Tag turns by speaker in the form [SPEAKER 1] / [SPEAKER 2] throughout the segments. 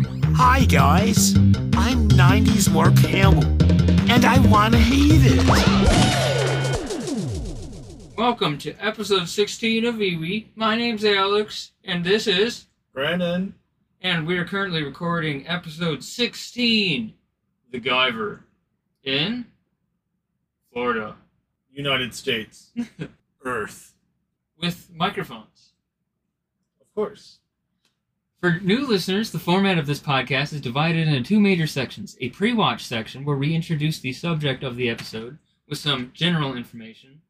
[SPEAKER 1] Hey guys, I'm 90s Mark Hamill, and I wanna hate it.
[SPEAKER 2] Welcome to episode 16 of Iwi. My name's Alex, and this is,
[SPEAKER 3] Brennan,
[SPEAKER 2] and we are currently recording episode 16, The Guyver, in Florida,
[SPEAKER 3] United States, Earth,
[SPEAKER 2] with microphones.
[SPEAKER 3] of course.
[SPEAKER 2] For new listeners, the format of this podcast is divided into two major sections a pre watch section, where we introduce the subject of the episode with some general information,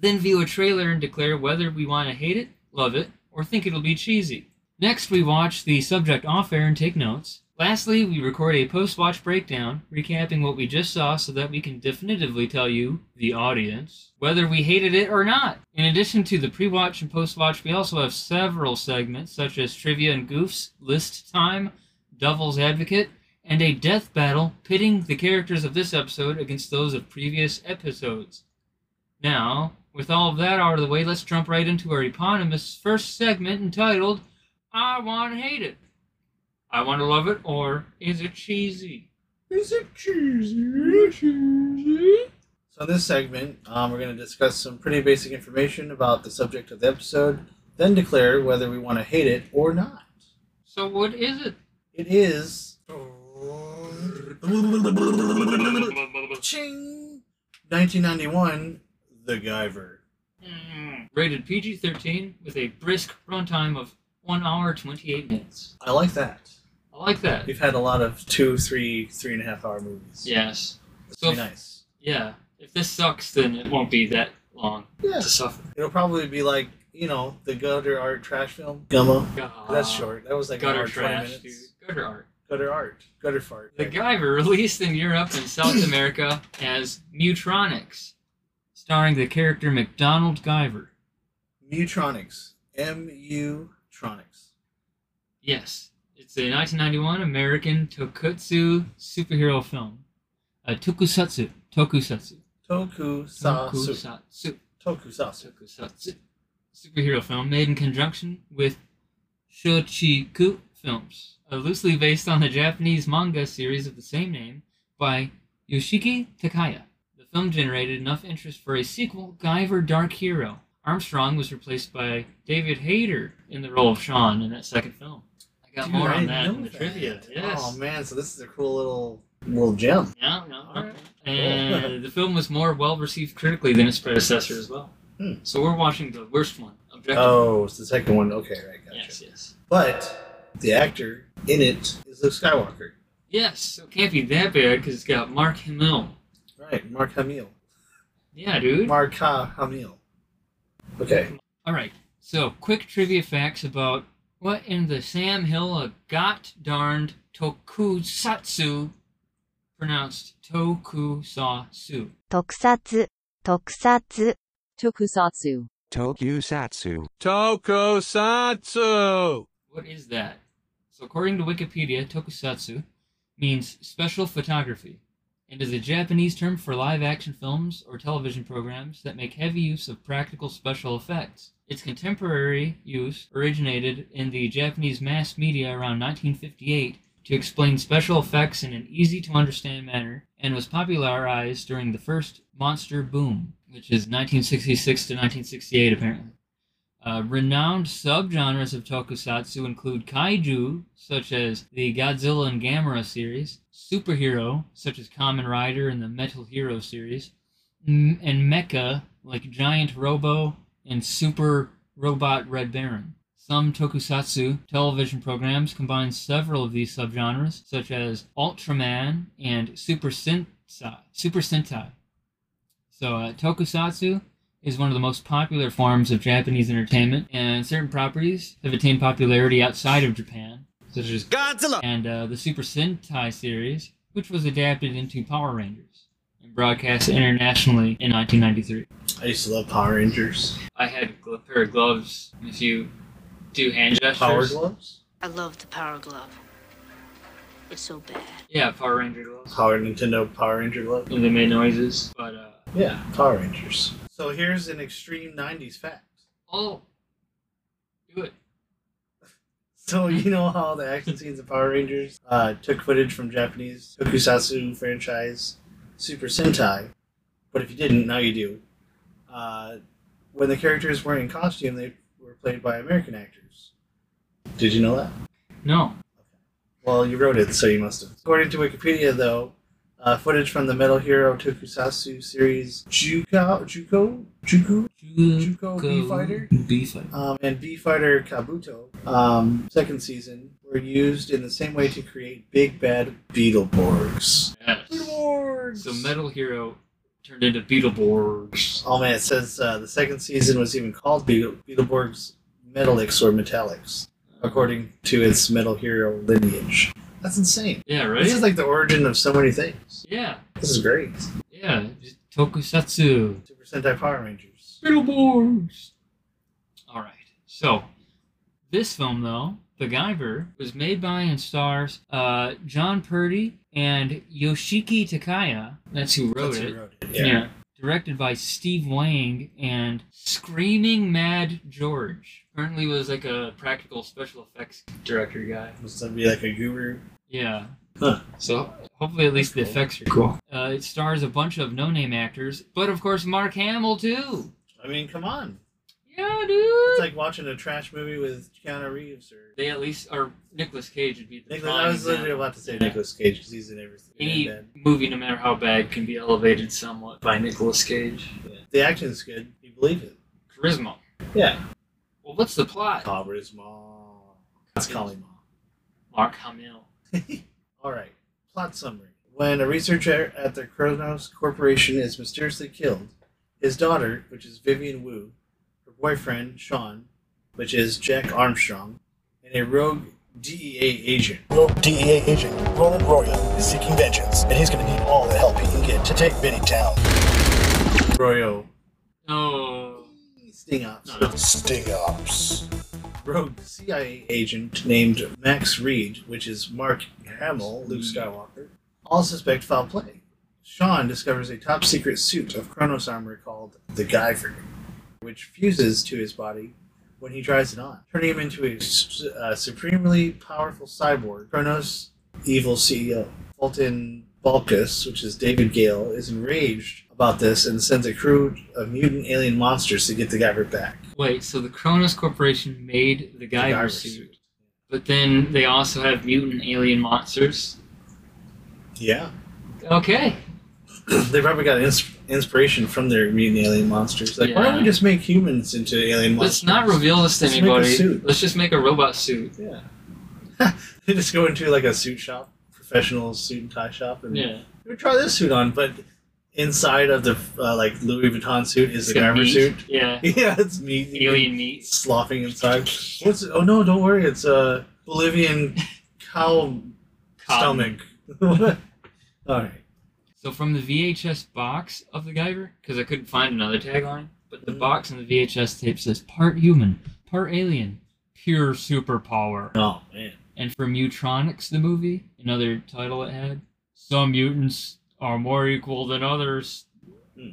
[SPEAKER 2] then view a trailer and declare whether we want to hate it, love it, or think it'll be cheesy. Next, we watch the subject off air and take notes. Lastly, we record a post watch breakdown, recapping what we just saw so that we can definitively tell you, the audience, whether we hated it or not. In addition to the pre watch and post watch, we also have several segments such as Trivia and Goofs, List Time, Devil's Advocate, and a death battle pitting the characters of this episode against those of previous episodes. Now, with all of that out of the way, let's jump right into our eponymous first segment entitled I Want to Hate It. I Want to Love It, or Is It Cheesy?
[SPEAKER 3] Is it cheesy? So, in this segment, um, we're going to discuss some pretty basic information about the subject of the episode, then declare whether we want to hate it or not.
[SPEAKER 2] So, what is it?
[SPEAKER 3] It is. Ching! 1991, The Guyver.
[SPEAKER 2] Mm. Rated PG 13 with a brisk runtime of 1 hour 28 minutes.
[SPEAKER 3] I like that.
[SPEAKER 2] I like that.
[SPEAKER 3] We've had a lot of two, three, three and a half hour movies.
[SPEAKER 2] Yes.
[SPEAKER 3] It's
[SPEAKER 2] So,
[SPEAKER 3] pretty nice.
[SPEAKER 2] yeah. If this sucks, then it won't be that long
[SPEAKER 3] Yeah.
[SPEAKER 2] to suffer.
[SPEAKER 3] It'll probably be like, you know, the gutter art trash film. Gummo. That's short. That was like an
[SPEAKER 2] gutter
[SPEAKER 3] hour, 20
[SPEAKER 2] trash, dude.
[SPEAKER 3] minutes.
[SPEAKER 2] Gutter art.
[SPEAKER 3] Gutter art. Gutter fart.
[SPEAKER 2] The Guyver, released in Europe and South America as Mutronics, starring the character McDonald Guyver.
[SPEAKER 3] Mutronics. M U Tronics.
[SPEAKER 2] Yes, it's a 1991 American tokutsu superhero film. Uh, tokusatsu. Tokusatsu.
[SPEAKER 3] Tokusatsu.
[SPEAKER 2] Tokusatsu.
[SPEAKER 3] Tokusatsu.
[SPEAKER 2] Tokusatsu. Superhero film made in conjunction with Shochiku Films, uh, loosely based on the Japanese manga series of the same name by Yoshiki Takaya. The film generated enough interest for a sequel, Guyver Dark Hero. Armstrong was replaced by David Hayter in the role of Sean in that second film. I got
[SPEAKER 3] Dude,
[SPEAKER 2] more
[SPEAKER 3] I
[SPEAKER 2] on
[SPEAKER 3] didn't
[SPEAKER 2] that
[SPEAKER 3] know
[SPEAKER 2] in the trivia. Yes.
[SPEAKER 3] Oh man, so this is a cool little little gem.
[SPEAKER 2] No, no.
[SPEAKER 3] Alright.
[SPEAKER 2] And the film was more well received critically than its predecessor as well.
[SPEAKER 3] Hmm.
[SPEAKER 2] So we're watching the worst one. Objective.
[SPEAKER 3] Oh, it's the second one. Okay, right, gotcha.
[SPEAKER 2] yes, yes.
[SPEAKER 3] But the actor in it is Luke Skywalker.
[SPEAKER 2] Yes, so it can't be that bad because it's got Mark Hamill.
[SPEAKER 3] Right, Mark Hamill.
[SPEAKER 2] Yeah, dude.
[SPEAKER 3] Mark Ha- Hamill. Okay.
[SPEAKER 2] All right. So, quick trivia facts about what in the Sam Hill a got darned tokusatsu pronounced tokusatsu.
[SPEAKER 4] 特撮、特撮、
[SPEAKER 5] Tokusatsu.
[SPEAKER 6] Tokusatsu.
[SPEAKER 7] Tokusatsu.
[SPEAKER 2] What is that? So, according to Wikipedia, tokusatsu means special photography and is a Japanese term for live action films or television programs that make heavy use of practical special effects. Its contemporary use originated in the Japanese mass media around 1958 to explain special effects in an easy to understand manner and was popularized during the first monster boom, which is 1966 to 1968 apparently. Uh, renowned subgenres of tokusatsu include kaiju, such as the Godzilla and Gamera series, superhero, such as Kamen Rider and the Metal Hero series, m- and mecha, like Giant Robo and Super Robot Red Baron. Some tokusatsu television programs combine several of these subgenres, such as Ultraman and Super Sentai. Super Sentai. So, uh, tokusatsu is one of the most popular forms of Japanese entertainment, and certain properties have attained popularity outside of Japan, such as Godzilla and uh, the Super Sentai series, which was adapted into Power Rangers and broadcast internationally in 1993.
[SPEAKER 3] I used to love Power Rangers.
[SPEAKER 2] I had a gl- pair of gloves. If you do hand gestures,
[SPEAKER 3] Power gloves?
[SPEAKER 8] I love the Power Glove. It's so bad.
[SPEAKER 2] yeah, Power Ranger gloves,
[SPEAKER 3] Power Nintendo Power Ranger gloves?
[SPEAKER 2] and they made noises. But uh,
[SPEAKER 3] Yeah, Power Rangers. So here's an extreme 90s fact.
[SPEAKER 2] oh, do it.
[SPEAKER 3] So you know how the action scenes of Power Rangers uh, took footage from Japanese tokusatsu franchise Super Sentai, but if you didn't, now you do. Uh, when the characters weren't in costume, they were played by American actors. Did you know that?
[SPEAKER 2] No.
[SPEAKER 3] Well, you wrote it, so you must have. According to Wikipedia, though, uh, footage from the Metal Hero Tokusatsu series Juko, Juko, Juku, Juko B Fighter?
[SPEAKER 2] B Fighter.
[SPEAKER 3] um, and B Fighter Kabuto, um, second season, were used in the same way to create big bad Beetleborgs.
[SPEAKER 2] Yes.
[SPEAKER 3] Beetleborgs.
[SPEAKER 2] So Metal Hero turned into Beetleborgs.
[SPEAKER 3] Oh man, it says uh, the second season was even called Beetle- Beetleborgs Metalics or Metallics, according to its Metal Hero lineage. That's insane.
[SPEAKER 2] Yeah,
[SPEAKER 3] This is
[SPEAKER 2] right?
[SPEAKER 3] like the origin of so many things.
[SPEAKER 2] Yeah.
[SPEAKER 3] This is great.
[SPEAKER 2] Yeah. Just Tokusatsu.
[SPEAKER 3] Super Sentai Power Rangers.
[SPEAKER 2] Beetleborgs. All right. So, this film though, *Guyver*, was made by and stars uh, John Purdy and Yoshiki Takaya. That's who wrote
[SPEAKER 3] That's who
[SPEAKER 2] it.
[SPEAKER 3] wrote
[SPEAKER 2] Yeah.
[SPEAKER 3] Yeah.
[SPEAKER 2] Directed by Steve Wang and Screaming Mad George. Apparently was like a practical special effects director guy.
[SPEAKER 3] Must be like a guru.
[SPEAKER 2] Yeah.
[SPEAKER 3] Huh.
[SPEAKER 2] So hopefully at least the
[SPEAKER 3] Cool.
[SPEAKER 2] effects are cool. Uh, it stars a bunch of no-name actors, but of course Mark Hamill too.
[SPEAKER 3] I mean, come on.
[SPEAKER 2] Yeah, dude.
[SPEAKER 3] It's like watching a trash movie with Keanu Reeves or
[SPEAKER 2] They at least are Nicolas Cage would be the
[SPEAKER 3] Nicholas,
[SPEAKER 2] prime
[SPEAKER 3] I was literally
[SPEAKER 2] example.
[SPEAKER 3] about to say
[SPEAKER 2] Yeah.
[SPEAKER 3] Nicholas Cage because he's in everything.
[SPEAKER 2] Any
[SPEAKER 3] And,
[SPEAKER 2] movie, no matter how bad, can be elevated somewhat by Nicolas Cage.
[SPEAKER 3] uh, The action's good. You believe it.
[SPEAKER 2] Charisma.
[SPEAKER 3] Yeah.
[SPEAKER 2] Well, what's the plot?
[SPEAKER 3] Cobra's Maw. That's Kali Maw.
[SPEAKER 2] Mark Hamill.
[SPEAKER 3] All right. Plot summary. When a researcher at the Kronos Corporation is mysteriously killed, his daughter, which is Vivian Wu, her boyfriend, Sean, which is Jack Armstrong, and a rogue DEA agent.
[SPEAKER 9] Rogue DEA E agent Roland Royo is seeking vengeance, and he's going to need all the help he can get to take Benny down.
[SPEAKER 3] Royo.
[SPEAKER 2] Oh.
[SPEAKER 3] Sting Ops.
[SPEAKER 2] No, no.
[SPEAKER 9] Sting Ops.
[SPEAKER 3] rogue CIA agent named Max Reed, which is Mark Hamill, Luke Skywalker, all suspect foul play. Sean discovers a top secret suit of Kronos armor called the Guyver, which fuses to his body when he tries it on, turning him into a s- uh, supremely powerful cyborg. Kronos, evil CEO. Fulton Balkus, which is David Gale, is enraged about this and sends a crew of mutant alien monsters to get the Guyver back.
[SPEAKER 2] Wait, so the Kronos Corporation made the
[SPEAKER 3] The
[SPEAKER 2] Guyver suit, but then they also have mutant alien monsters.
[SPEAKER 3] Yeah.
[SPEAKER 2] Okay.
[SPEAKER 3] they probably got ins- inspiration from their mutant alien monsters. Like, why don't we
[SPEAKER 2] Yeah.
[SPEAKER 3] just make humans into alien
[SPEAKER 2] Let's
[SPEAKER 3] monsters?
[SPEAKER 2] not reveal this to
[SPEAKER 3] Let's make a
[SPEAKER 2] anybody.
[SPEAKER 3] suit.
[SPEAKER 2] Let's just make a robot suit.
[SPEAKER 3] Yeah. they just go into like a suit shop, professional suit and tie shop, and
[SPEAKER 2] Yeah.
[SPEAKER 3] we try this suit on, but inside of the uh, like Louis Vuitton suit is the
[SPEAKER 2] got
[SPEAKER 3] Guyver
[SPEAKER 2] meat.
[SPEAKER 3] suit.
[SPEAKER 2] Yeah.
[SPEAKER 3] Yeah, it's meat.
[SPEAKER 2] Alien meat.
[SPEAKER 3] Slopping inside. What's? Oh no, don't worry. It's a Bolivian cow
[SPEAKER 2] Cotton.
[SPEAKER 3] stomach. All right.
[SPEAKER 2] So from the VHS box of the Guyver, because I couldn't find another tagline, but the
[SPEAKER 3] Mhm.
[SPEAKER 2] box and the VHS tape says part human, part alien, pure superpower.
[SPEAKER 3] Oh man.
[SPEAKER 2] And for Mutronics, the movie, another title it had, some mutants are more equal than others.
[SPEAKER 3] I,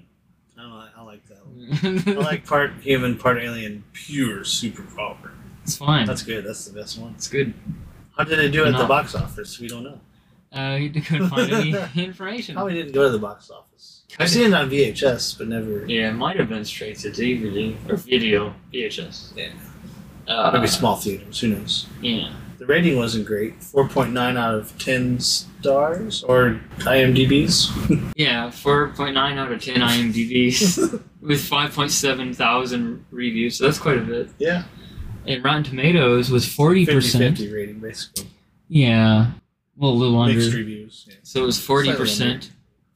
[SPEAKER 3] don't, like- I like that. One. I
[SPEAKER 2] it's
[SPEAKER 3] like part human, part alien, pure superpower.
[SPEAKER 2] fine.
[SPEAKER 3] That's good. That's the best one.
[SPEAKER 2] it's good.
[SPEAKER 3] How did it do at the
[SPEAKER 2] Enough.
[SPEAKER 3] box office? We don't know.
[SPEAKER 2] Uh, you couldn't find any information.
[SPEAKER 3] Probably didn't go to the box office.
[SPEAKER 2] Kinda.
[SPEAKER 3] I've seen it on VHS, but never.
[SPEAKER 2] Yeah, it might have been straight to DVD or video VHS.
[SPEAKER 3] Yeah.
[SPEAKER 2] Uh,
[SPEAKER 3] Maybe small theaters. Who knows?
[SPEAKER 2] Yeah.
[SPEAKER 3] The rating wasn't great. Four point nine out of ten stars or IMDb's.
[SPEAKER 2] Yeah, 4.9 out of 10 IMDb's with 5.7 thousand reviews, so that's quite a bit.
[SPEAKER 3] Yeah.
[SPEAKER 2] And Rotten Tomatoes was 40%.
[SPEAKER 3] 50-50 rating basically.
[SPEAKER 2] Yeah. Well, a little under.
[SPEAKER 3] Mixed reviews. Yeah.
[SPEAKER 2] So it was
[SPEAKER 3] Slightly
[SPEAKER 2] 40%.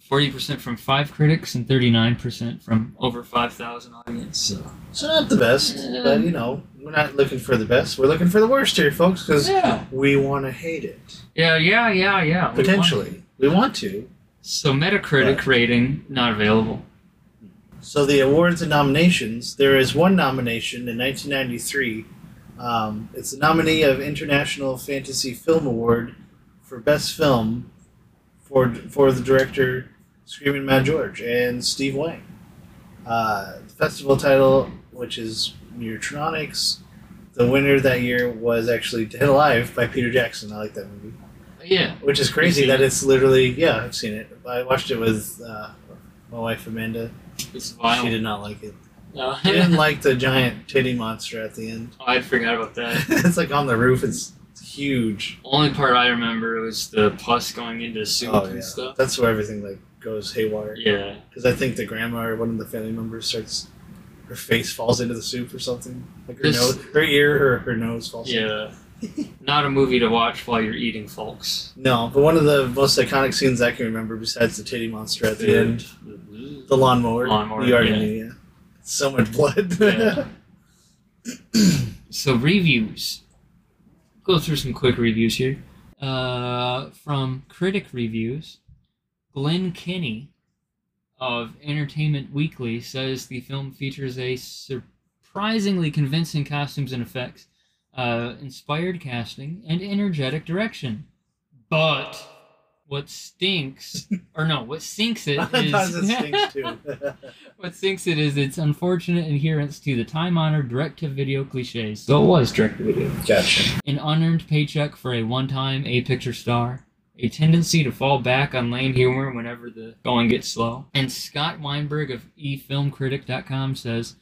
[SPEAKER 2] 40% from five critics and 39% from over 5,000 audience. So.
[SPEAKER 3] So not the best, but you know we're not looking for the best. We're looking for the worst here, folks, because
[SPEAKER 2] Yeah.
[SPEAKER 3] we want to hate it
[SPEAKER 2] Yeah, yeah, yeah, yeah. We want-
[SPEAKER 3] potentially. We want to.
[SPEAKER 2] So Metacritic
[SPEAKER 3] Right.
[SPEAKER 2] rating, not available.
[SPEAKER 3] So the awards and nominations. There is one nomination in 1993. Um, it's the nominee of International Fantasy Film Award for Best Film for for the director Screaming Mad George and Steve Wang. Uh, the festival title, which is Neutronics, The winner that year was actually Dead Alive by Peter Jackson. I like that movie.
[SPEAKER 2] Yeah.
[SPEAKER 3] Which is crazy
[SPEAKER 2] You've seen
[SPEAKER 3] that it's literally, yeah, I've seen it. I watched it with uh, my wife Amanda.
[SPEAKER 2] It's
[SPEAKER 3] She
[SPEAKER 2] wild.
[SPEAKER 3] did not like it.
[SPEAKER 2] No.
[SPEAKER 3] She didn't like the giant titty monster at the end.
[SPEAKER 2] Oh, I forgot about that.
[SPEAKER 3] it's like on the roof, it's huge.
[SPEAKER 2] Only part I remember was the pus going into soup
[SPEAKER 3] Oh,
[SPEAKER 2] and
[SPEAKER 3] yeah.
[SPEAKER 2] stuff.
[SPEAKER 3] That's where everything like goes haywire.
[SPEAKER 2] Yeah.
[SPEAKER 3] Because I think the grandma or one of the family members starts, her face falls into the soup or something. Like her
[SPEAKER 2] This-
[SPEAKER 3] nose, her ear or her nose falls.
[SPEAKER 2] Yeah. Not a movie to watch while you're eating, folks.
[SPEAKER 3] No, but one of the most iconic scenes I can remember, besides the titty monster at the end, the lawnmower.
[SPEAKER 2] Lawnmower,
[SPEAKER 3] You already
[SPEAKER 2] yeah.
[SPEAKER 3] knew, yeah. So much blood.
[SPEAKER 2] Yeah. So reviews. Go through some quick reviews here. Uh, from critic reviews, Glenn Kinney of Entertainment Weekly says the film features a surprisingly convincing costumes and effects, uh, inspired casting, and energetic direction. But what stinks, or no, what sinks it is
[SPEAKER 3] Sometimes it stinks too.
[SPEAKER 2] What sinks it is its unfortunate adherence to the time honored direct to video cliches. So it was direct to video.
[SPEAKER 3] gotcha.
[SPEAKER 2] An unearned paycheck for a one time A picture star. A tendency to fall back on lame humor whenever the going gets slow. And Scott Weinberg of e efilmcritic.com says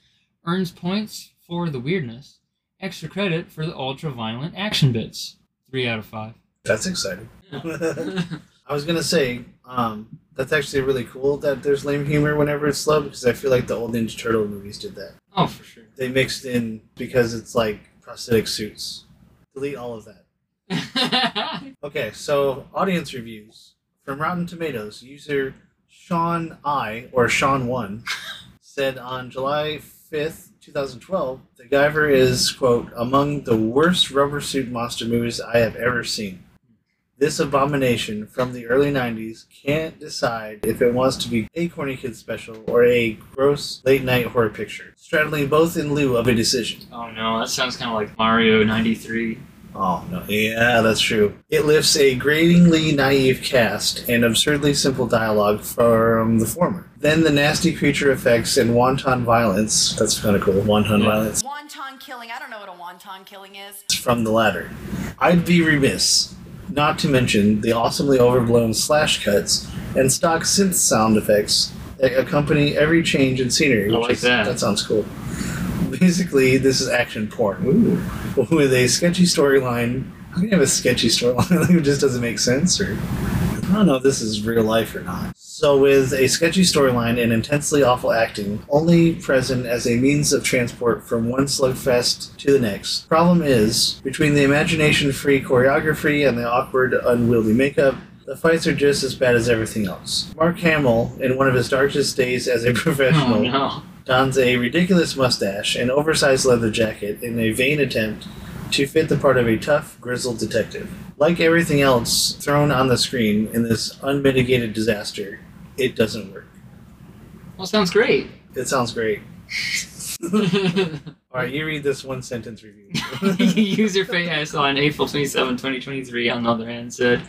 [SPEAKER 2] earns points for the weirdness, extra credit for the ultra violent action bits. Three out of five.
[SPEAKER 3] That's exciting. I was gonna say, um, that's actually really cool that there's lame humor whenever it's slow because I feel like the old Ninja Turtle movies did that.
[SPEAKER 2] oh, for sure.
[SPEAKER 3] They mixed in because it's like prosthetic suits. Delete all of that. Okay, so audience reviews from Rotten Tomatoes. User Sean I or Sean One said on July fifth, two thousand twelve, the Guyver is quote among the worst rubber suit monster movies I have ever seen. This abomination from the early '90s can't decide if it wants to be a corny kid special or a gross late night horror picture, straddling both in lieu of a decision.
[SPEAKER 2] oh no, that sounds kind of like Mario 93.
[SPEAKER 3] Oh no! Yeah, that's true. It lifts a gratingly naive cast and absurdly simple dialogue from the former. Then the nasty creature effects and wanton violence. That's kind of cool. Wanton
[SPEAKER 2] Yeah.
[SPEAKER 3] violence
[SPEAKER 10] Wonton killing. I don't know what a wonton killing is.
[SPEAKER 3] from the latter. I'd be remiss not to mention the awesomely overblown slash cuts and stock synth sound effects that accompany every change in scenery.
[SPEAKER 2] I
[SPEAKER 3] which
[SPEAKER 2] like
[SPEAKER 3] is-
[SPEAKER 2] that.
[SPEAKER 3] That sounds cool. Basically, this is action porn. With a sketchy storyline. How can you have a sketchy storyline? Like, it just doesn't make sense, or I don't know if this is real life or not. So, with a sketchy storyline and intensely awful acting, only present as a means of transport from one slugfest to the next. Problem is, between the imagination free choreography and the awkward, unwieldy makeup, the fights are just as bad as everything else. Mark Hamill, in one of his darkest days as a
[SPEAKER 2] Oh
[SPEAKER 3] professional,
[SPEAKER 2] no.
[SPEAKER 3] dons a ridiculous mustache, an oversized leather jacket, in a vain attempt to fit the part of a tough, grizzled detective. Like everything else thrown on the screen in this unmitigated disaster, it doesn't work.
[SPEAKER 2] Well, sounds great.
[SPEAKER 3] It sounds great.
[SPEAKER 2] User
[SPEAKER 3] All right, you read this one sentence review.
[SPEAKER 2] Fayez on April 27, 2023, on the other hand, said,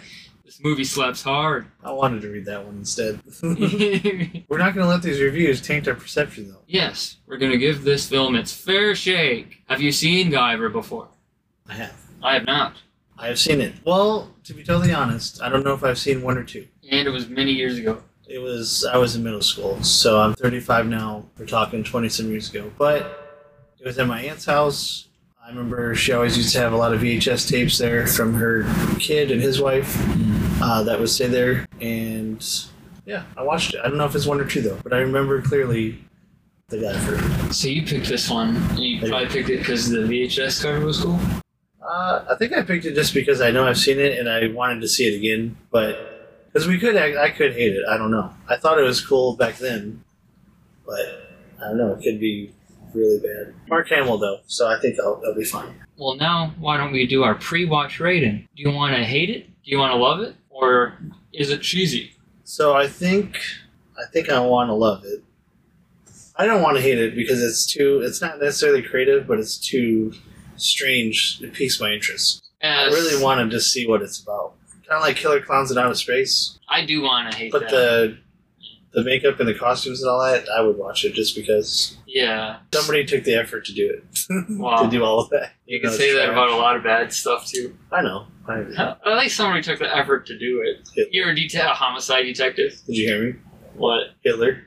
[SPEAKER 2] This movie slaps hard.
[SPEAKER 3] I wanted to read that one instead.
[SPEAKER 2] yes,
[SPEAKER 3] We're not going to let these reviews taint our perception, though.
[SPEAKER 2] we're going to give this film its fair shake. Have you seen Guyver before?
[SPEAKER 3] I have.
[SPEAKER 2] I have not.
[SPEAKER 3] I have seen it. Well, to be totally honest, I don't know if I've seen one or two.
[SPEAKER 2] And it was many years ago.
[SPEAKER 3] It was I was in middle school, so I'm 35 now. We're talking 20 some years ago, but it was at my aunt's house. I remember she always used to have a lot of VHS tapes there from her kid and his wife uh, that would stay there, and yeah, I watched it. I don't know if it's one or two though, but I remember clearly the guy for.
[SPEAKER 2] So you picked this one, and you probably picked it because the VHS cover was cool?
[SPEAKER 3] Uh, I think I picked it just because I know I've seen it and I wanted to see it again, but because we could, I, I could hate it. I don't know. I thought it was cool back then, but I don't know. It could be really bad. Mark Hamill though, so I think I'll, I'll be fine.
[SPEAKER 2] Well, now, why don't we do our pre watch rating? Do you want to hate it? Do you want to love it? Or is it cheesy?
[SPEAKER 3] So I think, I think I want to love it. I don't want to hate it because it's too. It's not necessarily creative, but it's too strange. It piques my interest. I
[SPEAKER 2] As
[SPEAKER 3] really wanted to see what it's about. Kind of like Killer Clowns in Outer Space.
[SPEAKER 2] I do want to hate
[SPEAKER 3] But
[SPEAKER 2] that.
[SPEAKER 3] the the makeup and the costumes and all that, I would watch it just because
[SPEAKER 2] yeah.
[SPEAKER 3] somebody took the effort to do it. hours
[SPEAKER 11] Wow.
[SPEAKER 3] to do all of that.
[SPEAKER 2] You can
[SPEAKER 3] No, it's
[SPEAKER 2] say that
[SPEAKER 3] trash.
[SPEAKER 2] about a lot of bad stuff too.
[SPEAKER 3] I know. I,
[SPEAKER 2] At least somebody took the effort to do it.
[SPEAKER 3] Hitler.
[SPEAKER 2] You're a, deta- a homicide detective.
[SPEAKER 3] Did you hear me?
[SPEAKER 2] What?
[SPEAKER 3] Hitler.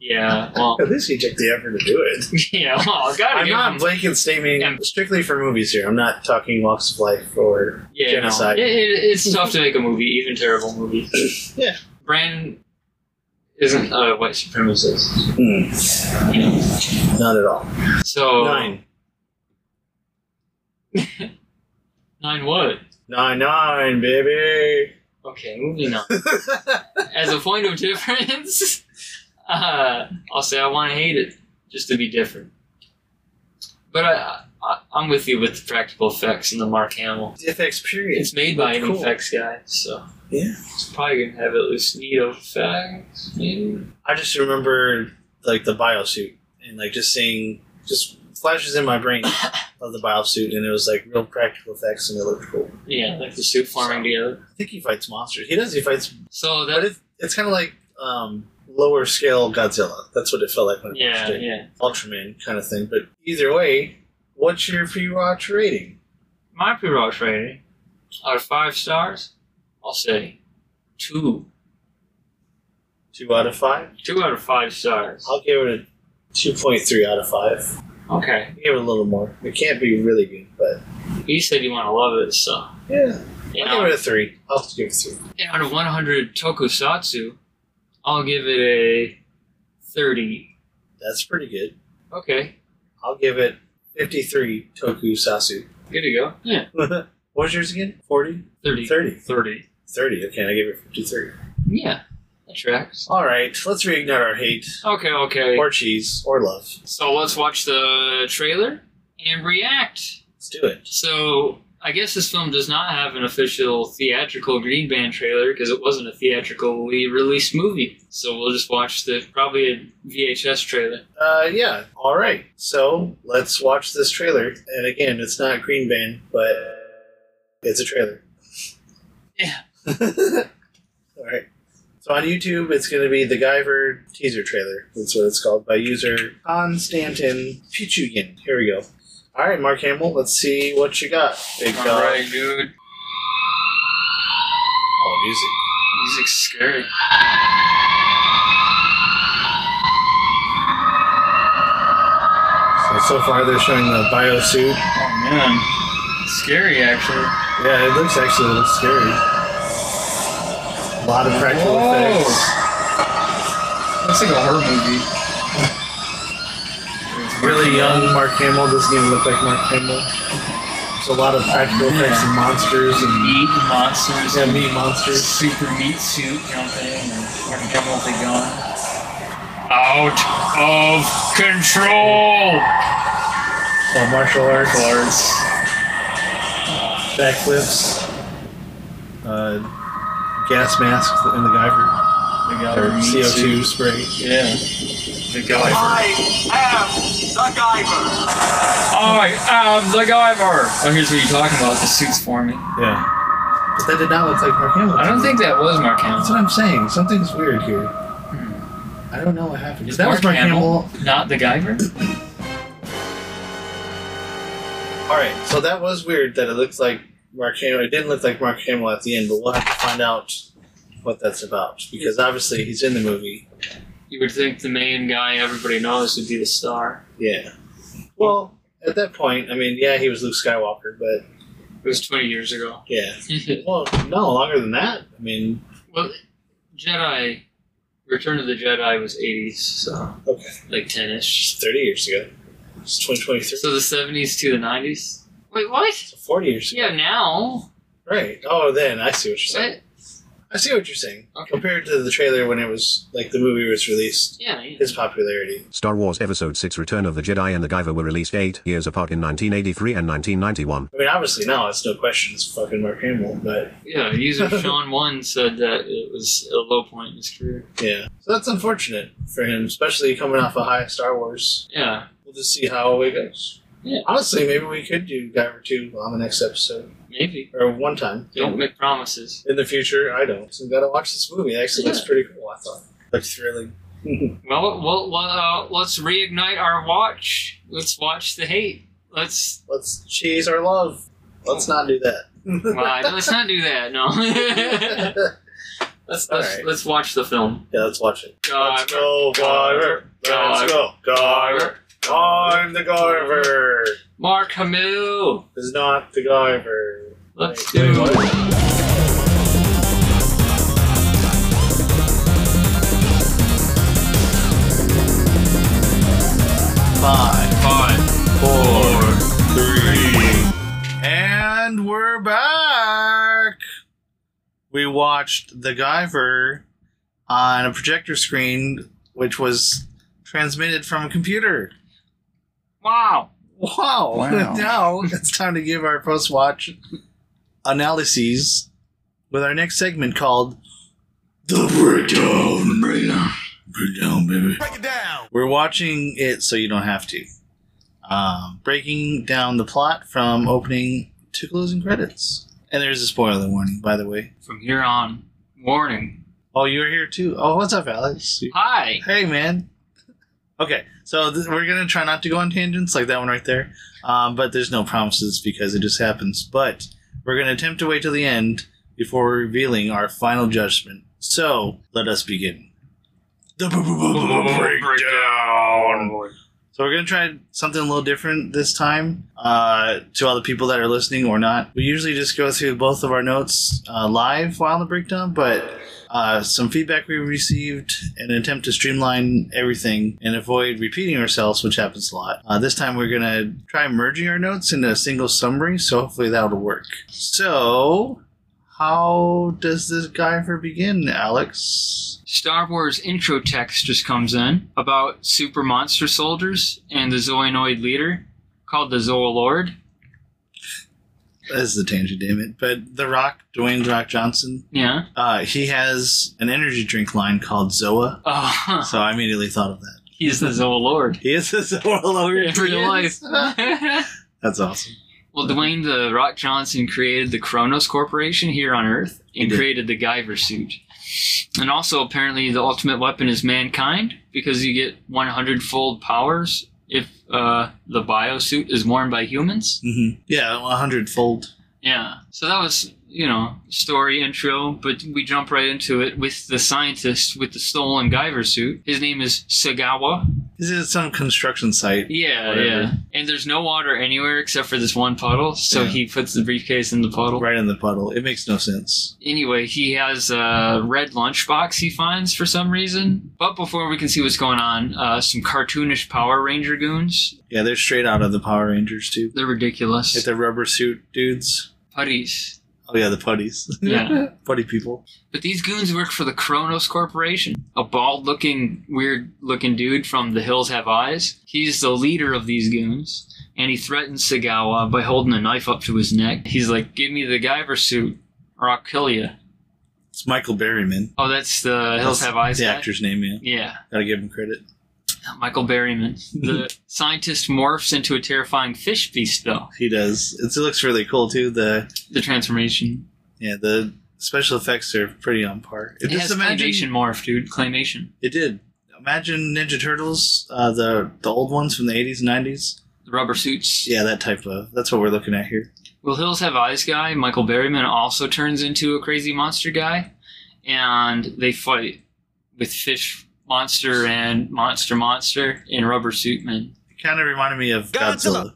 [SPEAKER 2] Yeah. Well.
[SPEAKER 3] At least he took the effort to do it.
[SPEAKER 2] yeah. Well, gotta
[SPEAKER 3] I'm
[SPEAKER 2] give
[SPEAKER 3] not
[SPEAKER 2] him-
[SPEAKER 3] blanket stating
[SPEAKER 2] Yeah.
[SPEAKER 3] strictly for movies here. I'm not talking walks of life or
[SPEAKER 2] Yeah,
[SPEAKER 3] genocide.
[SPEAKER 2] No. It, it, it's tough to make a movie, even terrible movies.
[SPEAKER 3] Yeah.
[SPEAKER 2] Brand isn't a white supremacist.
[SPEAKER 3] Mm. Not hmm, at all.
[SPEAKER 2] So
[SPEAKER 3] Nine.
[SPEAKER 2] Nine what?
[SPEAKER 3] Nine, nine, baby.
[SPEAKER 2] Okay, moving on. As a point of difference, uh, I'll say I want to hate it just to be different. But I, I, I'm with you with the practical effects and the Mark Hamill.
[SPEAKER 3] FX period.
[SPEAKER 2] It's made by an
[SPEAKER 3] Cool.
[SPEAKER 2] effects guy, so
[SPEAKER 3] Yeah.
[SPEAKER 2] it's probably gonna have at least neat effects. Maybe.
[SPEAKER 3] I just remember like the biosuit and like just seeing just flashes in my brain of the biosuit and it was like real practical effects and it looked cool.
[SPEAKER 2] Yeah, like the suit forming together.
[SPEAKER 3] I think he fights monsters. He does. He fights,
[SPEAKER 2] So
[SPEAKER 3] but
[SPEAKER 2] that
[SPEAKER 3] it's it's kind of like um, lower scale Godzilla. That's what it felt like when I
[SPEAKER 2] yeah,
[SPEAKER 3] watched it.
[SPEAKER 2] yeah.
[SPEAKER 3] Ultraman kind of thing. But either way, what's your pre-watch rating?
[SPEAKER 2] My pre-watch rating out of five stars, I'll say two.
[SPEAKER 3] Two out of five.
[SPEAKER 2] Two out of five stars.
[SPEAKER 3] I'll give it a two point three out of five.
[SPEAKER 2] Okay.
[SPEAKER 3] Give it a little more. It can't be really good, but
[SPEAKER 2] You said you want to love it, so
[SPEAKER 3] yeah,
[SPEAKER 2] you
[SPEAKER 3] I'll give
[SPEAKER 2] know.
[SPEAKER 3] it a three. I'll give it a three.
[SPEAKER 2] And out of 100 tokusatsu, I'll give it a 30.
[SPEAKER 3] That's pretty good.
[SPEAKER 2] Okay,
[SPEAKER 3] I'll give it fifty-three toku sasu.
[SPEAKER 2] good to go. Yeah,
[SPEAKER 3] what was yours again? 40?
[SPEAKER 2] 30.
[SPEAKER 3] 30.
[SPEAKER 2] 30.
[SPEAKER 3] 30. Okay, I gave it 53.
[SPEAKER 2] Yeah, that tracks.
[SPEAKER 3] All right, let's reignite our hate.
[SPEAKER 2] Okay, okay.
[SPEAKER 3] Or cheese, or love.
[SPEAKER 2] So let's watch the trailer and react.
[SPEAKER 3] Let's do it.
[SPEAKER 2] So I guess this film does not have an official theatrical Green Band trailer because it wasn't a theatrically released movie. So we'll just watch the probably a VHS trailer.
[SPEAKER 3] Uh, yeah. All right. So let's watch this trailer. And again, it's not Green Band, but it's a trailer.
[SPEAKER 2] Yeah.
[SPEAKER 3] All right. So on YouTube, it's going to be the Guyver teaser trailer. That's what it's called by user Konstantin Pichugin. Here we go. All right, Mark Hamill. Let's see what you got. Big
[SPEAKER 2] All
[SPEAKER 3] dog.
[SPEAKER 2] right, dude.
[SPEAKER 3] Oh, music.
[SPEAKER 2] Music's scary.
[SPEAKER 3] So, so far, they're showing the bio suit.
[SPEAKER 2] Oh man, scary actually.
[SPEAKER 3] Yeah, it looks actually it looks scary. A lot of practical
[SPEAKER 2] Whoa.
[SPEAKER 3] effects.
[SPEAKER 2] Looks like a horror movie.
[SPEAKER 3] Really young Mark Hamill doesn't even look like Mark Hamill. There's a lot of practical effects and monsters and
[SPEAKER 2] Meat monsters.
[SPEAKER 3] yeah,
[SPEAKER 2] and
[SPEAKER 3] meat monsters.
[SPEAKER 2] Super meat suit jumping and Mark Hamill with a gun. Out of control.
[SPEAKER 3] Yeah, martial arts,
[SPEAKER 2] Clarks.
[SPEAKER 3] backflips, uh, gas masks in the Guyver,
[SPEAKER 2] The guy
[SPEAKER 3] or
[SPEAKER 2] with meat suit.
[SPEAKER 3] CO2 spray.
[SPEAKER 2] Yeah. The Guyver.
[SPEAKER 1] I am the Guyver.
[SPEAKER 2] I am um, the Guyver. Oh, here's what you're talking about. The suit's forming.
[SPEAKER 3] Yeah. But that did not look like Mark Hamill.
[SPEAKER 2] I don't think that was Mark Hamill.
[SPEAKER 3] That's what I'm saying. Something's weird here. I don't know what happened.
[SPEAKER 2] Hmm. Is
[SPEAKER 3] That was Mark Hamill.
[SPEAKER 2] not the Guyver?
[SPEAKER 3] All right, so that was weird that it looked like Mark Hamill. It didn't look like Mark Hamill at the end, but we'll have to find out what that's about because obviously he's in the movie.
[SPEAKER 2] You would think the main guy everybody knows would be the star.
[SPEAKER 3] Yeah. Well, at that point, I mean, yeah, he was Luke Skywalker, but
[SPEAKER 2] It was 20 years ago.
[SPEAKER 3] yeah. Well, no, longer than that. I mean,
[SPEAKER 2] well, Jedi, Return of the Jedi was 80s, so
[SPEAKER 3] okay,
[SPEAKER 2] like 10 ish.
[SPEAKER 3] it's thirty years ago. It's twenty twenty three.
[SPEAKER 2] So the 70s to the 90s? Wait, what?
[SPEAKER 3] So forty years ago.
[SPEAKER 2] Yeah, now?
[SPEAKER 3] Right. Oh, then I see what you're saying.
[SPEAKER 2] What?
[SPEAKER 3] I see what you're saying.
[SPEAKER 2] Okay.
[SPEAKER 3] Compared to the trailer when it was like the movie was released,
[SPEAKER 2] Yeah, yeah.
[SPEAKER 3] his popularity.
[SPEAKER 12] Star Wars Episode 6 Return of the Jedi and the Guyver were released eight years apart in 1983 and 1991.
[SPEAKER 3] I mean, obviously now it's no question it's fucking Mark Hamill, but.
[SPEAKER 2] Yeah, user Sean1 said that it was a low point in his career.
[SPEAKER 3] Yeah. So that's unfortunate for him, especially coming off a high Star Wars.
[SPEAKER 2] Yeah.
[SPEAKER 3] We'll just see how it goes.
[SPEAKER 2] Yeah.
[SPEAKER 3] Honestly, maybe we could do Guyver 2 on the next episode.
[SPEAKER 2] Maybe.
[SPEAKER 3] Or one time.
[SPEAKER 2] Don't make promises.
[SPEAKER 3] In the future, I don't. So we gotta watch this movie. It actually looks
[SPEAKER 2] Yeah. Mm-hmm.
[SPEAKER 3] pretty cool, I thought. Looks thrilling.
[SPEAKER 2] Well, well, well, uh, let's reignite our watch. Let's watch the hate. Let's.
[SPEAKER 3] Let's chase our love. Let's not do that.
[SPEAKER 2] Well, I- let's not do that. No.
[SPEAKER 3] yeah,
[SPEAKER 2] let's let's,
[SPEAKER 3] All right.
[SPEAKER 2] let's watch the film.
[SPEAKER 3] let's watch it.
[SPEAKER 2] Let's
[SPEAKER 3] go,
[SPEAKER 2] Garver.
[SPEAKER 3] Let's go, Garver. I'm the Garver.
[SPEAKER 2] Mark Hamill.
[SPEAKER 3] This is not the Garver.
[SPEAKER 2] Let's
[SPEAKER 3] Wait,
[SPEAKER 2] do.
[SPEAKER 3] wait, what? Five, five, four, three, and we're back. We watched The Guyver on a projector screen, which was transmitted from a computer.
[SPEAKER 2] Wow.
[SPEAKER 3] Wow!
[SPEAKER 13] Wow.
[SPEAKER 3] now it's time to give our post-watch analyses with our next segment called the breakdown. Breakdown, breakdown, baby. Break it down. We're watching it so you don't have to. Um, breaking down the plot from opening to closing credits. And there's a spoiler warning, by the way.
[SPEAKER 2] From here on, warning.
[SPEAKER 3] Oh, you're here too. Oh, what's up, Alex?
[SPEAKER 2] Hi.
[SPEAKER 3] Hey, man. Okay, so th- we're gonna try not to go on tangents like that one right there, um, but there's no promises because it just happens. But we're gonna attempt to wait till the end before revealing our final judgment. So let us begin. The b- b- b- breakdown. So we're gonna try something a little different this time. Uh, to all the people that are listening or not, we usually just go through both of our notes uh, live while the breakdown, but uh, some feedback we received, an attempt to streamline everything and avoid repeating ourselves, which happens a lot. Uh, this time we're going to try merging our notes into a single summary, so hopefully that'll work. So, how does this guy for begin, Alex?
[SPEAKER 2] Star Wars intro text just comes in about super monster soldiers and the Zoonoid leader called the Zoolord.
[SPEAKER 3] That's the tangent, damn it. But The Rock, Dwayne The Rock Johnson,
[SPEAKER 2] Yeah.
[SPEAKER 3] uh, he has an energy drink line called Zoa,
[SPEAKER 2] Oh,
[SPEAKER 3] so I immediately thought of that.
[SPEAKER 2] he's the Zoolord.
[SPEAKER 3] He is a Zoa lover
[SPEAKER 2] In real life. well,
[SPEAKER 3] That's awesome.
[SPEAKER 2] Dwayne the Rock Johnson created the Kronos Corporation here on Earth and
[SPEAKER 3] did.
[SPEAKER 2] created the Guyver suit. And also, apparently, the ultimate weapon is mankind because you get 100 fold powers if uh, the biosuit is worn by humans.
[SPEAKER 3] hmm Yeah, a hundredfold.
[SPEAKER 2] Yeah. So that was, you know, story intro, but we jump right into it with the scientist with the stolen Guyver suit. His name is Sagawa.
[SPEAKER 3] This is some construction site.
[SPEAKER 2] Yeah,
[SPEAKER 3] Whatever.
[SPEAKER 2] yeah. And there's no water anywhere except for this one puddle, so
[SPEAKER 3] Yeah.
[SPEAKER 2] he puts the briefcase in the puddle.
[SPEAKER 3] right in the puddle. It makes no sense.
[SPEAKER 2] Anyway, he has a red lunchbox he finds for some reason. But before we can see what's going on, uh, some cartoonish Power Ranger goons.
[SPEAKER 3] Yeah, they're straight out of the Power Rangers too.
[SPEAKER 2] They're ridiculous.
[SPEAKER 3] Like the rubber suit dudes.
[SPEAKER 2] putties.
[SPEAKER 3] Oh yeah, the putties.
[SPEAKER 2] Yeah.
[SPEAKER 3] putty people.
[SPEAKER 2] But these goons work for the Kronos Corporation, a bald looking, weird looking dude from The Hills Have Eyes. He's the leader of these goons, and he threatens Sagawa by holding a knife up to his neck. He's like, Give me the Guyver suit, or I'll kill you.
[SPEAKER 3] It's Michael Berryman.
[SPEAKER 2] Oh, that's the Hills Have Eyes
[SPEAKER 3] The
[SPEAKER 2] guy?
[SPEAKER 3] actor's name, yeah.
[SPEAKER 2] Yeah,
[SPEAKER 3] Gotta give him credit.
[SPEAKER 2] Michael Berryman. The scientist morphs into a terrifying fish beast, though.
[SPEAKER 3] He does. It's, it looks really cool too. The
[SPEAKER 2] The transformation.
[SPEAKER 3] yeah, the special effects are pretty on par.
[SPEAKER 2] It has claymation morph, dude. Claymation.
[SPEAKER 3] It did. Imagine Ninja Turtles, uh, the the old ones from the eighties and nineties.
[SPEAKER 2] The rubber suits.
[SPEAKER 3] Yeah, that type of. That's what we're looking at here.
[SPEAKER 2] Will Hills Have Eyes guy, Michael Berryman, also turns into a crazy monster guy, and they fight with Fish Monster and Monster Monster and Rubber Suit Man.
[SPEAKER 3] It kind of reminded me of Godzilla,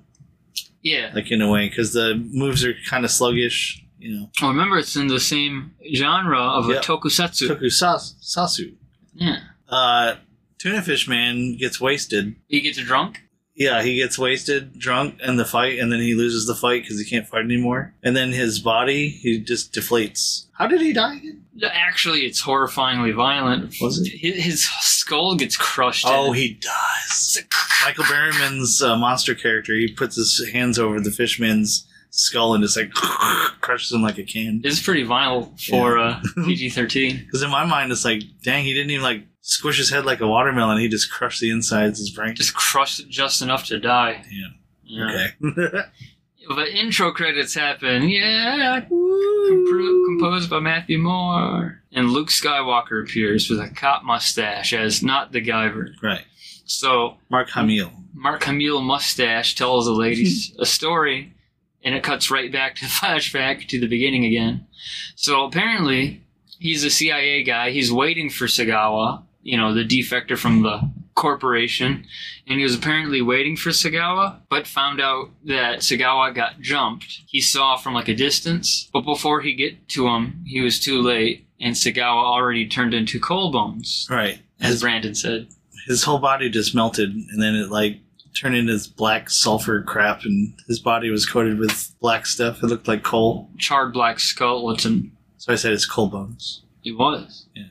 [SPEAKER 2] Yeah.
[SPEAKER 3] like in a way, because the moves are kind of sluggish. You know,
[SPEAKER 2] Oh, remember, it's in the same genre of
[SPEAKER 3] Yeah.
[SPEAKER 2] a tokusatsu.
[SPEAKER 3] Tokusasu.
[SPEAKER 2] yeah.
[SPEAKER 3] Uh, Tuna Fish Man gets wasted.
[SPEAKER 2] He gets drunk.
[SPEAKER 3] Yeah, he gets wasted, drunk in the fight, and then he loses the fight because he can't fight anymore. And then his body, he just deflates. How did he die? again?
[SPEAKER 2] Actually, it's horrifyingly violent.
[SPEAKER 3] Was it?
[SPEAKER 2] His, his skull gets crushed. in
[SPEAKER 3] Oh,
[SPEAKER 2] it.
[SPEAKER 3] he does. Michael Berryman's uh, monster character, he puts his hands over the fishman's skull and just like crushes him like a can.
[SPEAKER 2] It's pretty violent for uh, PG 13.
[SPEAKER 3] Because in my mind, it's like, dang, he didn't even like squish his head like a watermelon. He just crushed the insides of his brain.
[SPEAKER 2] Just crushed it just enough to die.
[SPEAKER 3] Damn.
[SPEAKER 2] Yeah.
[SPEAKER 3] Okay.
[SPEAKER 2] But intro credits happen. Yeah, compro- composed by Matthew Moore. And Luke Skywalker appears with a cop mustache as not the Guyver.
[SPEAKER 3] right.
[SPEAKER 2] So
[SPEAKER 3] Mark Hamill.
[SPEAKER 2] Mark Hamill mustache tells the ladies a story, and it cuts right back to flashback to the beginning again. So apparently, he's a CIA guy. He's waiting for Sagawa, you know, the defector from the corporation, and he was apparently waiting for Sagawa, but found out that Sagawa got jumped. He saw from like a distance, but before he get to him, he was too late, and Sagawa already turned into coal bones,
[SPEAKER 3] Right.
[SPEAKER 2] as
[SPEAKER 3] His,
[SPEAKER 2] Brandon said.
[SPEAKER 3] his whole body just melted, and then it like turned into this black sulfur crap, and his body was coated with black stuff. It looked like coal.
[SPEAKER 2] Charred black skeleton
[SPEAKER 3] So I said it's coal bones.
[SPEAKER 2] He was.
[SPEAKER 3] Yeah.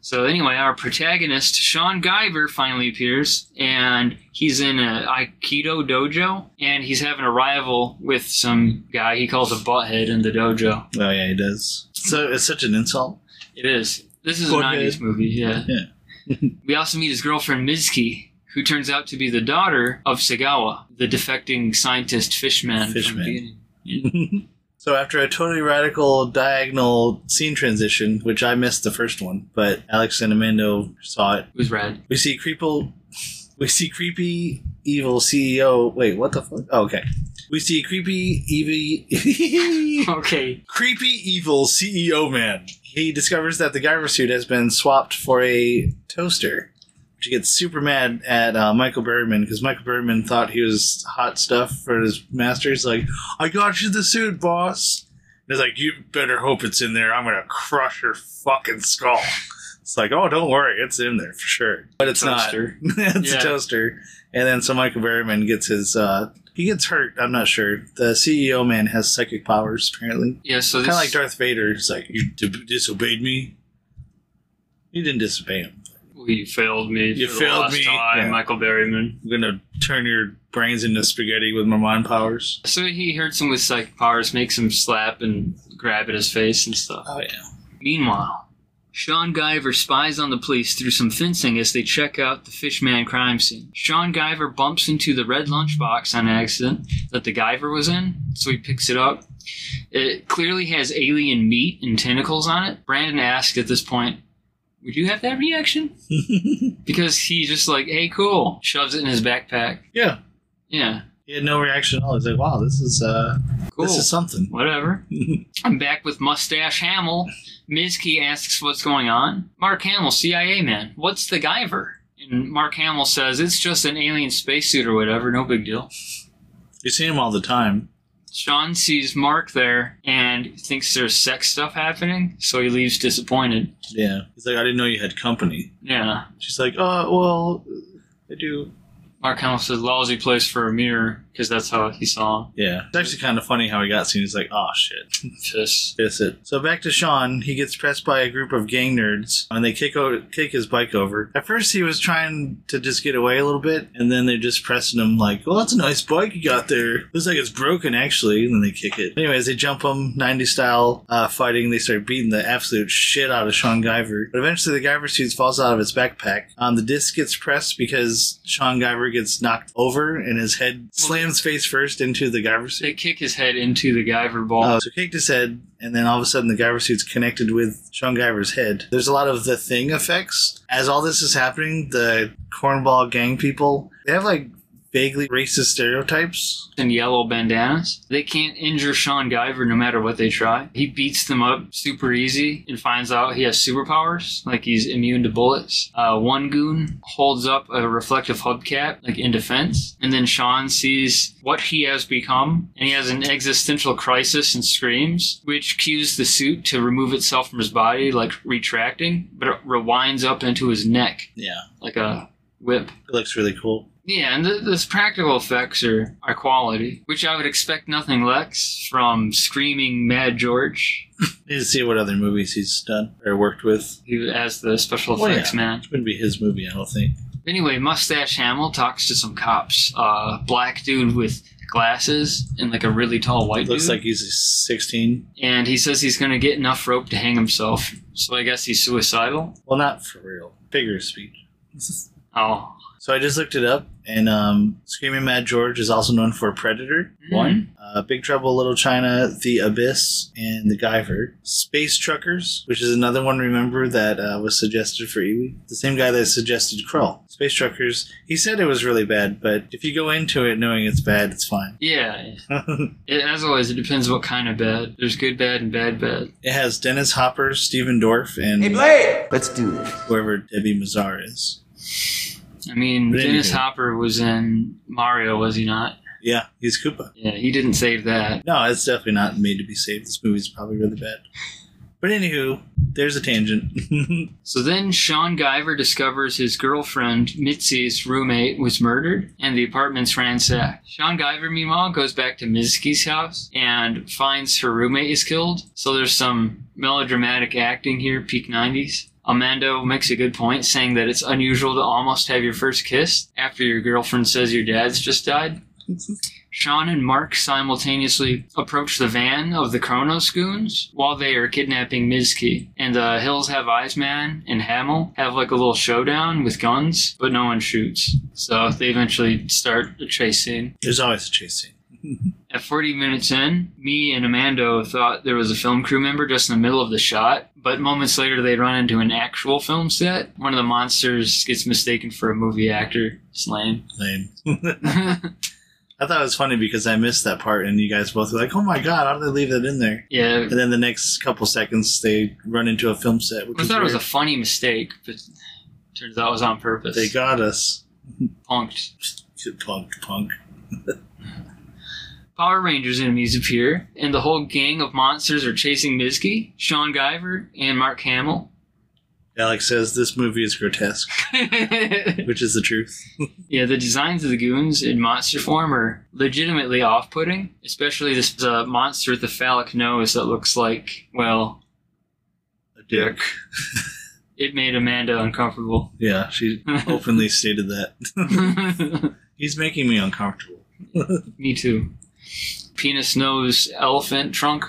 [SPEAKER 2] So anyway, our protagonist Sean Guyver finally appears, and he's in a Aikido dojo, and he's having a rival with some guy he calls a butthead in the dojo.
[SPEAKER 3] Oh yeah, he does. So it's such an insult.
[SPEAKER 2] It is. This is
[SPEAKER 3] Butthead.
[SPEAKER 2] a '90s movie. Yeah. we also meet his girlfriend Mizuki, who turns out to be the daughter of Sagawa, the defecting scientist fishman. from the
[SPEAKER 3] Fishman.
[SPEAKER 2] beginning.
[SPEAKER 3] So after a totally radical diagonal scene transition, which I missed the first one, but Alex and Amando saw it,
[SPEAKER 2] It was rad.
[SPEAKER 3] we see creeple, we see creepy evil CEO. Wait, what the fuck? Oh, okay. We see creepy evil.
[SPEAKER 2] Okay.
[SPEAKER 3] creepy evil CEO man. He discovers that the Guyver suit has been swapped for a toaster, which he gets super mad at uh, Michael Berryman because Michael Berryman thought he was hot stuff for his master. He's like, "I got you the suit, boss." And he's like, "You better hope it's in there. I'm gonna crush your fucking skull." It's like, "Oh, don't worry, it's in there for sure." But it's
[SPEAKER 2] Toaster.
[SPEAKER 3] not. it's
[SPEAKER 2] Yeah.
[SPEAKER 3] a toaster. And then so Michael Berryman gets his. Uh, he gets hurt. I'm not sure. The CEO man has psychic powers apparently.
[SPEAKER 2] Yeah. So this
[SPEAKER 3] Kind of like Darth Vader. It's like, you d- disobeyed me? You didn't disobey him.
[SPEAKER 2] you failed me.
[SPEAKER 3] You
[SPEAKER 2] for the
[SPEAKER 3] failed
[SPEAKER 2] last
[SPEAKER 3] me.
[SPEAKER 2] time,
[SPEAKER 3] Yeah.
[SPEAKER 2] Michael Berryman.
[SPEAKER 3] I'm going to turn your brains into spaghetti with my mind powers.
[SPEAKER 2] So he hurts him with psychic powers, makes him slap and grab at his face and stuff.
[SPEAKER 3] Oh, yeah.
[SPEAKER 2] Meanwhile, Sean Guyver spies on the police through some fencing as they check out the Fishman crime scene. Sean Guyver bumps into the red lunchbox on accident that the Guyver was in, so he picks it up. It clearly has alien meat and tentacles on it. Brandon asks at this point, Would you have that reaction? because he's just like, Hey, cool. Shoves it in his backpack.
[SPEAKER 3] Yeah.
[SPEAKER 2] Yeah,
[SPEAKER 3] He had no reaction at all. He's like, wow, this is, uh,
[SPEAKER 2] cool.
[SPEAKER 3] this is something.
[SPEAKER 2] Whatever. I'm back with Mustache Hamill. Mizki asks what's going on. Mark Hamill, CIA man, what's the Guyver? And Mark Hamill says it's just an alien spacesuit or whatever, no big deal.
[SPEAKER 3] You see him all the time.
[SPEAKER 2] Sean sees Mark there and thinks there's sex stuff happening, so he leaves disappointed.
[SPEAKER 3] Yeah. He's like, I didn't know you had company.
[SPEAKER 2] Yeah.
[SPEAKER 3] She's like, oh, well, I do.
[SPEAKER 2] Mark Hamill says lousy place for a mirror, because that's how he saw him.
[SPEAKER 3] Yeah. It's actually kind of funny how he got seen. He's like, oh, shit.
[SPEAKER 2] Piss.
[SPEAKER 3] That's it. So back to Sean. He gets pressed by a group of gang nerds, and they kick o- kick his bike over. At first, he was trying to just get away a little bit, and then they're just pressing him like, "Well, that's a nice bike you got there. Looks like it's broken actually." And then they kick it. Anyways, they jump him 90 style uh, fighting. They start beating the absolute shit out of Sean Guyver. But eventually, the Guyver suit falls out of his backpack. Um, the disc gets pressed because Sean Guyver gets knocked over, and his head slams face first into the Guyver suit.
[SPEAKER 2] They kick his head into the Guyver ball.
[SPEAKER 3] Uh, so kicked his head, and then all of a sudden the Guyver suit's connected with Sean Guyver's head. There's a lot of the thing effects. As all this is happening, the cornball gang people, they have like vaguely racist stereotypes.
[SPEAKER 2] and yellow bandanas. They can't injure Sean Guyver no matter what they try. He beats them up super easy and finds out he has superpowers, like he's immune to bullets. Uh, one goon holds up a reflective hubcap, like in defense, and then Sean sees what he has become, and he has an existential crisis and screams, which cues the suit to remove itself from his body, like retracting, but it rewinds up into his neck,
[SPEAKER 3] Yeah.
[SPEAKER 2] like a whip.
[SPEAKER 3] It looks really cool.
[SPEAKER 2] Yeah, and th- those practical effects are, are quality, which I would expect nothing less from screaming Mad George,
[SPEAKER 3] Need to see what other movies he's done or worked with.
[SPEAKER 2] who as the special
[SPEAKER 3] Well,
[SPEAKER 2] effects
[SPEAKER 3] Oh, yeah.
[SPEAKER 2] man.
[SPEAKER 3] It wouldn't be his movie, I don't think.
[SPEAKER 2] Anyway, Mustache Hamill talks to some cops. Uh, black dude with glasses and like a really tall white
[SPEAKER 3] It looks
[SPEAKER 2] dude,
[SPEAKER 3] like he's 16.
[SPEAKER 2] and he says he's gonna get enough rope to hang himself. So I guess he's suicidal.
[SPEAKER 3] Well, not for real. Figure of speech.
[SPEAKER 2] Oh,
[SPEAKER 3] So I just looked it up, and um, Screaming Mad George is also known for Predator,
[SPEAKER 2] Mhm.
[SPEAKER 3] one, uh, Big Trouble in Little China, The Abyss, and The Guyver. Space Truckers, which is another one. Remember that uh, was suggested for Iwi, the same guy that suggested Krull. Space Truckers. He said it was really bad, but if you go into it knowing it's bad, it's fine.
[SPEAKER 2] yeah. It, as always, it depends what kind of bad. There's good bad and bad bad.
[SPEAKER 3] it has Dennis Hopper, Stephen Dorff, and
[SPEAKER 1] Let's do this.
[SPEAKER 3] whoever Debbie Mazar is.
[SPEAKER 2] I mean,
[SPEAKER 3] But
[SPEAKER 2] Dennis
[SPEAKER 3] anyway.
[SPEAKER 2] Hopper was in Mario, was he not?
[SPEAKER 3] Yeah, he's Koopa.
[SPEAKER 2] Yeah, he didn't save that.
[SPEAKER 3] No, it's definitely not made to be saved. This movie's probably really bad. But anywho, there's a tangent.
[SPEAKER 2] So then Sean Guyver discovers his girlfriend, Mitzi's roommate, was murdered and the apartment's ransacked. Sean Guyver, meanwhile, goes back to Mitzi's house and finds her roommate is killed. So there's some melodramatic acting here, peak 90s. Amando makes a good point saying that it's unusual to almost have your first kiss after your girlfriend says your dad's just died. Sean and Mark simultaneously approach the van of the Kronos goons while they are kidnapping Mizuki. And the Hills Have Eyes man and Hamill have like a little showdown with guns, but no one shoots. So they eventually start a chase scene.
[SPEAKER 3] there's always a chase scene.
[SPEAKER 2] At 40 minutes in, me and Amando thought there was a film crew member just in the middle of the shot, but moments later they run into an actual film set. One of the monsters gets mistaken for a movie actor. It's lame.
[SPEAKER 3] Lame. I thought it was funny because I missed that part, and you guys both were like, "Oh my god, how did they leave that in there?"
[SPEAKER 2] yeah,
[SPEAKER 3] And then the next couple seconds, they run into a film set. Which
[SPEAKER 2] I
[SPEAKER 3] is
[SPEAKER 2] thought it was a
[SPEAKER 3] weird.
[SPEAKER 2] funny mistake, but turns out it was on purpose.
[SPEAKER 3] they got us.
[SPEAKER 2] punked.
[SPEAKER 3] Punk, punk.
[SPEAKER 2] Power Rangers enemies appear, and the whole gang of monsters are chasing Mizuki, Sean Guyver, and Mark Hamill.
[SPEAKER 3] Alex says this movie is grotesque,
[SPEAKER 2] yeah,
[SPEAKER 3] which is the truth.
[SPEAKER 2] the designs of the goons in monster form are legitimately off putting, especially this uh, monster with the phallic nose that looks like, well,
[SPEAKER 3] A dick.
[SPEAKER 2] it made Amanda uncomfortable.
[SPEAKER 3] Yeah, she openly stated that. He's making me uncomfortable.
[SPEAKER 2] Me too. Penis nose elephant trunk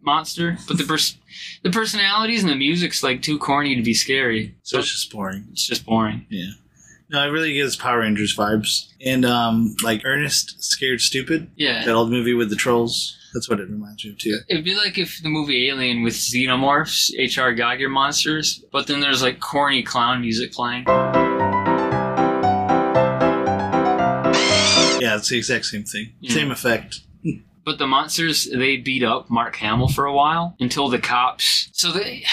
[SPEAKER 2] monster, but the pers- the personalities and the music's like too corny to be scary.
[SPEAKER 3] So it's just boring.
[SPEAKER 2] It's just boring.
[SPEAKER 3] Yeah. No, it really gives Power Rangers vibes. And um like Ernest Scared Stupid. That
[SPEAKER 2] Yeah.
[SPEAKER 3] old movie with the trolls. That's what it reminds me of too.
[SPEAKER 2] It'd be like if the movie Alien with xenomorphs, H.R. Geiger monsters, but then there's like corny clown music playing.
[SPEAKER 3] Yeah, it's the exact same thing.
[SPEAKER 2] Yeah.
[SPEAKER 3] Same effect.
[SPEAKER 2] But the monsters, they beat up Mark Hamill for a while until the cops. So they.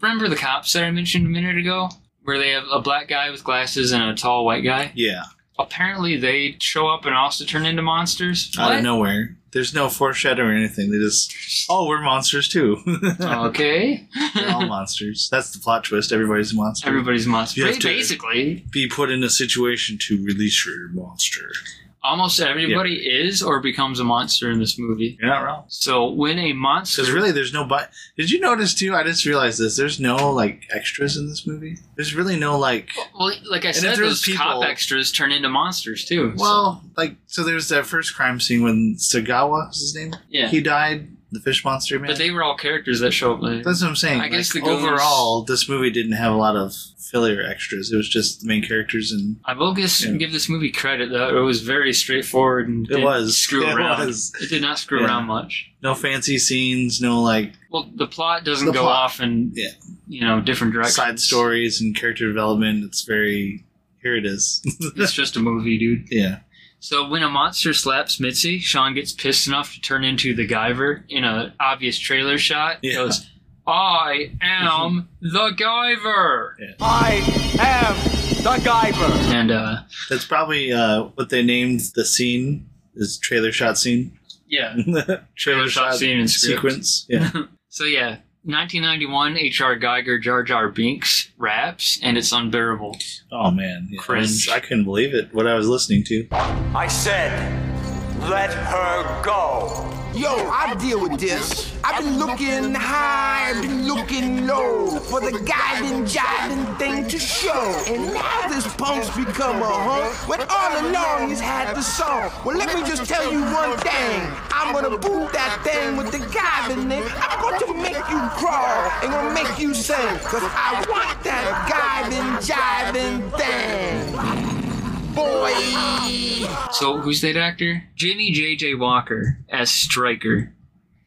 [SPEAKER 2] Remember the cops that I mentioned a minute ago? Where they have a black guy with glasses and a tall white guy?
[SPEAKER 3] Yeah.
[SPEAKER 2] Apparently they show up and also turn into monsters.
[SPEAKER 3] Out
[SPEAKER 2] What?
[SPEAKER 3] of nowhere. There's no foreshadowing or anything. They just Oh, we're monsters too.
[SPEAKER 2] Okay.
[SPEAKER 3] we're all monsters. That's the plot twist. Everybody's a monster.
[SPEAKER 2] Everybody's monster.
[SPEAKER 3] You have to-
[SPEAKER 2] Basically,
[SPEAKER 3] Be put in a situation to release your monster.
[SPEAKER 2] almost everybody is or becomes a monster in this movie.
[SPEAKER 3] You're not wrong.
[SPEAKER 2] So when a monster,
[SPEAKER 3] Because really, there's no but. Did you notice too? I just realized this. There's no like extras in this movie. There's really no like.
[SPEAKER 2] well, like I
[SPEAKER 3] if
[SPEAKER 2] said,
[SPEAKER 3] there's
[SPEAKER 2] those cop
[SPEAKER 3] people-
[SPEAKER 2] extras turn into monsters too. so-
[SPEAKER 3] Well, like so, there's that first crime scene when Sagawa was his name.
[SPEAKER 2] Yeah.
[SPEAKER 3] he died. The fish monster man.
[SPEAKER 2] but they were all characters that show up. Later.
[SPEAKER 3] That's what I'm saying.
[SPEAKER 2] I guess
[SPEAKER 3] Like,
[SPEAKER 2] the goons-
[SPEAKER 3] overall, this movie didn't have a lot of filler extras. It was just the main characters, and
[SPEAKER 2] I will guess,
[SPEAKER 3] Yeah.
[SPEAKER 2] give this movie credit though; it was very straightforward and
[SPEAKER 3] it
[SPEAKER 2] didn't
[SPEAKER 3] was
[SPEAKER 2] screw
[SPEAKER 3] it
[SPEAKER 2] around.
[SPEAKER 3] was.
[SPEAKER 2] It did not screw
[SPEAKER 3] Yeah.
[SPEAKER 2] around much.
[SPEAKER 3] No fancy scenes. No like
[SPEAKER 2] Well, the plot doesn't
[SPEAKER 3] The
[SPEAKER 2] go
[SPEAKER 3] plot.
[SPEAKER 2] off in
[SPEAKER 3] Yeah.
[SPEAKER 2] you know different directions.
[SPEAKER 3] side stories and character development. It's very here it is.
[SPEAKER 2] It's just a movie, dude.
[SPEAKER 3] yeah,
[SPEAKER 2] So when a monster slaps Mitzi, Sean gets pissed enough to turn into the Guyver in an obvious trailer shot. He
[SPEAKER 3] Yeah.
[SPEAKER 2] Goes, I am the Guyver,
[SPEAKER 1] I am the Guyver.
[SPEAKER 2] and uh,
[SPEAKER 3] that's probably uh, what they named the scene. Is trailer shot scene.
[SPEAKER 2] yeah,
[SPEAKER 3] trailer,
[SPEAKER 2] trailer shot scene and script.
[SPEAKER 3] sequence. Yeah,
[SPEAKER 2] So yeah, 1991, H.R. Geiger, Jar Jar Binks raps, and it's unbearable.
[SPEAKER 3] Oh man, yeah.
[SPEAKER 2] Cringe.
[SPEAKER 3] I couldn't believe it. What I was listening to.
[SPEAKER 1] I said, let her go. Yo, I deal with this. I've been looking high, I've been looking low for the guiding, jiving thing to show. And now this punk's become a hunk when all along he's had the song. Well, let me just tell you one thing. I'm gonna boot that thing with the guiding thing. I'm going to make you crawl and gonna make you sing. Cause I want that guiding, jiving thing. Boy!
[SPEAKER 2] So who's that actor? Jimmy J.J. Walker as Striker.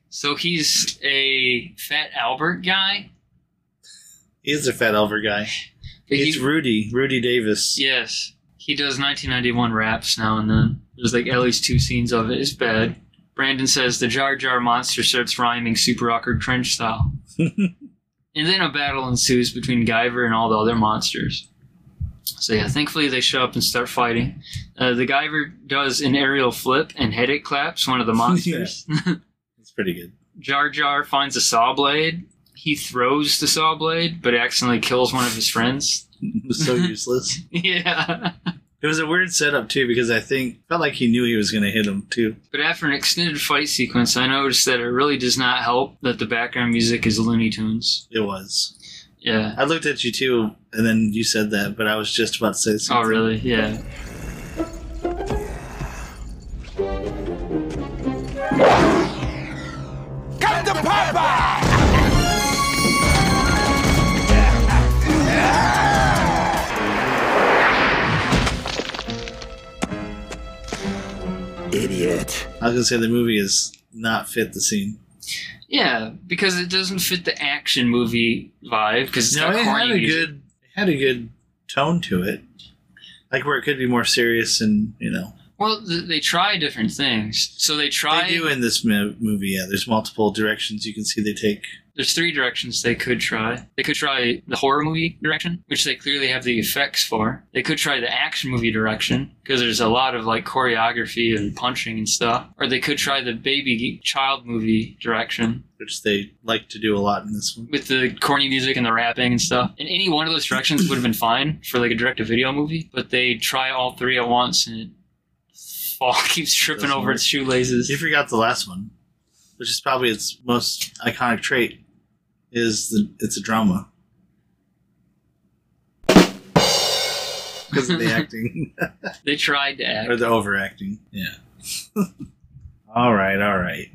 [SPEAKER 2] So he's a Fat Albert guy.
[SPEAKER 3] He is a fat Elver guy.
[SPEAKER 2] But
[SPEAKER 3] It's
[SPEAKER 2] he-
[SPEAKER 3] Rudy, Rudy Davis.
[SPEAKER 2] Yes, he does 1991 raps now and then. There's like at least two scenes of it. It's bad. Brandon says the Jar Jar monster starts rhyming super awkward trench style, and then a battle ensues between Guyver and all the other monsters. So yeah, thankfully they show up and start fighting. Uh, the Guyver does an aerial flip and head it claps one of the monsters.
[SPEAKER 3] It's pretty good.
[SPEAKER 2] Jar Jar finds a saw blade. He throws the saw blade, but accidentally kills one of his friends.
[SPEAKER 3] It was so useless.
[SPEAKER 2] yeah.
[SPEAKER 3] It was a weird setup too because I think felt like he knew he was going to hit him too.
[SPEAKER 2] But after an extended fight sequence, I noticed that it really does not help that the background music is Looney Tunes.
[SPEAKER 3] It was.
[SPEAKER 2] Yeah.
[SPEAKER 3] I looked at you too, and then you said that, but I was just about to say
[SPEAKER 2] Oh,
[SPEAKER 3] something.
[SPEAKER 2] really? Yeah.
[SPEAKER 1] Come to Popeye! Idiot.
[SPEAKER 2] Oh,
[SPEAKER 3] I was going to say the movie is not fit the scene.
[SPEAKER 2] Yeah, because it doesn't fit the action movie vibe. Because it's
[SPEAKER 3] No,
[SPEAKER 2] got
[SPEAKER 3] it
[SPEAKER 2] corny
[SPEAKER 3] had a
[SPEAKER 2] music.
[SPEAKER 3] good, it had a good tone to it, like where it could be more serious and you know
[SPEAKER 2] Well, th- they try different things. So they try.
[SPEAKER 3] they do in this mo- movie. Yeah, there's multiple directions you can see they take.
[SPEAKER 2] There's three directions they could try. They could try the horror movie direction, which they clearly have the effects for. They could try the action movie direction because there's a lot of like choreography and punching and stuff. Or they could try the baby child movie direction
[SPEAKER 3] Which they like to do a lot in this one.
[SPEAKER 2] with the corny music and the rapping and stuff. And any one of those directions would have been fine for like a direct-to-video movie, but they try all three at once and it fall keeps tripping
[SPEAKER 3] Doesn't
[SPEAKER 2] over
[SPEAKER 3] work.
[SPEAKER 2] its shoelaces.
[SPEAKER 3] You forgot the last one, which is probably its most iconic trait, is the, it's a drama. Because of the acting.
[SPEAKER 2] They tried to act.
[SPEAKER 3] or the overacting. Yeah. all right, all right.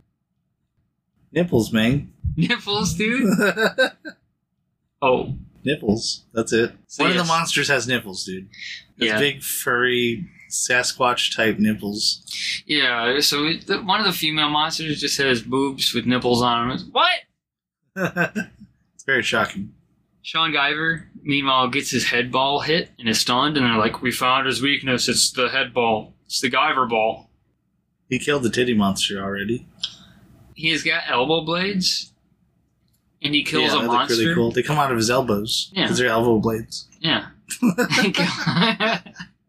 [SPEAKER 3] Nipples, man.
[SPEAKER 2] Nipples, dude. Oh.
[SPEAKER 3] nipples. That's it.
[SPEAKER 2] So
[SPEAKER 3] One of
[SPEAKER 2] yes.
[SPEAKER 3] the monsters has nipples, dude. Has
[SPEAKER 2] Yeah.
[SPEAKER 3] Big, furry, Sasquatch type nipples.
[SPEAKER 2] Yeah, so it, the, one of the female monsters just has boobs with nipples on them. What?
[SPEAKER 3] it's very shocking.
[SPEAKER 2] Sean Guyver, meanwhile, gets his head ball hit and is stunned, and they're like, "We found his weakness. It's the head ball. It's the Guyver ball.
[SPEAKER 3] He killed the titty monster already.
[SPEAKER 2] He has got elbow blades, and he kills
[SPEAKER 3] yeah,
[SPEAKER 2] a
[SPEAKER 3] they look
[SPEAKER 2] monster.
[SPEAKER 3] Really cool. They come out of his elbows.
[SPEAKER 2] Yeah.
[SPEAKER 3] Because they're elbow blades.
[SPEAKER 2] Yeah.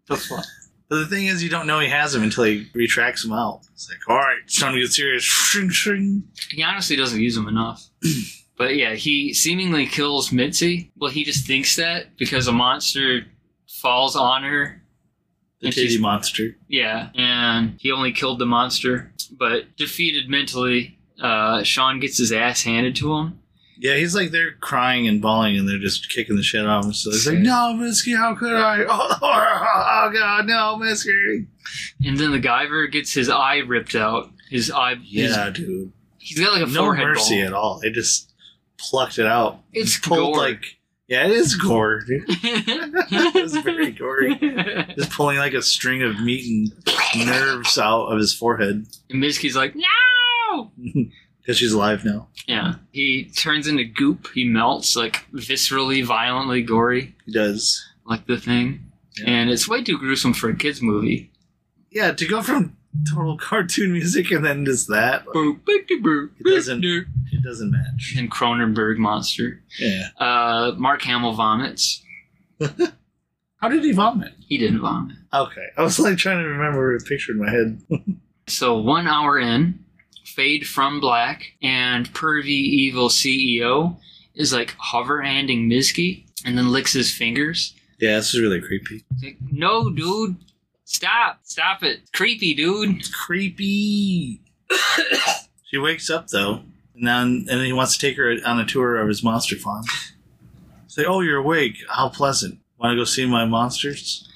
[SPEAKER 2] the fuck?
[SPEAKER 3] But the thing is, you don't know he has them until he retracts them out. It's like, all right, it's time to get serious. Shring, shring.
[SPEAKER 2] He honestly doesn't use them enough. but yeah, he seemingly kills Mitzi. Well, he just thinks that because a monster falls on her
[SPEAKER 3] The
[SPEAKER 2] And
[SPEAKER 3] titty
[SPEAKER 2] she's-
[SPEAKER 3] monster.
[SPEAKER 2] Yeah, and he only killed the monster, but defeated mentally. Uh, Sean gets his ass handed to him.
[SPEAKER 3] Yeah, he's like they're crying and bawling, and they're just kicking the shit out of him. So he's like, "No, Misky, how could I? Oh, oh, God, no, Misky!"
[SPEAKER 2] And then the Guyver gets his eye ripped out. His eye. his-
[SPEAKER 3] Yeah, dude,
[SPEAKER 2] he's got like a
[SPEAKER 3] no
[SPEAKER 2] forehead
[SPEAKER 3] mercy
[SPEAKER 2] ball.
[SPEAKER 3] at all. They just plucked it out.
[SPEAKER 2] It's
[SPEAKER 3] pulled
[SPEAKER 2] gore.
[SPEAKER 3] like, yeah, it is gore. Dude. it was very gory. Just pulling like a string of meat and nerves out of his forehead
[SPEAKER 2] and Mitsuki's like, no!
[SPEAKER 3] because she's alive now.
[SPEAKER 2] Yeah. He turns into goop. He melts, like, viscerally, violently gory,
[SPEAKER 3] He does.
[SPEAKER 2] like the thing.
[SPEAKER 3] Yeah.
[SPEAKER 2] And it's way too gruesome for a kid's movie.
[SPEAKER 3] Yeah, to go from total cartoon music and then just that,
[SPEAKER 2] Boop, boop, doop, boop,
[SPEAKER 3] It doesn't-
[SPEAKER 2] boop, doop.
[SPEAKER 3] it doesn't match.
[SPEAKER 2] And Cronenberg monster.
[SPEAKER 3] Yeah.
[SPEAKER 2] Uh, Mark Hamill vomits.
[SPEAKER 3] How did he vomit?
[SPEAKER 2] He didn't vomit.
[SPEAKER 3] Okay, I was like trying to remember a picture in my head.
[SPEAKER 2] So one hour in, Fade from Black and Pervy Evil CEO is like hover handing Mizki and then licks his fingers.
[SPEAKER 3] Yeah, this is really creepy.
[SPEAKER 2] It's like, no, dude. Stop. Stop it. Creepy, dude.
[SPEAKER 3] Creepy. She wakes up though, and then and then he wants to take her on a tour of his monster farm. Say, "Oh, you're awake. How pleasant. Want to go see my monsters?"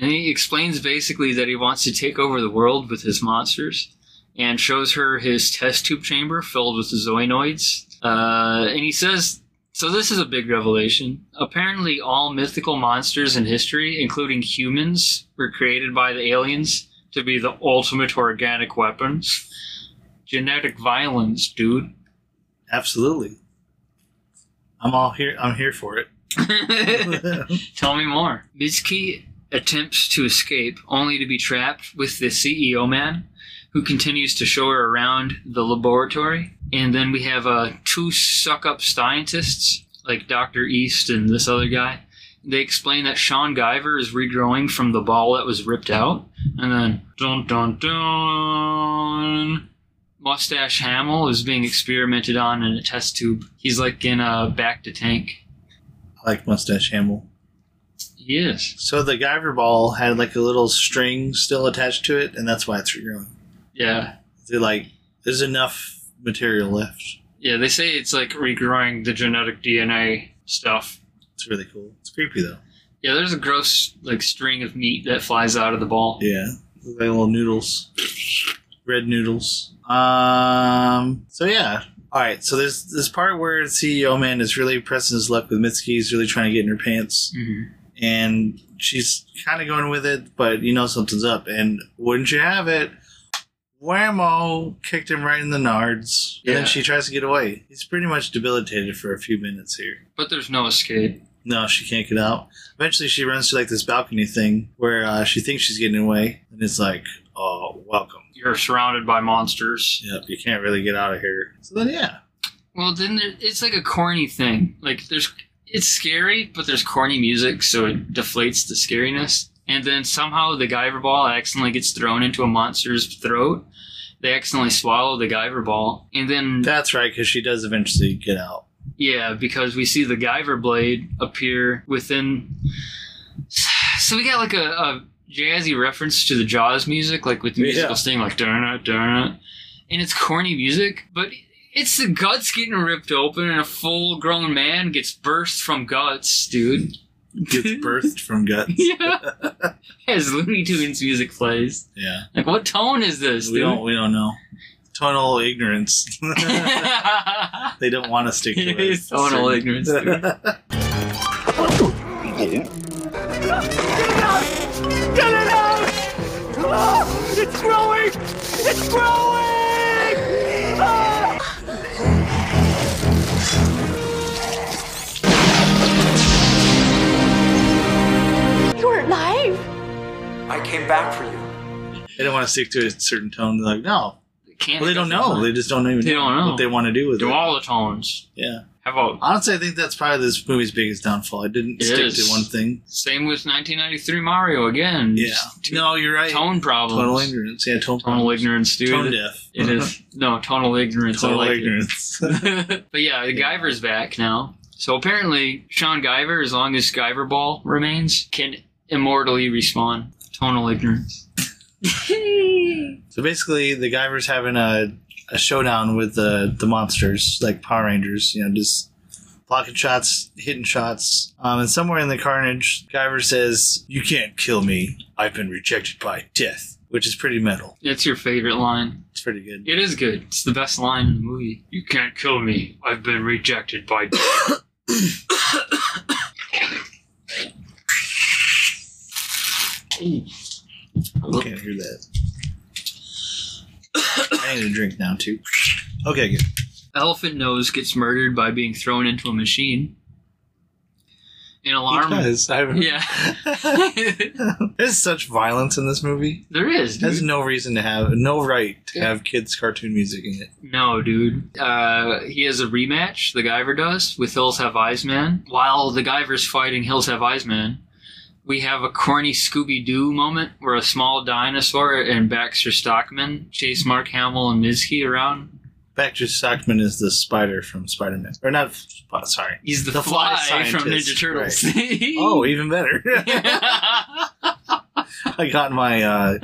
[SPEAKER 2] And he explains basically that he wants to take over the world with his monsters and shows her his test tube chamber filled with zoonoids. Uh, and he says, so this is a big revelation. Apparently, all mythical monsters in history, including humans, were created by the aliens to be the ultimate organic weapons. Genetic violence, dude.
[SPEAKER 3] Absolutely. I'm all here. I'm here for it.
[SPEAKER 2] Tell me more. Mitsuki attempts to escape, only to be trapped with the CEO man, who continues to show her around the laboratory. And then we have uh, two suck up scientists, like Dr. East and this other guy. They explain that Sean Guyver is regrowing from the ball that was ripped out. And then, dun dun dun, Mustache Hamill is being experimented on in a test tube. He's like in a back to tank.
[SPEAKER 3] I like mustache Hamill.
[SPEAKER 2] He is.
[SPEAKER 3] So the Guyver ball had like a little string still attached to it, and that's why it's regrowing.
[SPEAKER 2] Yeah.
[SPEAKER 3] They're like, there's enough material left.
[SPEAKER 2] Yeah, they say it's like regrowing the genetic DNA stuff.
[SPEAKER 3] It's really cool. It's creepy though.
[SPEAKER 2] Yeah, there's a gross like string of meat that flies out of the ball.
[SPEAKER 3] Yeah, Look like little noodles, red noodles. Um. So yeah. All right. So there's this part where CEO man is really pressing his luck with Mitsuki. He's really trying to get in her pants,
[SPEAKER 2] Mhm.
[SPEAKER 3] and she's kind of going with it, but you know something's up. And wouldn't you have it? Whammo! Kicked him right in the nards,
[SPEAKER 2] Yeah.
[SPEAKER 3] and then she tries to get away. He's pretty much debilitated for a few minutes here.
[SPEAKER 2] But there's no escape.
[SPEAKER 3] No, she can't get out. Eventually, she runs to like this balcony thing where uh, she thinks she's getting away, and it's like, "Oh, welcome."
[SPEAKER 2] You're surrounded by monsters.
[SPEAKER 3] Yep, you can't really get out of here. So then, yeah,
[SPEAKER 2] Well, then there, it's like a corny thing. Like there's, it's scary, but there's corny music, so it deflates the scariness. And then somehow the Guyver ball accidentally gets thrown into a monster's throat. They accidentally swallow the Guyver ball, and then
[SPEAKER 3] that's right, because she does eventually get out.
[SPEAKER 2] Yeah, because we see the Guyver blade appear within. So we got like a, a jazzy reference to the Jaws music, like with the musical
[SPEAKER 3] Yeah.
[SPEAKER 2] sting, like darn it, darn it, and it's corny music, but it's the guts getting ripped open, and a full-grown man gets burst from guts, dude.
[SPEAKER 3] Gets birthed from guts.
[SPEAKER 2] yeah, as Looney Tunes music plays.
[SPEAKER 3] Yeah,
[SPEAKER 2] Like, what tone is this,
[SPEAKER 3] we don't
[SPEAKER 2] dude?
[SPEAKER 3] we don't know. Total ignorance. they don't want to stick to it.
[SPEAKER 2] It's tonal ignorance, dude.
[SPEAKER 14] I came back for you.
[SPEAKER 3] they don't want to stick to a certain tone. They're like, no.
[SPEAKER 2] Can't
[SPEAKER 3] Well, they don't know. They just don't even
[SPEAKER 2] They don't know.
[SPEAKER 3] what they want to do with
[SPEAKER 2] do
[SPEAKER 3] it.
[SPEAKER 2] all the tones.
[SPEAKER 3] Yeah.
[SPEAKER 2] How about
[SPEAKER 3] Honestly, I think that's probably this movie's biggest downfall. I didn't
[SPEAKER 2] It
[SPEAKER 3] stick
[SPEAKER 2] is.
[SPEAKER 3] to one thing.
[SPEAKER 2] Same with 1993 Mario again.
[SPEAKER 3] Yeah.
[SPEAKER 2] Just two
[SPEAKER 3] No, you're right.
[SPEAKER 2] tone problems.
[SPEAKER 3] Total ignorance. Yeah, tone
[SPEAKER 2] Tonal
[SPEAKER 3] problems.
[SPEAKER 2] ignorance, dude.
[SPEAKER 3] Tone deaf.
[SPEAKER 2] It is no tonal ignorance. I
[SPEAKER 3] Total
[SPEAKER 2] like it.
[SPEAKER 3] ignorance.
[SPEAKER 2] but yeah, the Guyver's back now. So apparently, Sean Guyver, as long as Guyver Ball remains, can immortally respawn. Tonal ignorance.
[SPEAKER 3] so basically, the Guyver's having a, a showdown with the, the monsters, like Power Rangers, you know, just blocking shots, hitting shots. Um, and somewhere in the carnage, Guyver says, You can't kill me. I've been rejected by death, which is pretty metal.
[SPEAKER 2] That's your favorite line.
[SPEAKER 3] It's pretty good.
[SPEAKER 2] It is good. It's the best line in the movie. You can't kill me. I've been rejected by. death."
[SPEAKER 3] I can't hear that. I need a drink now, too. Okay, good.
[SPEAKER 2] Elephant Nose gets murdered by being thrown into a machine. An alarm.
[SPEAKER 3] He does. I remember.
[SPEAKER 2] Yeah.
[SPEAKER 3] There's such violence in this movie.
[SPEAKER 2] there is.
[SPEAKER 3] It has
[SPEAKER 2] dude.
[SPEAKER 3] no reason to have, no right to have kids' cartoon music in it.
[SPEAKER 2] No, dude. Uh, he has a rematch, the Guyver does, with Hills Have Eyes Man. While the Guyver's fighting Hills Have Eyes Man, we have a corny Scooby Doo moment where a small dinosaur and Baxter Stockman chase Mark Hamill and Mizki around.
[SPEAKER 3] Baxter Stockman is the spider from Spider Man. Or not, Sp- sorry.
[SPEAKER 2] He's the,
[SPEAKER 3] The
[SPEAKER 2] fly,
[SPEAKER 3] fly
[SPEAKER 2] from
[SPEAKER 3] scientist,
[SPEAKER 2] Ninja Turtles.
[SPEAKER 3] Oh, even better. I got my uh,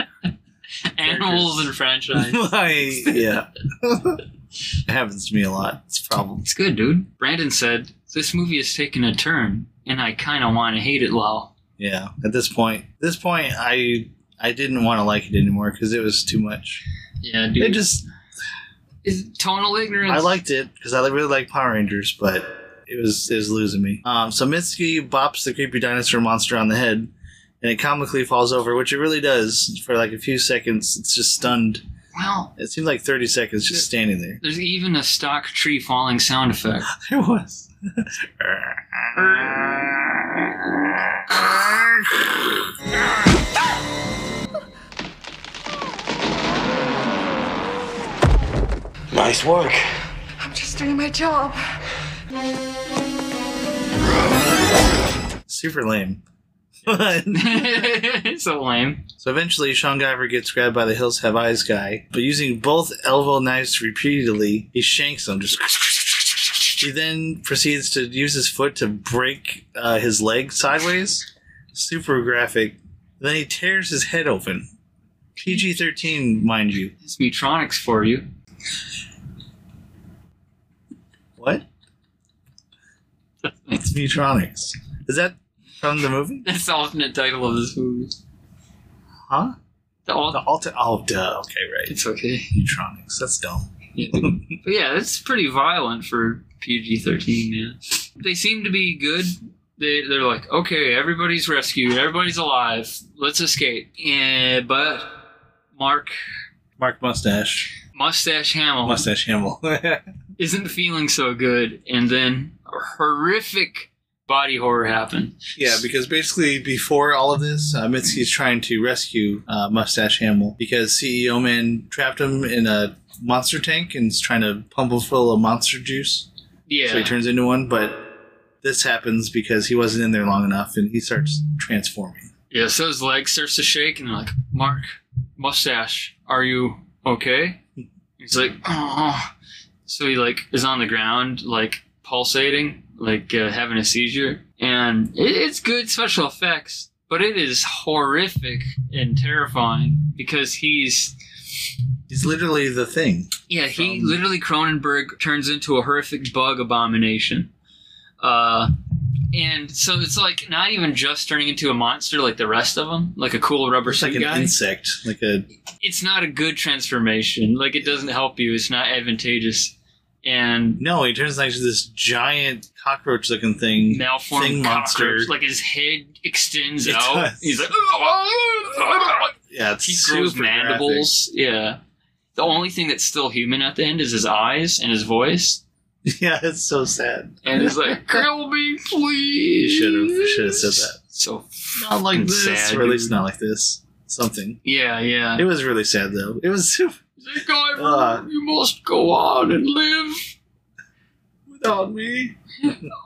[SPEAKER 2] Animals and franchise.
[SPEAKER 3] like, yeah. it happens to me a lot. It's a problem.
[SPEAKER 2] It's good, dude. Brandon said, This movie is taking a turn, and I kind of want to hate it, lol.
[SPEAKER 3] Yeah. At this point, this point, I I didn't want to like it anymore because it was too much.
[SPEAKER 2] Yeah, dude.
[SPEAKER 3] It just
[SPEAKER 2] is tonal ignorance.
[SPEAKER 3] I liked it because I really like Power Rangers, but it was it was losing me. Um, so Mitsuki bops the creepy dinosaur monster on the head, and it comically falls over, which it really does for like a few seconds. It's just stunned.
[SPEAKER 2] Wow.
[SPEAKER 3] It seemed like thirty seconds just standing there.
[SPEAKER 2] There's even a stock tree falling sound effect.
[SPEAKER 3] There was.
[SPEAKER 15] Nice work.
[SPEAKER 16] I'm just doing my job.
[SPEAKER 3] Super lame.
[SPEAKER 2] so lame.
[SPEAKER 3] So eventually, Sean Guyver gets grabbed by the Hills Have Eyes guy, but using both elbow knives repeatedly, he shanks him. Just he then proceeds to use his foot to break uh, his leg sideways. Super graphic. Then he tears his head open. PG thirteen, mind you.
[SPEAKER 2] It's Mutronics for you.
[SPEAKER 3] What? It's Mutronics. Is that from the movie?
[SPEAKER 2] That's the alternate title of this movie.
[SPEAKER 3] Huh?
[SPEAKER 2] The, al-
[SPEAKER 3] the alter. Oh, duh. Okay, right.
[SPEAKER 2] It's okay.
[SPEAKER 3] Mutronics. That's dumb.
[SPEAKER 2] But yeah, that's pretty violent for PG 13, man. They seem to be good. They, they're like, okay, everybody's rescued, everybody's alive, let's escape. And, but Mark
[SPEAKER 3] Mark Mustache.
[SPEAKER 2] Mustache Hamill
[SPEAKER 3] Mustache Hamill.
[SPEAKER 2] isn't feeling so good, and then a horrific body horror happened.
[SPEAKER 3] Yeah, because basically before all of this, uh, Mitsuki's trying to rescue uh, Mustache Hamill because CEO Man trapped him in a monster tank and is trying to pump him full of monster juice.
[SPEAKER 2] Yeah.
[SPEAKER 3] So he turns into one, but this happens because he wasn't in there long enough and he starts transforming.
[SPEAKER 2] Yeah, so his leg starts to shake, and they're like, Mark, Mustache, are you okay? He's like, oh. So he like is on the ground, like pulsating, like uh, having a seizure, and it, it's good special effects, but it is horrific and terrifying because he's
[SPEAKER 3] He's literally the thing.
[SPEAKER 2] yeah he literally Cronenberg turns into a horrific bug abomination, uh, and so it's like not even just turning into a monster like the rest of them, like a cool rubber
[SPEAKER 3] It's
[SPEAKER 2] suit
[SPEAKER 3] like an
[SPEAKER 2] guy.
[SPEAKER 3] insect, like a
[SPEAKER 2] it's not a good transformation. Like it doesn't help you. It's not advantageous. And
[SPEAKER 3] no. He turns into this giant cockroach-looking thing,
[SPEAKER 2] malformed
[SPEAKER 3] thing
[SPEAKER 2] monster.
[SPEAKER 3] monster.
[SPEAKER 2] Like his head extends
[SPEAKER 3] It
[SPEAKER 2] out.
[SPEAKER 3] does.
[SPEAKER 2] He's like ah,
[SPEAKER 3] yeah, it's
[SPEAKER 2] he grows
[SPEAKER 3] super
[SPEAKER 2] mandibles. Yeah. The only thing that's still human at the end is his eyes and his voice.
[SPEAKER 3] graphic. Yeah, it's so sad.
[SPEAKER 2] And it's like, kill me,
[SPEAKER 3] You
[SPEAKER 2] please.
[SPEAKER 3] should have should have said that.
[SPEAKER 2] So
[SPEAKER 3] Not like
[SPEAKER 2] fucking
[SPEAKER 3] this,
[SPEAKER 2] sad,
[SPEAKER 3] or at least
[SPEAKER 2] dude.
[SPEAKER 3] not like this. Something.
[SPEAKER 2] Yeah, yeah.
[SPEAKER 3] It Uh, was really sad though. It was super.
[SPEAKER 2] Guyver, you must go on and live
[SPEAKER 3] without me.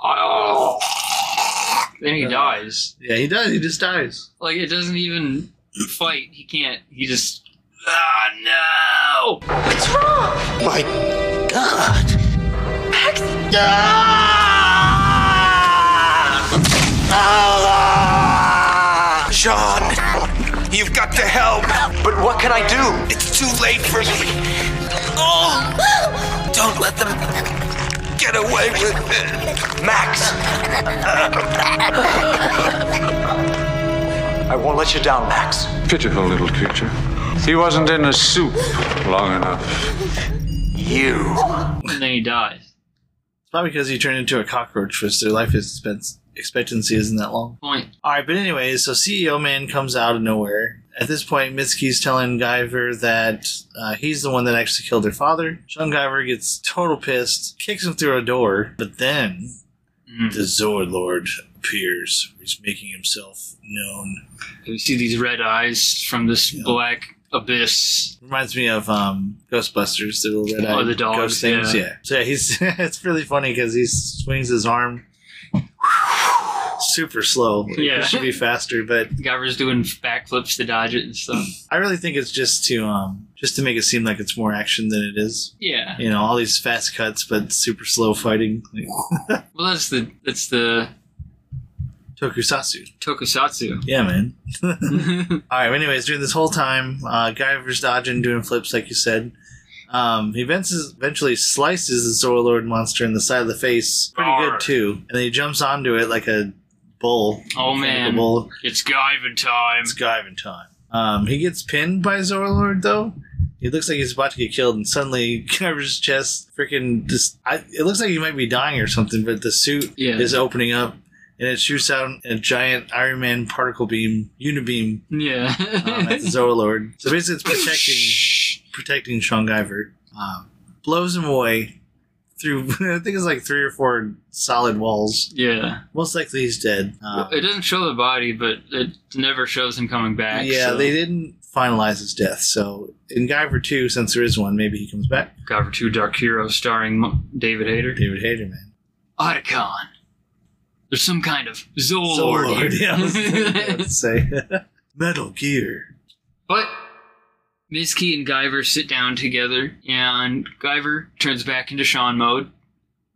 [SPEAKER 2] Oh. Then
[SPEAKER 3] Uh.
[SPEAKER 2] he dies.
[SPEAKER 3] Yeah, he does. He just dies.
[SPEAKER 2] Like it doesn't even fight. He can't. He just. Oh no! What's wrong?
[SPEAKER 15] My God.
[SPEAKER 16] Max!
[SPEAKER 15] Ah! Sean, you've got to help. But what can I do? It's too late for me. Oh! Don't let them get away with it. Max! I won't let you down, Max.
[SPEAKER 17] Pitiful little creature. He wasn't in a soup long enough.
[SPEAKER 15] You.
[SPEAKER 2] And then he dies.
[SPEAKER 3] It's probably because he turned into a cockroach, which their life expens- expectancy isn't that long.
[SPEAKER 2] Point.
[SPEAKER 3] All right, but anyways, so CEO Man comes out of nowhere. At this point, Mitsuki's telling Guyver that uh, he's the one that actually killed their father. Sean Guyver gets total pissed, kicks him through a door, but then the Zord Lord appears. He's making himself known.
[SPEAKER 2] You see these red eyes from this black abyss.
[SPEAKER 3] Reminds me of um, Ghostbusters, the little red-eyed
[SPEAKER 2] Oh, the dogs,
[SPEAKER 3] ghost things.
[SPEAKER 2] yeah.
[SPEAKER 3] So yeah, he's it's really funny because he swings his arm super slow.
[SPEAKER 2] Yeah.
[SPEAKER 3] it should be faster, but
[SPEAKER 2] Guyver's doing backflips to dodge it and stuff.
[SPEAKER 3] I really think it's just to um just to make it seem like it's more action than it is.
[SPEAKER 2] Yeah.
[SPEAKER 3] You know, all these fast cuts but super slow fighting. Like,
[SPEAKER 2] Well, that's the that's the
[SPEAKER 3] Tokusatsu.
[SPEAKER 2] Tokusatsu.
[SPEAKER 3] Yeah, man. All right. Anyways, during this whole time, uh, Guyver's dodging, doing flips, like you said. Um, he eventually, eventually slices the Zorlord monster in the side of the face pretty good too, and then he jumps onto it like a bull.
[SPEAKER 2] Oh
[SPEAKER 3] Like a
[SPEAKER 2] man,
[SPEAKER 3] bull.
[SPEAKER 2] it's Guyvan time.
[SPEAKER 3] It's Guyvan time. Um, he gets pinned by Zorlord though. He looks like he's about to get killed, and suddenly Guyver's chest freaking just. I, it looks like he might be dying or something, but the suit
[SPEAKER 2] Yeah.
[SPEAKER 3] is opening up, and it shoots out a giant Iron Man particle beam, unibeam,
[SPEAKER 2] Yeah.
[SPEAKER 3] um, at the Zorlord. So basically, it's protecting protecting Sean Guyver. Um, blows him away through. I think it's like three or four solid walls.
[SPEAKER 2] Yeah.
[SPEAKER 3] Most likely, he's dead. Um,
[SPEAKER 2] it doesn't show the body, but it never shows him coming back.
[SPEAKER 3] yeah,
[SPEAKER 2] so.
[SPEAKER 3] they didn't finalize his death. So in Guyver two, since there is one, maybe he comes back.
[SPEAKER 2] Guyver two, Dark Hero, starring Mo- David Hayter.
[SPEAKER 3] David Hayter, man.
[SPEAKER 2] Otacon. There's some kind of Zolord.
[SPEAKER 3] Zorlord,
[SPEAKER 2] here.
[SPEAKER 3] yeah, I was about to say Metal Gear.
[SPEAKER 2] But Miski and Guyver sit down together, and Guyver turns back into Sean mode,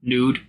[SPEAKER 2] nude,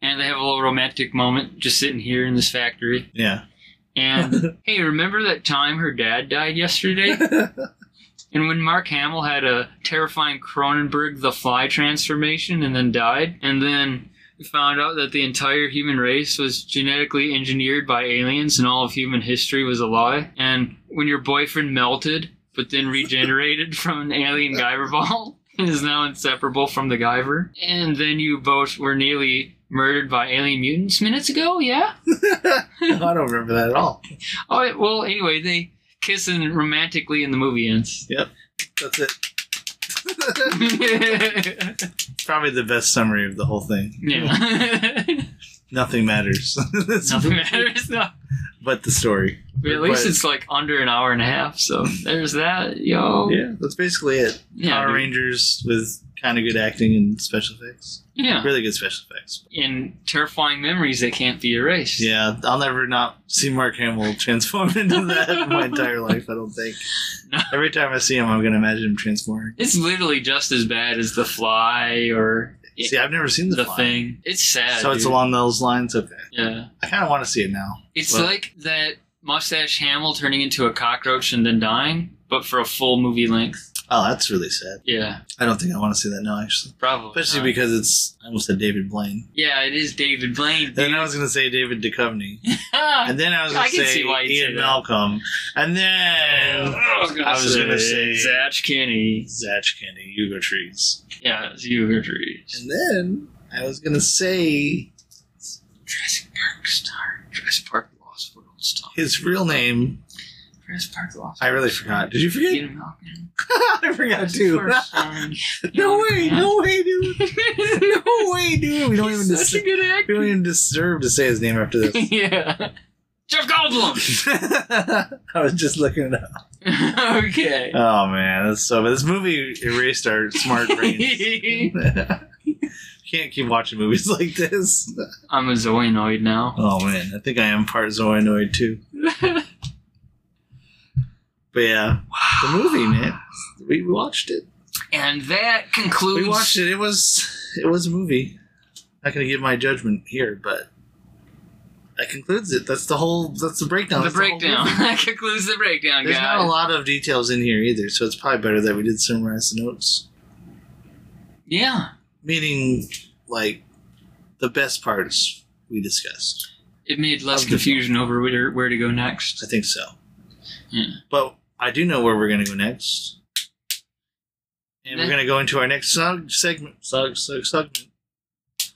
[SPEAKER 2] and they have a little romantic moment just sitting here in this factory.
[SPEAKER 3] Yeah.
[SPEAKER 2] And hey, remember that time her dad died yesterday? and when Mark Hamill had a terrifying Cronenberg the Fly transformation and then died, and then we found out that the entire human race was genetically engineered by aliens and all of human history was a lie. And when your boyfriend melted but then regenerated from an alien Guyver ball and is now inseparable from the Guyver, and then you both were nearly murdered by alien mutants minutes ago, yeah?
[SPEAKER 3] I don't remember that at all.
[SPEAKER 2] Oh yeah, well, anyway, they kiss and romantically, and the movie ends.
[SPEAKER 3] Yep, that's it. Probably the best summary of the whole thing.
[SPEAKER 2] yeah,
[SPEAKER 3] Nothing matters.
[SPEAKER 2] nothing matters. No.
[SPEAKER 3] but the story.
[SPEAKER 2] But at least
[SPEAKER 3] But-
[SPEAKER 2] it's like under an hour and a half, so there's that, yo.
[SPEAKER 3] Yeah, that's basically it.
[SPEAKER 2] Yeah,
[SPEAKER 3] Power
[SPEAKER 2] dude.
[SPEAKER 3] Rangers with kind of good acting and special effects.
[SPEAKER 2] Yeah.
[SPEAKER 3] Really good special effects.
[SPEAKER 2] And terrifying memories that can't be erased.
[SPEAKER 3] Yeah, I'll never not see Mark Hamill transform into that in my entire life, I don't think. Every time I see him, I'm going to imagine him transforming.
[SPEAKER 2] It's literally just as bad as The Fly or
[SPEAKER 3] See, I've never seen The,
[SPEAKER 2] The
[SPEAKER 3] Fly.
[SPEAKER 2] Thing. It's sad.
[SPEAKER 3] so it's
[SPEAKER 2] dude.
[SPEAKER 3] along those lines? Okay.
[SPEAKER 2] Yeah.
[SPEAKER 3] I kind of want to see it now.
[SPEAKER 2] It's
[SPEAKER 3] but-
[SPEAKER 2] like that mustache Hamill turning into a cockroach and then dying, but for a full movie length.
[SPEAKER 3] Oh, that's really sad.
[SPEAKER 2] Yeah,
[SPEAKER 3] I don't think I want to see that now, actually.
[SPEAKER 2] probably.
[SPEAKER 3] Especially
[SPEAKER 2] not.
[SPEAKER 3] because it's, I almost said David Blaine.
[SPEAKER 2] Yeah, it is David Blaine. Ah.
[SPEAKER 3] Then I was going to say David Duchovny. And then I was going
[SPEAKER 2] I
[SPEAKER 3] to
[SPEAKER 2] can
[SPEAKER 3] say
[SPEAKER 2] see why you'd say
[SPEAKER 3] Ian
[SPEAKER 2] that. Oh,
[SPEAKER 3] Malcolm. And then I was going to say
[SPEAKER 2] Zatch Kenny.
[SPEAKER 3] Zatch Kenny, Hugo Trees.
[SPEAKER 2] Yeah, it's Hugo Trees.
[SPEAKER 3] And then I was going to say
[SPEAKER 2] Jurassic Park star. Jurassic Park Lost World star.
[SPEAKER 3] his real name.
[SPEAKER 2] Jurassic Park Lost.
[SPEAKER 3] I really forgot. Did you forget?
[SPEAKER 2] Ian Malcolm.
[SPEAKER 3] I forgot too.
[SPEAKER 2] First starring
[SPEAKER 3] no
[SPEAKER 2] Ian
[SPEAKER 3] way,
[SPEAKER 2] Malcolm.
[SPEAKER 3] no way, dude. No way, dude. We don't even
[SPEAKER 2] He's such a good
[SPEAKER 3] deserve, we don't
[SPEAKER 2] actor.
[SPEAKER 3] even deserve to say his name after this.
[SPEAKER 2] yeah. Jeff Goldblum.
[SPEAKER 3] I was just looking it up.
[SPEAKER 2] okay.
[SPEAKER 3] Oh man, that's so. But this movie erased our smart brains. Can't keep watching movies like this.
[SPEAKER 2] I'm a Zoinoid now.
[SPEAKER 3] Oh man, I think I am part Zoanoid too. But yeah, the movie, man. We watched it.
[SPEAKER 2] and that concludes.
[SPEAKER 3] We watched it. It was it was a movie. Not gonna give my judgment here, but that concludes it. That's the whole. That's the breakdown.
[SPEAKER 2] the
[SPEAKER 3] That's whole
[SPEAKER 2] breakdown.
[SPEAKER 3] movie.
[SPEAKER 2] that concludes the breakdown,
[SPEAKER 3] There's
[SPEAKER 2] guys.
[SPEAKER 3] not a lot of details in here either, so it's probably better that we did summarize the notes.
[SPEAKER 2] Yeah.
[SPEAKER 3] Meaning, like the best parts we discussed.
[SPEAKER 2] It made
[SPEAKER 3] Of
[SPEAKER 2] less
[SPEAKER 3] the
[SPEAKER 2] confusion over where, where to go next.
[SPEAKER 3] I think so.
[SPEAKER 2] Yeah.
[SPEAKER 3] But I do know where we're gonna go next, and we're gonna go into our next seg- segment. Seg- seg- segment.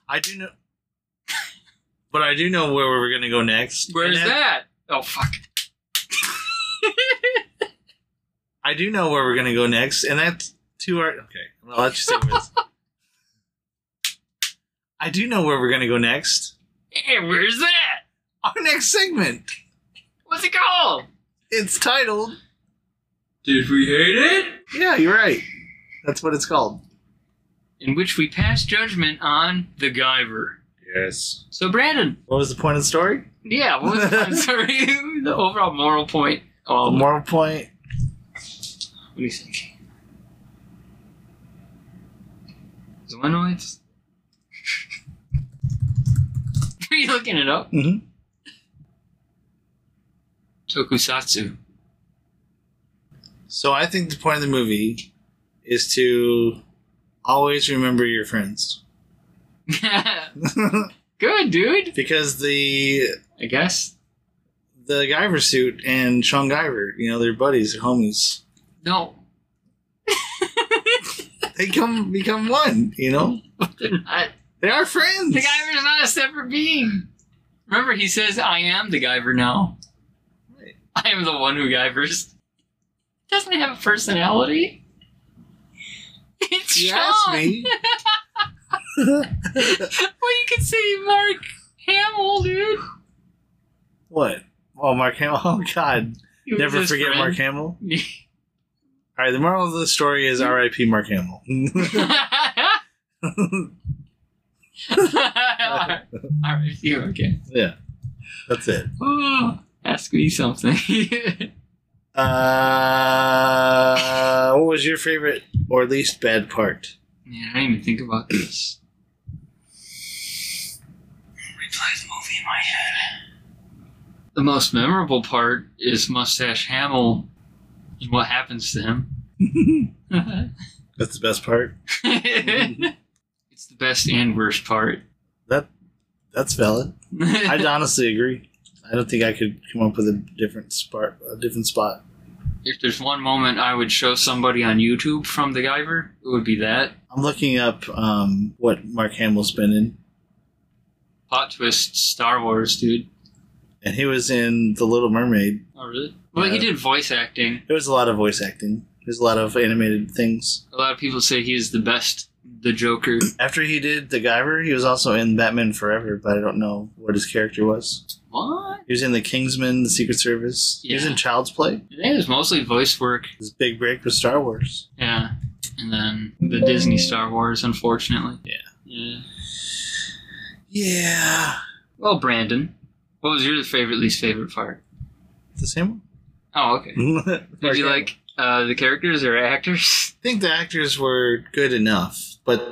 [SPEAKER 3] I do know, but I do know where we're gonna go next.
[SPEAKER 2] Where's
[SPEAKER 3] And
[SPEAKER 2] that? Oh, fuck.
[SPEAKER 3] I do know where we're gonna go next, and that's to our. Okay, I'm gonna let you say this. I do know where we're gonna go next.
[SPEAKER 2] And where's that?
[SPEAKER 3] Our next segment.
[SPEAKER 2] What's it called?
[SPEAKER 3] It's titled.
[SPEAKER 2] Did we hate it?
[SPEAKER 3] Yeah, you're right. That's what it's called.
[SPEAKER 2] In which we pass judgment on the Guyver.
[SPEAKER 3] Yes.
[SPEAKER 2] So, Brandon,
[SPEAKER 3] What was the point of the story?
[SPEAKER 2] yeah, what was the, sorry, the overall moral point?
[SPEAKER 3] The
[SPEAKER 2] Oh, what
[SPEAKER 3] moral point.
[SPEAKER 2] do you think? Zoanoids? Are you looking it up?
[SPEAKER 3] Mm-hmm.
[SPEAKER 2] Tokusatsu.
[SPEAKER 3] So I think the point of the movie is to always remember your friends.
[SPEAKER 2] Good, dude.
[SPEAKER 3] Because the
[SPEAKER 2] I guess
[SPEAKER 3] the Guyver suit and Sean Guyver, you know, they're buddies, they're homies.
[SPEAKER 2] No.
[SPEAKER 3] they come become one, you know?
[SPEAKER 2] They're not.
[SPEAKER 3] They are friends.
[SPEAKER 2] Uh, The Guyver's not a separate being. Remember, he says, I am the Guyver now. I am the one who Guyvers. Doesn't he have a personality? It's
[SPEAKER 3] You
[SPEAKER 2] Sean.
[SPEAKER 3] asked me.
[SPEAKER 2] well, you could say Mark Hamill, dude.
[SPEAKER 3] What? Oh, Mark Hamill. Oh, God.
[SPEAKER 2] He was
[SPEAKER 3] Never
[SPEAKER 2] his
[SPEAKER 3] forget
[SPEAKER 2] friend.
[SPEAKER 3] Mark Hamill. All right, the moral of the story is R.I.P. Mark Hamill.
[SPEAKER 2] All right, you okay?
[SPEAKER 3] yeah, that's it.
[SPEAKER 2] Ask me something.
[SPEAKER 3] uh, what was your favorite or least bad part?
[SPEAKER 2] Man, I didn't even think about this. Replay the movie in my head. The most memorable part is Mustache Hamill and what happens to him.
[SPEAKER 3] That's the best part.
[SPEAKER 2] it's the best and worst part.
[SPEAKER 3] That that's valid. I honestly agree. I don't think I could come up with a different spot. A different spot.
[SPEAKER 2] If there's one moment I would show somebody on YouTube from The Guyver, it would be that.
[SPEAKER 3] I'm looking up um, what Mark Hamill's been in,
[SPEAKER 2] Plot twist Star Wars, dude.
[SPEAKER 3] and he was in The Little Mermaid.
[SPEAKER 2] Oh, really? Well, he
[SPEAKER 3] Yeah.
[SPEAKER 2] did voice acting.
[SPEAKER 3] There was a lot of voice acting. There's a lot of animated things.
[SPEAKER 2] A lot of people say he is the best, the Joker.
[SPEAKER 3] After he did The Guyver, he was also in Batman Forever, but I don't know what his character was.
[SPEAKER 2] What?
[SPEAKER 3] He was in The Kingsman, The Secret Service. He was in Child's Play.
[SPEAKER 2] I think it was mostly voice work.
[SPEAKER 3] His big break was Star Wars.
[SPEAKER 2] Yeah. And then the Disney Star Wars, unfortunately.
[SPEAKER 3] Yeah.
[SPEAKER 2] Yeah.
[SPEAKER 3] Yeah.
[SPEAKER 2] Well, Brandon, what was your favorite, least favorite part?
[SPEAKER 3] The same
[SPEAKER 2] Oh,
[SPEAKER 3] Mm.
[SPEAKER 2] okay.
[SPEAKER 3] one.
[SPEAKER 2] Did you like uh, the characters or actors?
[SPEAKER 3] I think the actors were good enough, but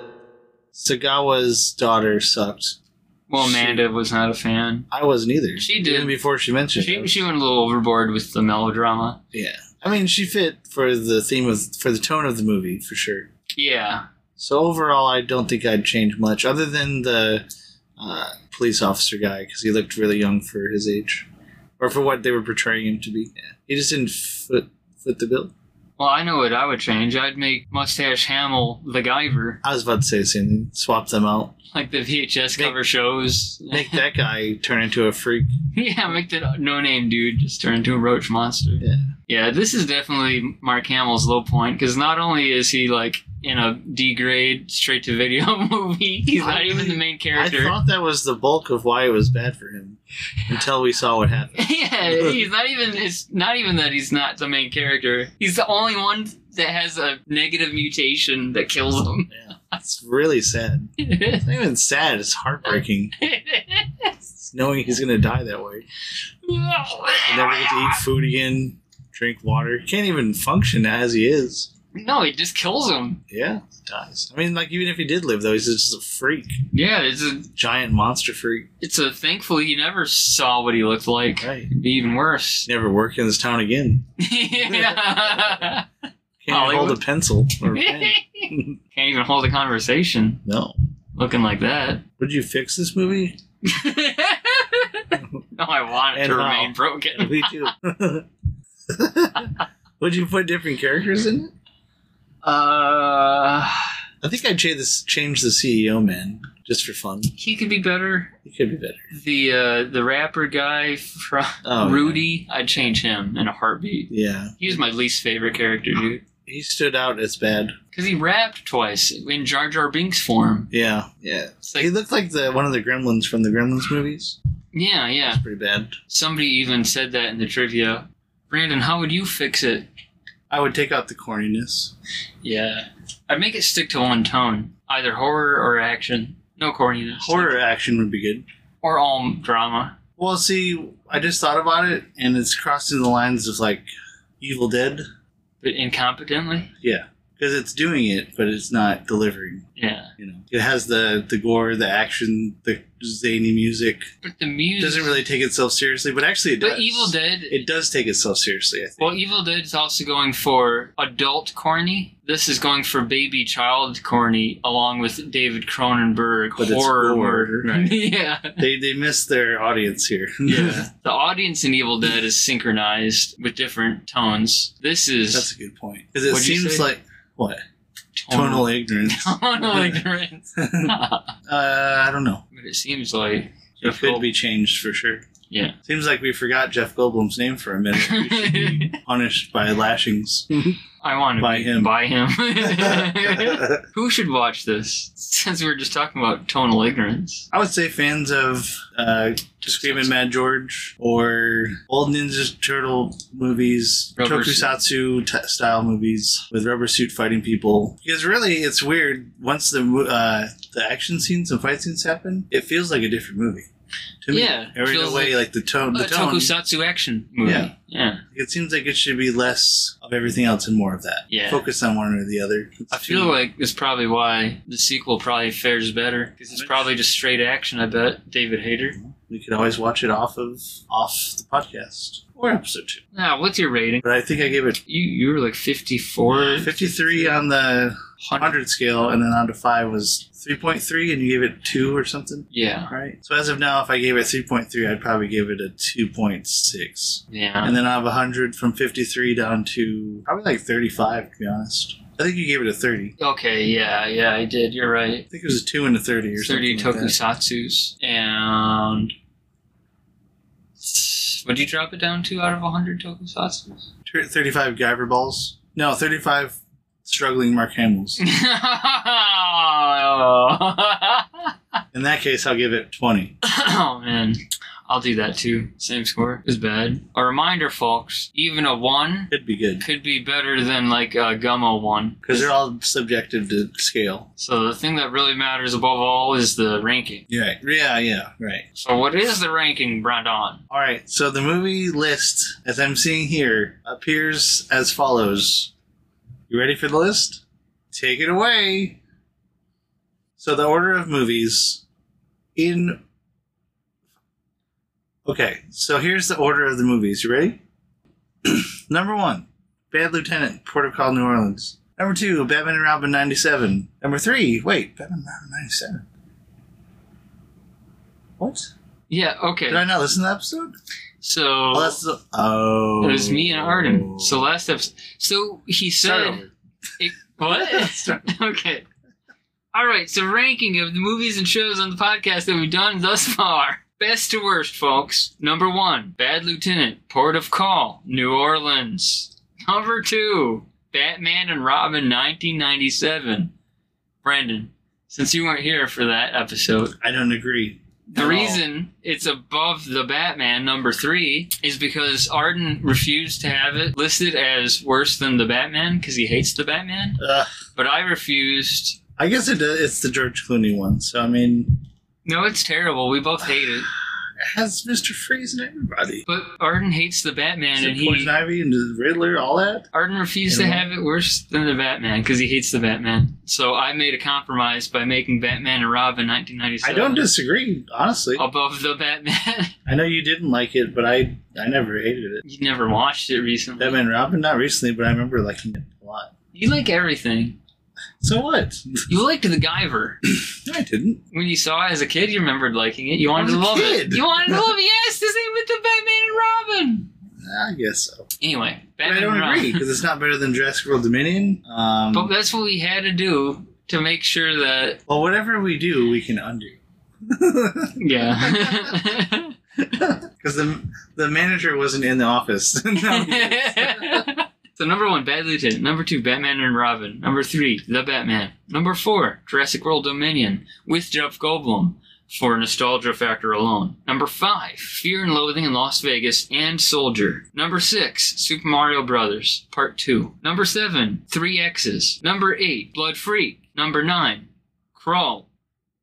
[SPEAKER 3] Sagawa's daughter sucked.
[SPEAKER 2] Well, Amanda was not a fan.
[SPEAKER 3] I wasn't either.
[SPEAKER 2] She did.
[SPEAKER 3] Even before she mentioned
[SPEAKER 2] She,
[SPEAKER 3] it.
[SPEAKER 2] she went a little overboard with the melodrama.
[SPEAKER 3] Yeah. I mean, she fit for the theme of, for the tone of the movie, for sure.
[SPEAKER 2] Yeah.
[SPEAKER 3] So overall, I don't think I'd change much, other than the uh, police officer guy because he looked really young for his age, or for what they were portraying him to be. Yeah. He just didn't fit fit the bill.
[SPEAKER 2] Well, I know what I would change. I'd make Mustache Hamill the Guyver,
[SPEAKER 3] I was about to say the same thing. Swap them out.
[SPEAKER 2] like the VHS cover shows.
[SPEAKER 3] Make that guy turn into a freak.
[SPEAKER 2] yeah, make the no-name dude just turn into a roach monster.
[SPEAKER 3] Yeah.
[SPEAKER 2] Yeah, this is definitely Mark Hamill's low point because not only is he like in a D grade straight to video movie, he's
[SPEAKER 3] I
[SPEAKER 2] not even
[SPEAKER 3] really-
[SPEAKER 2] the main
[SPEAKER 3] I
[SPEAKER 2] character.
[SPEAKER 3] thought that was the bulk of why it was bad for him, until we saw what happened.
[SPEAKER 2] yeah, he's not even. It's not even that he's not the main character. He's the only one that has a negative mutation that kills him.
[SPEAKER 3] It's really sad. It's not even sad. It's heartbreaking knowing he's gonna die that way. You never get to eat food again, drink water. He can't even function as he is.
[SPEAKER 2] no, it just kills him.
[SPEAKER 3] Yeah, he dies. I mean, like even if he did live, though, he's just a freak,
[SPEAKER 2] Yeah, it's a.
[SPEAKER 3] giant monster freak.
[SPEAKER 2] It's a. Thankfully, he never saw what he looked like.
[SPEAKER 3] Right.
[SPEAKER 2] It'd be even worse.
[SPEAKER 3] Never work in this town again.
[SPEAKER 2] Yeah.
[SPEAKER 3] Can't even hold a pencil or a pen.
[SPEAKER 2] Can't even hold a conversation
[SPEAKER 3] No.
[SPEAKER 2] looking like that.
[SPEAKER 3] Would you fix this movie?
[SPEAKER 2] No, I want it
[SPEAKER 3] And
[SPEAKER 2] to
[SPEAKER 3] how?
[SPEAKER 2] remain broken.
[SPEAKER 3] We do. Would you put different characters in it?
[SPEAKER 2] Uh,
[SPEAKER 3] I think I'd change this change the CEO man just for fun.
[SPEAKER 2] he could be better.
[SPEAKER 3] It could be better.
[SPEAKER 2] The uh, the rapper guy from
[SPEAKER 3] Oh, yeah.
[SPEAKER 2] Rudy, I'd change him in a heartbeat.
[SPEAKER 3] Yeah,
[SPEAKER 2] He was my least favorite character, dude,
[SPEAKER 3] he stood out as bad.
[SPEAKER 2] because he rapped twice in Jar Jar Binks form.
[SPEAKER 3] Yeah, yeah. he looked like the one of the Gremlins from the Gremlins movies.
[SPEAKER 2] Yeah, yeah.
[SPEAKER 3] Pretty bad.
[SPEAKER 2] Somebody even said that in the trivia. Brandon, how would you fix it?
[SPEAKER 3] I would take out the corniness.
[SPEAKER 2] Yeah, I'd make it stick to one tone, either horror or action. No corniness.
[SPEAKER 3] Horror action would be good.
[SPEAKER 2] or all drama.
[SPEAKER 3] Well, see, I just thought about it, and it's crossing the lines of like Evil Dead.
[SPEAKER 2] But incompetently?
[SPEAKER 3] Yeah, because it's doing it, but it's not delivering.
[SPEAKER 2] Yeah.
[SPEAKER 3] You know, it has the the gore, the action, the zany music.
[SPEAKER 2] But the music
[SPEAKER 3] doesn't really take itself seriously, but actually it does.
[SPEAKER 2] Mm. But Evil Dead
[SPEAKER 3] it does take itself seriously. I think.
[SPEAKER 2] Well, Evil Dead is also going for adult corny. This is going for baby child corny, along with David Cronenberg
[SPEAKER 3] But it's
[SPEAKER 2] horror
[SPEAKER 3] gore,
[SPEAKER 2] murder.
[SPEAKER 3] right.
[SPEAKER 2] yeah.
[SPEAKER 3] They they miss their audience here.
[SPEAKER 2] Yeah. the audience in Evil Dead is synchronized with different tones. This is
[SPEAKER 3] That's a good point. Because it
[SPEAKER 2] What'd you
[SPEAKER 3] seems
[SPEAKER 2] say?
[SPEAKER 3] like what
[SPEAKER 2] Tonal.
[SPEAKER 3] tonal, ignorance. uh,
[SPEAKER 2] tonal ignorance. but
[SPEAKER 3] I don't know.
[SPEAKER 2] it seems like
[SPEAKER 3] It could be changed for sure.
[SPEAKER 2] Yeah.
[SPEAKER 3] Seems like we forgot Jeff Goldblum's name for a minute. We should be punished by lashings
[SPEAKER 2] I want to
[SPEAKER 3] by him.
[SPEAKER 2] buy him. Who should watch this? Since we were just talking about tonal ignorance.
[SPEAKER 3] I would say fans of uh, Screaming Mad George or old Ninja Turtle movies,
[SPEAKER 2] Rubber
[SPEAKER 3] tokusatsu t- style movies with rubber suit fighting people. Because really, it's weird. Once the mo- uh, the action scenes and fight scenes happen, it feels like a different movie. To me,
[SPEAKER 2] Yeah,
[SPEAKER 3] Or in a
[SPEAKER 2] feels
[SPEAKER 3] way, like, the tone. The
[SPEAKER 2] a
[SPEAKER 3] tone.
[SPEAKER 2] Uh, tokusatsu action movie.
[SPEAKER 3] Yeah.
[SPEAKER 2] yeah.
[SPEAKER 3] It seems like it should be less of everything else and more of that.
[SPEAKER 2] Yeah.
[SPEAKER 3] Focus on one or the other.
[SPEAKER 2] I feel like it's probably why the sequel probably fares better because it's probably just straight action. I bet David Hayter.
[SPEAKER 3] we could always watch it off of off the podcast or episode two.
[SPEAKER 2] Now, what's your rating?
[SPEAKER 3] But I think I gave it
[SPEAKER 2] You you were like fifty four.
[SPEAKER 3] 53 on the 100 scale, and then on to 5 was 3.3, and you gave it 2 or something?
[SPEAKER 2] Yeah.
[SPEAKER 3] Right? So as of now, if I gave it 3.3, I'd probably give it a 2.6.
[SPEAKER 2] Yeah.
[SPEAKER 3] And then I have 100 from 53 down to probably like 35, to be honest. I think you gave it a 30.
[SPEAKER 2] Okay. Yeah. Yeah. I did. You're right.
[SPEAKER 3] I think it was a 2 and a 30 or
[SPEAKER 2] Thirty
[SPEAKER 3] something. Like that.
[SPEAKER 2] tokusatsus and. Would you drop it down to out of 100 tokusatsus?
[SPEAKER 3] Thir- 35 Guyver balls. No, 35 struggling Mark Hamill's.
[SPEAKER 2] oh
[SPEAKER 3] In that case, I'll give it 20.
[SPEAKER 2] man, I'll do that too. Same score. It's bad. A reminder, folks. Even a one
[SPEAKER 3] Could be good.
[SPEAKER 2] could be better than like a gummo one.
[SPEAKER 3] Because they're all subjective to scale.
[SPEAKER 2] So the thing that really matters above all is the ranking.
[SPEAKER 3] Yeah, yeah, yeah, right.
[SPEAKER 2] So what is the ranking, Brandon?
[SPEAKER 3] All right, so the movie list, as I'm seeing here, appears as follows. You ready for the list? Take it away. So the order of movies in. Okay, so here's the order of the movies. You ready? Number one, Bad Lieutenant, Port of Call, New Orleans. Number two, Batman and Robin 97. Number three, wait, Batman and Robin 97. What?
[SPEAKER 2] Yeah. Okay.
[SPEAKER 3] Did I not listen to that episode?
[SPEAKER 2] So
[SPEAKER 3] Oh, that's the- oh.
[SPEAKER 2] it was me and Arden. So last episode. So he
[SPEAKER 3] Start
[SPEAKER 2] said.
[SPEAKER 3] over.
[SPEAKER 2] It, what? okay. All right. So ranking of the movies and shows on the podcast that we've done thus far. Best to worst, folks. Number one, Bad Lieutenant, Port of Call, New Orleans. Number two, Batman and Robin, 1997. Brandon, since you weren't here for that episode,
[SPEAKER 3] I don't agree.
[SPEAKER 2] the
[SPEAKER 3] at all.
[SPEAKER 2] reason it's above the Batman number three is because Arden refused to have it listed as worse than the Batman because he hates the Batman.
[SPEAKER 3] Ugh.
[SPEAKER 2] But I refused.
[SPEAKER 3] I guess it, uh, it's the George Clooney one. So I mean,
[SPEAKER 2] No, it's terrible. We both hate it.
[SPEAKER 3] it has Mister Freeze and everybody.
[SPEAKER 2] But Arden hates the Batman,
[SPEAKER 3] Is it
[SPEAKER 2] and he
[SPEAKER 3] Poison Ivy and the Riddler, all that.
[SPEAKER 2] Arden refused to
[SPEAKER 3] Animal?
[SPEAKER 2] have it worse than the Batman because he hates the Batman. So I made a compromise by making Batman and Robin 1997
[SPEAKER 3] I don't disagree, honestly.
[SPEAKER 2] above the Batman.
[SPEAKER 3] I know you didn't like it, but I I never hated it.
[SPEAKER 2] you never watched it recently.
[SPEAKER 3] Batman and Robin, not recently, but I remember liking it a lot.
[SPEAKER 2] You like everything.
[SPEAKER 3] So what?
[SPEAKER 2] You liked the Guyver.
[SPEAKER 3] I didn't.
[SPEAKER 2] when you saw it as a kid, you remembered liking it. You
[SPEAKER 3] I
[SPEAKER 2] wanted
[SPEAKER 3] was
[SPEAKER 2] to
[SPEAKER 3] a
[SPEAKER 2] love
[SPEAKER 3] kid.
[SPEAKER 2] it. You wanted to love it. Yes, the same with the Batman and Robin.
[SPEAKER 3] I guess so.
[SPEAKER 2] Anyway,
[SPEAKER 3] But
[SPEAKER 2] Batman
[SPEAKER 3] I don't
[SPEAKER 2] and Robin.
[SPEAKER 3] agree because it's not better than Jurassic World Dominion. Um,
[SPEAKER 2] But that's what we had to do to make sure that
[SPEAKER 3] well, whatever we do, we can undo.
[SPEAKER 2] yeah.
[SPEAKER 3] Because the the manager wasn't in the office. No.
[SPEAKER 2] so number one, Bad Lieutenant. Number two, Batman and Robin. Number three, The Batman. Number four, Jurassic World Dominion with Jeff Goldblum for nostalgia factor alone. Number five, Fear and Loathing in Las Vegas and Soldier. Number six, Super Mario Brothers Part Two. Number seven, Three X's. Number eight, Blood Freak. Number nine, Crawl.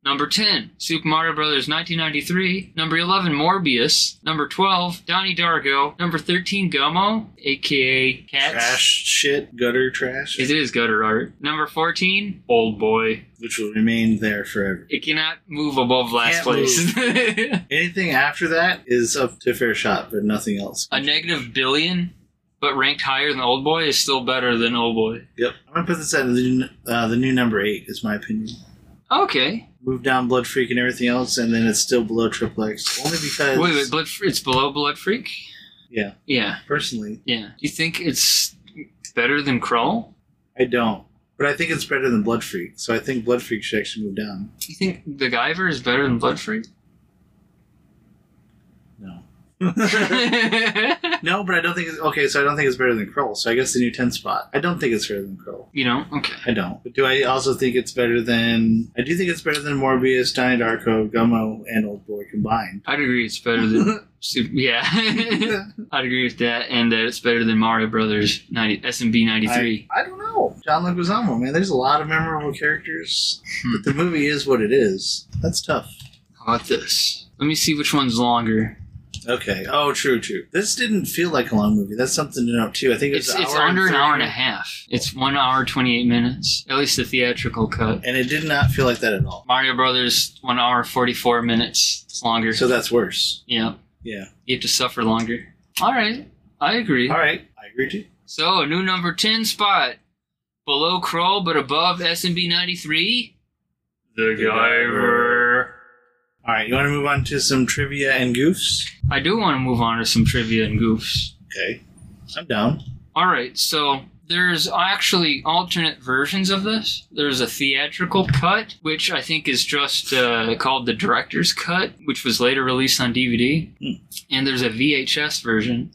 [SPEAKER 2] Number 10, Super Mario Bros. 1993. Number 11, Morbius. Number 12, Donnie Darko. Number 13, Gummo, aka Cats.
[SPEAKER 3] Trash shit, gutter trash.
[SPEAKER 2] It is gutter art. Number 14, Old Boy.
[SPEAKER 3] Which will remain there forever.
[SPEAKER 2] It cannot move above last
[SPEAKER 3] Can't
[SPEAKER 2] place.
[SPEAKER 3] move. Anything after that is up to fair shot, but nothing else.
[SPEAKER 2] A negative billion, but ranked higher than Old Boy, is still better than Old Boy.
[SPEAKER 3] Yep. I'm gonna put this at the new, uh, the new number eight. Is my opinion.
[SPEAKER 2] Okay.
[SPEAKER 3] Move down Blood Freak and everything else, and then it's still below Triple X. Only because.
[SPEAKER 2] Wait, wait, Blood, Fre- it's below Blood Freak?
[SPEAKER 3] Yeah.
[SPEAKER 2] Yeah.
[SPEAKER 3] Personally,
[SPEAKER 2] Yeah. Do you think it's better than Crawl?
[SPEAKER 3] I don't. But I think it's better than Blood Freak, so I think Blood Freak should actually move down.
[SPEAKER 2] You think the Guyver is better than Blood Freak?
[SPEAKER 3] No. no, but I don't think it's okay. So I don't think it's better than Kroll. So I guess the new ten spot. I don't think it's better than Kroll.
[SPEAKER 2] You know? Okay.
[SPEAKER 3] I don't. But do I also think it's better than? I do think it's better than Morbius, Donnie Darko, Gummo, and Old Boy combined.
[SPEAKER 2] I'd agree it's better than Super. Yeah, I'd agree with that, and that it's better than Mario Brothers 90 SMB 93.
[SPEAKER 3] I, I don't know. John Leguizamo, man. There's a lot of memorable characters,
[SPEAKER 2] Hmm.
[SPEAKER 3] but the movie is what it is. That's tough.
[SPEAKER 2] How about this? Let me see which one's longer.
[SPEAKER 3] Okay. Oh, true, true. This didn't feel like a long movie. That's something to note too. I think it was
[SPEAKER 2] It's,
[SPEAKER 3] an
[SPEAKER 2] it's
[SPEAKER 3] hour
[SPEAKER 2] under an
[SPEAKER 3] 30.
[SPEAKER 2] hour and a half. It's one hour twenty eight minutes, at least the theatrical cut.
[SPEAKER 3] and it did not feel like that at all.
[SPEAKER 2] Mario Brothers one hour forty four minutes. It's longer.
[SPEAKER 3] So that's worse.
[SPEAKER 2] yeah,
[SPEAKER 3] Yeah.
[SPEAKER 2] you have to suffer longer. All right, I agree.
[SPEAKER 3] All right. I agree too.
[SPEAKER 2] So new number ten spot, below Kroll but above SMB ninety three. The Guyver.
[SPEAKER 3] All right. You want to move on to some trivia and goofs?
[SPEAKER 2] I do want to move on to some trivia and goofs.
[SPEAKER 3] Okay. I'm down.
[SPEAKER 2] All right, so there's actually alternate versions of this. There's a theatrical cut, which I think is just uh, called the director's cut, which was later released on DVD,
[SPEAKER 3] Hmm.
[SPEAKER 2] and there's a VHS version.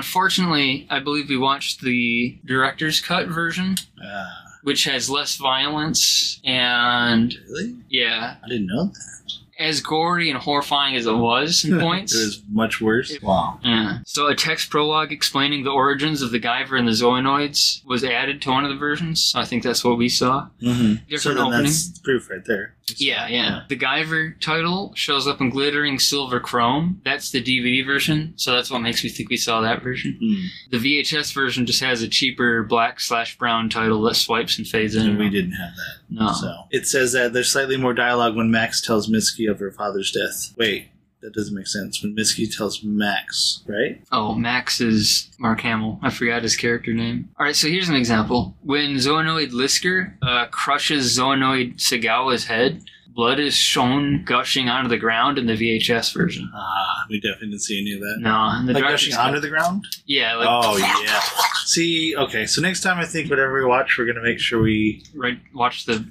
[SPEAKER 2] Unfortunately, I believe we watched the director's cut version,
[SPEAKER 3] Ah,
[SPEAKER 2] which has less violence and
[SPEAKER 3] really?
[SPEAKER 2] yeah,
[SPEAKER 3] I didn't know that.
[SPEAKER 2] as gory and horrifying as it was in points.
[SPEAKER 3] it was much worse. Wow.
[SPEAKER 2] Yeah. So a text prologue explaining the origins of the Guyver and the Zoanoids was added to one of the versions. So I think that's what we saw.
[SPEAKER 3] Mm-hmm. So
[SPEAKER 2] Different
[SPEAKER 3] then
[SPEAKER 2] opening.
[SPEAKER 3] that's proof right there.
[SPEAKER 2] Yeah, yeah. The Guyver title shows up in glittering silver chrome. That's the DVD version, so that's what makes me think we saw that version.
[SPEAKER 3] Mm.
[SPEAKER 2] The VHS version just has a cheaper black slash brown title that swipes and fades in.
[SPEAKER 3] And we didn't have that.
[SPEAKER 2] No.
[SPEAKER 3] So it says that there's slightly more dialogue when Max tells Mitski of her father's death. Wait, that doesn't make sense. When Mitski tells Max, right?
[SPEAKER 2] Oh, Max is Mark Hamill. I forgot his character name. All right, so here's an example. When Zoonoid Lisker uh, crushes Zoonoid Sagawa's head, blood is shown gushing onto the ground in the VHS version.
[SPEAKER 3] Ah, we definitely didn't see any of that.
[SPEAKER 2] No, in the
[SPEAKER 3] like
[SPEAKER 2] director's
[SPEAKER 3] gushing
[SPEAKER 2] cut-
[SPEAKER 3] onto the ground.
[SPEAKER 2] Yeah, like
[SPEAKER 3] oh yeah. See, okay. So next time I think whatever we watch, we're gonna make sure we
[SPEAKER 2] right, watch the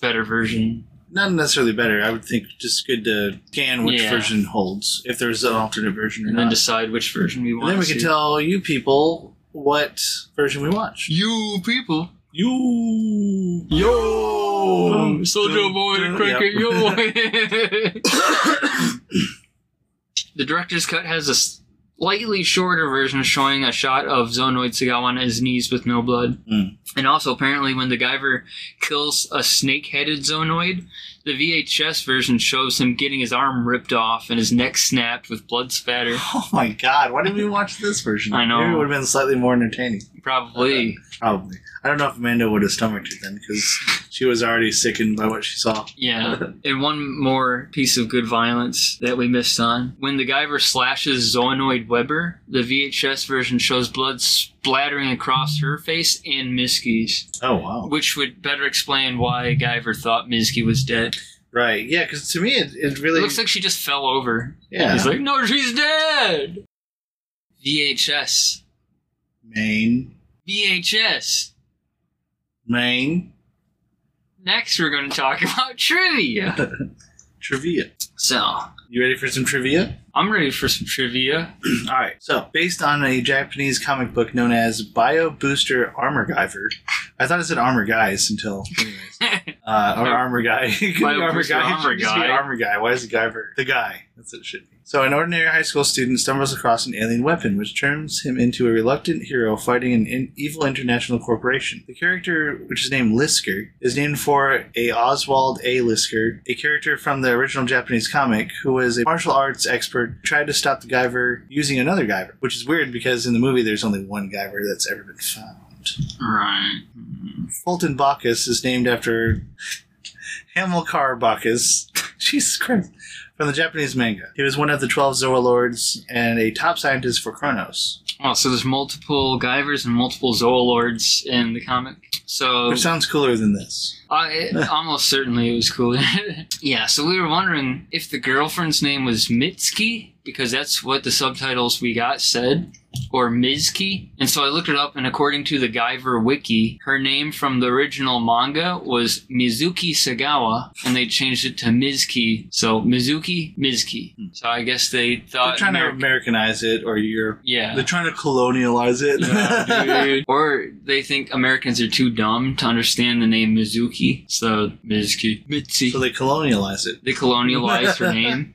[SPEAKER 2] better version.
[SPEAKER 3] not necessarily better. I would think just good to scan which
[SPEAKER 2] Yeah.
[SPEAKER 3] version holds if there's an alternate version or
[SPEAKER 2] And
[SPEAKER 3] not.
[SPEAKER 2] then decide which version we
[SPEAKER 3] Uh, and
[SPEAKER 2] want.
[SPEAKER 3] then we
[SPEAKER 2] to
[SPEAKER 3] can
[SPEAKER 2] see.
[SPEAKER 3] tell you people what version we watch.
[SPEAKER 2] you people.
[SPEAKER 3] You yo,
[SPEAKER 2] Oh, Soldier boy, crank it, yo. the director's cut has a slightly shorter version showing a shot of Zonoid Sagawa on his knees with no blood.
[SPEAKER 3] Mm.
[SPEAKER 2] And also, apparently, when the Guyver kills a snake headed Zonoid, the VHS version shows him getting his arm ripped off and his neck snapped with blood spatter.
[SPEAKER 3] Oh my god, why didn't we watch this version?
[SPEAKER 2] I know.
[SPEAKER 3] Maybe it would have been slightly more entertaining.
[SPEAKER 2] Probably.
[SPEAKER 3] Probably. I don't know if Amanda would have stomached it then because she was already sickened by what she saw.
[SPEAKER 2] Yeah. And one more piece of good violence that we missed on. When the Guyver slashes Zoonoid Weber, the VHS version shows blood splattering across her face and Miski's,
[SPEAKER 3] Oh, wow.
[SPEAKER 2] which would better explain why Guyver thought Miski was dead.
[SPEAKER 3] Right. Yeah, because to me, it, it
[SPEAKER 2] It
[SPEAKER 3] really.
[SPEAKER 2] looks like she just fell over.
[SPEAKER 3] Yeah.
[SPEAKER 2] He's like, no, she's dead! VHS.
[SPEAKER 3] Main.
[SPEAKER 2] VHS.
[SPEAKER 3] Main.
[SPEAKER 2] Next, we're going to talk about trivia.
[SPEAKER 3] Trivia.
[SPEAKER 2] so,
[SPEAKER 3] You ready for some trivia?
[SPEAKER 2] I'm ready for some trivia.
[SPEAKER 3] All right. So, based on a Japanese comic book known as Bio Booster Armor Guyver, I thought it said Armor Guys until. Anyways. Uh, or
[SPEAKER 18] My-
[SPEAKER 3] armor guy. It could be
[SPEAKER 18] my
[SPEAKER 3] armor
[SPEAKER 18] pussy
[SPEAKER 3] guy. It
[SPEAKER 18] armor
[SPEAKER 3] should just be
[SPEAKER 18] guy.
[SPEAKER 3] armor guy. Why is the guy for the guy? That's what it should be. So an ordinary high school student stumbles across an alien weapon, which turns him into a reluctant hero fighting an in- evil international corporation. The character, which is named Lisker, is named for a Oswald A. Lisker, a character from the original Japanese comic who was a martial arts expert who tried to stop the Guyver using another Guyver, which is weird because in the movie there's only one Guyver that's ever been found.
[SPEAKER 2] Right.
[SPEAKER 3] Fulton Bacchus is named after Hamilcar Bacchus. Jesus Christ. From the Japanese manga. He was one of the 12 Zoa Lords and a top scientist for Kronos.
[SPEAKER 2] Oh, so there's multiple Guyvers and multiple Zoolords in the comic. So
[SPEAKER 3] Which sounds cooler than this.
[SPEAKER 2] Uh, it, almost certainly it was cool. yeah, so we were wondering if the girlfriend's name was Mitski, because that's what the subtitles we got said, or Mizki. And so I looked it up, and according to the Guyver Wiki, her name from the original manga was Mizuki Sagawa, and they changed it to Mizki. So Mizuki, Mizki. So I guess they
[SPEAKER 3] Hmm. They're
[SPEAKER 2] thought.
[SPEAKER 3] trying
[SPEAKER 2] Ameri-
[SPEAKER 3] to Americanize it, or you're.
[SPEAKER 2] Uh, Yeah.
[SPEAKER 3] They're trying to colonialize it.
[SPEAKER 2] Dude. or they think Americans are too dumb to understand the name Mizuki, so Mizuki. Mitzi. So
[SPEAKER 3] they colonialize it.
[SPEAKER 2] They colonialized her name.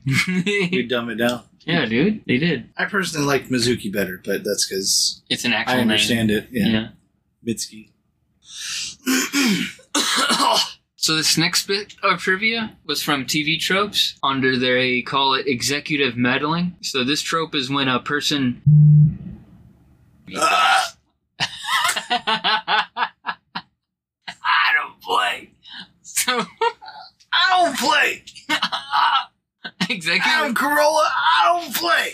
[SPEAKER 3] you dumb it down.
[SPEAKER 2] Yeah, dude, they did.
[SPEAKER 3] I personally like Mizuki better, but that's because
[SPEAKER 2] It's an actual
[SPEAKER 3] I
[SPEAKER 2] name.
[SPEAKER 3] understand it. Yeah.
[SPEAKER 2] Yeah.
[SPEAKER 3] Mitsuki.
[SPEAKER 2] So this next bit of trivia was from TV tropes under their they call it executive meddling. So this trope is when a person
[SPEAKER 3] Ah!
[SPEAKER 2] I don't play. So
[SPEAKER 3] I don't play.
[SPEAKER 2] Executive
[SPEAKER 3] I'm Corolla. I don't play.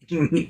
[SPEAKER 3] if you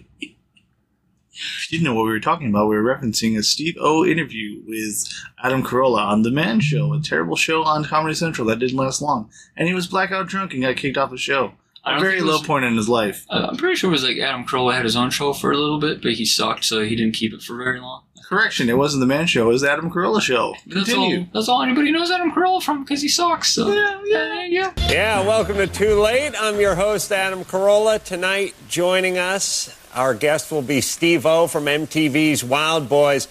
[SPEAKER 3] didn't know what we were talking about, we were referencing a Steve O interview with Adam Carolla on The Man Show, a terrible show on Comedy Central that didn't last long. And he was blackout drunk and got kicked off the show.
[SPEAKER 2] I
[SPEAKER 3] A
[SPEAKER 2] don't
[SPEAKER 3] very
[SPEAKER 2] think it
[SPEAKER 3] low
[SPEAKER 2] was-
[SPEAKER 3] point in his life.
[SPEAKER 2] Uh, I'm pretty sure it was like Adam Carolla had his own show for a little bit, but he sucked, so he didn't keep it for very long.
[SPEAKER 3] Correction, it wasn't The Man Show, it was the Adam Carolla Show.
[SPEAKER 2] That's
[SPEAKER 3] Continue.
[SPEAKER 2] all. That's all anybody knows Adam Carolla from because he sucks. So. Yeah, yeah, yeah.
[SPEAKER 12] Yeah, welcome to Too Late. I'm your host, Adam Carolla. Tonight, joining us, our guest will be Steve O from MTV's Wild Boys.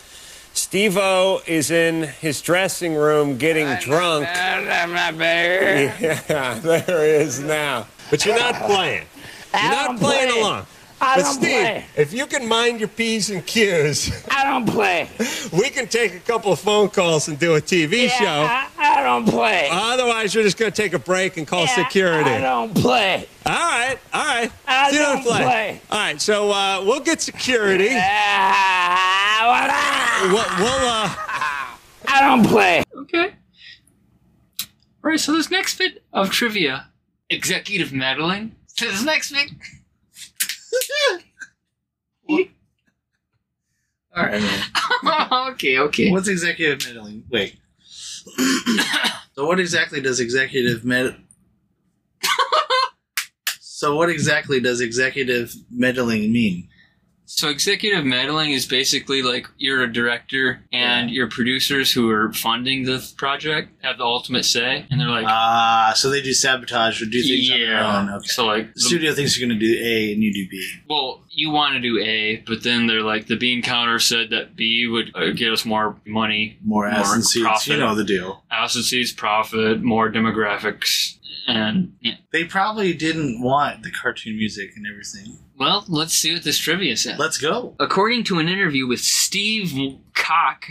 [SPEAKER 12] Steve O is in his dressing room getting drunk. Yeah, there he is now. But you're not playing. You're not playing along.
[SPEAKER 19] I
[SPEAKER 12] but
[SPEAKER 19] don't
[SPEAKER 12] Steve,
[SPEAKER 19] play.
[SPEAKER 12] if you can mind your P's and Q's,
[SPEAKER 19] I don't play.
[SPEAKER 12] we can take a couple of phone calls and do a
[SPEAKER 19] Yeah,
[SPEAKER 12] TV show.
[SPEAKER 19] I- I don't play.
[SPEAKER 12] Otherwise, you're just going to take a break and call security.
[SPEAKER 19] I don't play.
[SPEAKER 12] All right, all right.
[SPEAKER 19] I
[SPEAKER 12] So you
[SPEAKER 19] don't play.
[SPEAKER 12] All right, so uh, we'll get security. we'll, we'll, uh,
[SPEAKER 19] I don't play.
[SPEAKER 2] Okay. All right. So this next bit of trivia, executive meddling. So this next bit.
[SPEAKER 3] All right. man.
[SPEAKER 2] okay, okay.
[SPEAKER 3] What's executive meddling? Wait. so what exactly does executive med? so what exactly does executive meddling mean?
[SPEAKER 2] So executive meddling is basically like you're a director and your producers who are funding the project have the ultimate say, and they're like,
[SPEAKER 3] Ah, so they do sabotage or do things
[SPEAKER 2] yeah.
[SPEAKER 3] on their own. Okay.
[SPEAKER 2] So like
[SPEAKER 3] The studio thinks you're going to do A and you do B.
[SPEAKER 2] Well, you want to do A, but then they're like the bean counter said that B would uh, get us more money,
[SPEAKER 3] More ass and seats, you know the deal.
[SPEAKER 2] Ass and seats, profit, more demographics, and yeah.
[SPEAKER 3] They probably didn't want the cartoon music and everything.
[SPEAKER 2] Well, let's see what this trivia says.
[SPEAKER 3] Let's go.
[SPEAKER 2] According to an interview with Steve Cock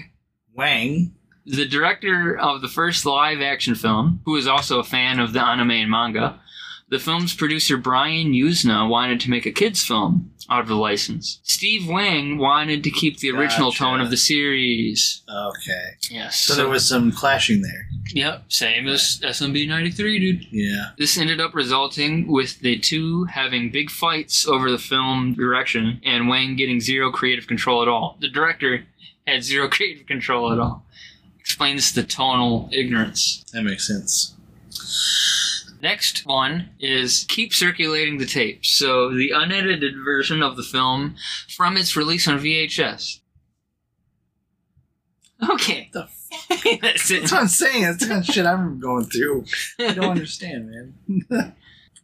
[SPEAKER 3] Wang,
[SPEAKER 2] the director of the first live action film, who is also a fan of the anime and manga, the film's producer Brian Usna wanted to make a kids' film out of the license. Steve Wang wanted to keep the original
[SPEAKER 3] Gotcha.
[SPEAKER 2] tone of the series.
[SPEAKER 3] Okay.
[SPEAKER 2] Yes.
[SPEAKER 3] So, there was some clashing there.
[SPEAKER 2] Yep, same as SMB 93, dude.
[SPEAKER 3] Yeah.
[SPEAKER 2] This ended up resulting with the two having big fights over the film direction and Wang getting zero creative control at all. The director had zero creative control at all. Explains the tonal ignorance.
[SPEAKER 3] That makes sense.
[SPEAKER 2] Next one is keep circulating the tape. So the unedited version of the film from its release on VHS. Okay.
[SPEAKER 3] The
[SPEAKER 2] That's it.
[SPEAKER 3] That's what I'm saying. That's the kind of shit I'm going through. I don't understand, man.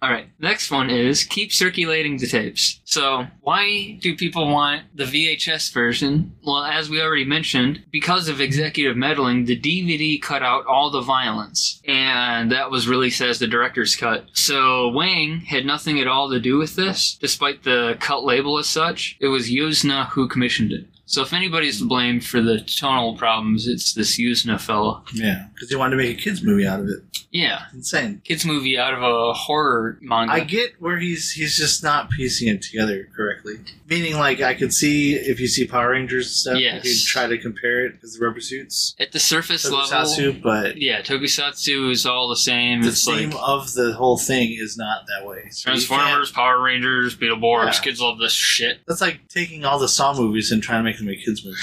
[SPEAKER 2] All right. Next one is keep circulating the tapes. So, why do people want the VHS version? Well, as we already mentioned, because of executive meddling, the DVD cut out all the violence, and that was released as the director's cut. So, Wang had nothing at all to do with this, despite the cut label as such. It was Yuzna who commissioned it. So, if anybody's to blame for the tonal problems, it's this Yuzna fella.
[SPEAKER 3] Yeah, because they wanted to make a kids movie out of it.
[SPEAKER 2] Yeah.
[SPEAKER 3] Insane.
[SPEAKER 2] Kids movie out of a horror manga.
[SPEAKER 3] I get where he's he's just not piecing it together correctly. Meaning, like I could see if you see Power Rangers and stuff,
[SPEAKER 2] Yes.
[SPEAKER 3] you could try to compare it because the rubber suits.
[SPEAKER 2] At the surface
[SPEAKER 3] Tokusatsu,
[SPEAKER 2] level,
[SPEAKER 3] but-
[SPEAKER 2] yeah, tokusatsu is all the same.
[SPEAKER 3] The
[SPEAKER 2] it's
[SPEAKER 3] theme
[SPEAKER 2] like
[SPEAKER 3] of the whole thing is not that way. So you can't-
[SPEAKER 2] Transformers, Power Rangers, Beetleborgs.
[SPEAKER 3] Yeah.
[SPEAKER 2] Kids love this shit.
[SPEAKER 3] That's like taking all the Saw movies and trying to make them a kids movie.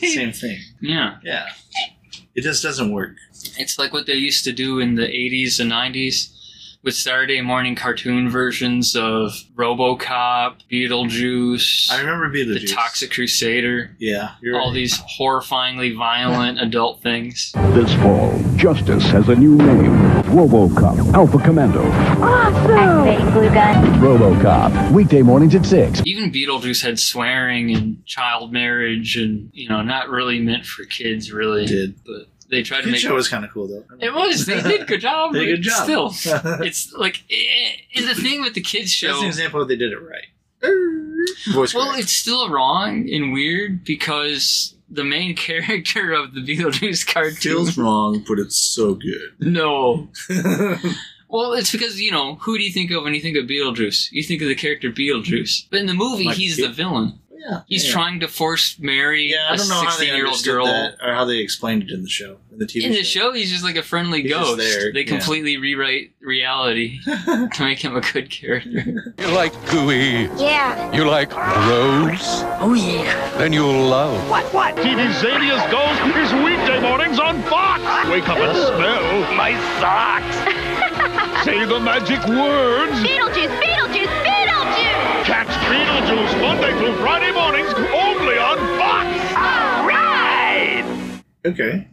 [SPEAKER 3] the Same thing.
[SPEAKER 2] Yeah,
[SPEAKER 3] Yeah, it just doesn't work.
[SPEAKER 2] it's like what they used to do in the '80s and '90s with Saturday morning cartoon versions of RoboCop, Beetlejuice. I
[SPEAKER 3] remember Beetlejuice,
[SPEAKER 2] the Toxic Crusader.
[SPEAKER 3] Yeah,
[SPEAKER 2] all these horrifyingly violent adult things.
[SPEAKER 9] This fall, justice has a new name. RoboCop Alpha Commando.
[SPEAKER 20] Awesome! Activate glue gun.
[SPEAKER 9] RoboCop. Weekday mornings at 6.
[SPEAKER 2] Even Beetlejuice had swearing and child marriage, and you know, not really meant for kids, really.
[SPEAKER 3] Did
[SPEAKER 2] but they tried to
[SPEAKER 3] Kid
[SPEAKER 2] make
[SPEAKER 3] show was kind of cool though.
[SPEAKER 2] It was. They did a good job.
[SPEAKER 3] They did a good
[SPEAKER 2] but
[SPEAKER 3] job.
[SPEAKER 2] Still, it's like eh, eh, the thing with the kids show.
[SPEAKER 3] That's an example of they did it right.
[SPEAKER 2] well, it's still wrong and weird because the main character of the Beetlejuice cartoon
[SPEAKER 3] Feels wrong, but it's so good.
[SPEAKER 2] No. well, it's because you know who do you think of when you think of Beetlejuice? You think of the character Beetlejuice, but in the movie
[SPEAKER 3] Like
[SPEAKER 2] he's
[SPEAKER 3] it-
[SPEAKER 2] the villain.
[SPEAKER 3] Yeah,
[SPEAKER 2] He's
[SPEAKER 3] yeah.
[SPEAKER 2] trying to force marry
[SPEAKER 3] I
[SPEAKER 2] a
[SPEAKER 3] don't know how they
[SPEAKER 2] sixteen-year-old
[SPEAKER 3] understood
[SPEAKER 2] girl.
[SPEAKER 3] that or how they explained it in the show, in the TV
[SPEAKER 2] in the show,
[SPEAKER 3] show.
[SPEAKER 2] he's just like a friendly
[SPEAKER 3] He's just
[SPEAKER 2] ghost.
[SPEAKER 3] there,
[SPEAKER 2] They
[SPEAKER 3] yeah.
[SPEAKER 2] completely rewrite reality to make him a good character.
[SPEAKER 21] You like gooey.
[SPEAKER 2] Yeah.
[SPEAKER 21] You like rose.
[SPEAKER 2] Oh yeah.
[SPEAKER 21] Then you'll love.
[SPEAKER 1] What, what? TV Xavier's Ghost is weekday mornings on Fox.
[SPEAKER 21] Wake up and smell
[SPEAKER 1] my socks. Say the magic words. Beetlejuice, Beetlejuice, Beetlejuice. Catch Beetlejuice Monday through Friday mornings only on Fox. All right.
[SPEAKER 3] Okay.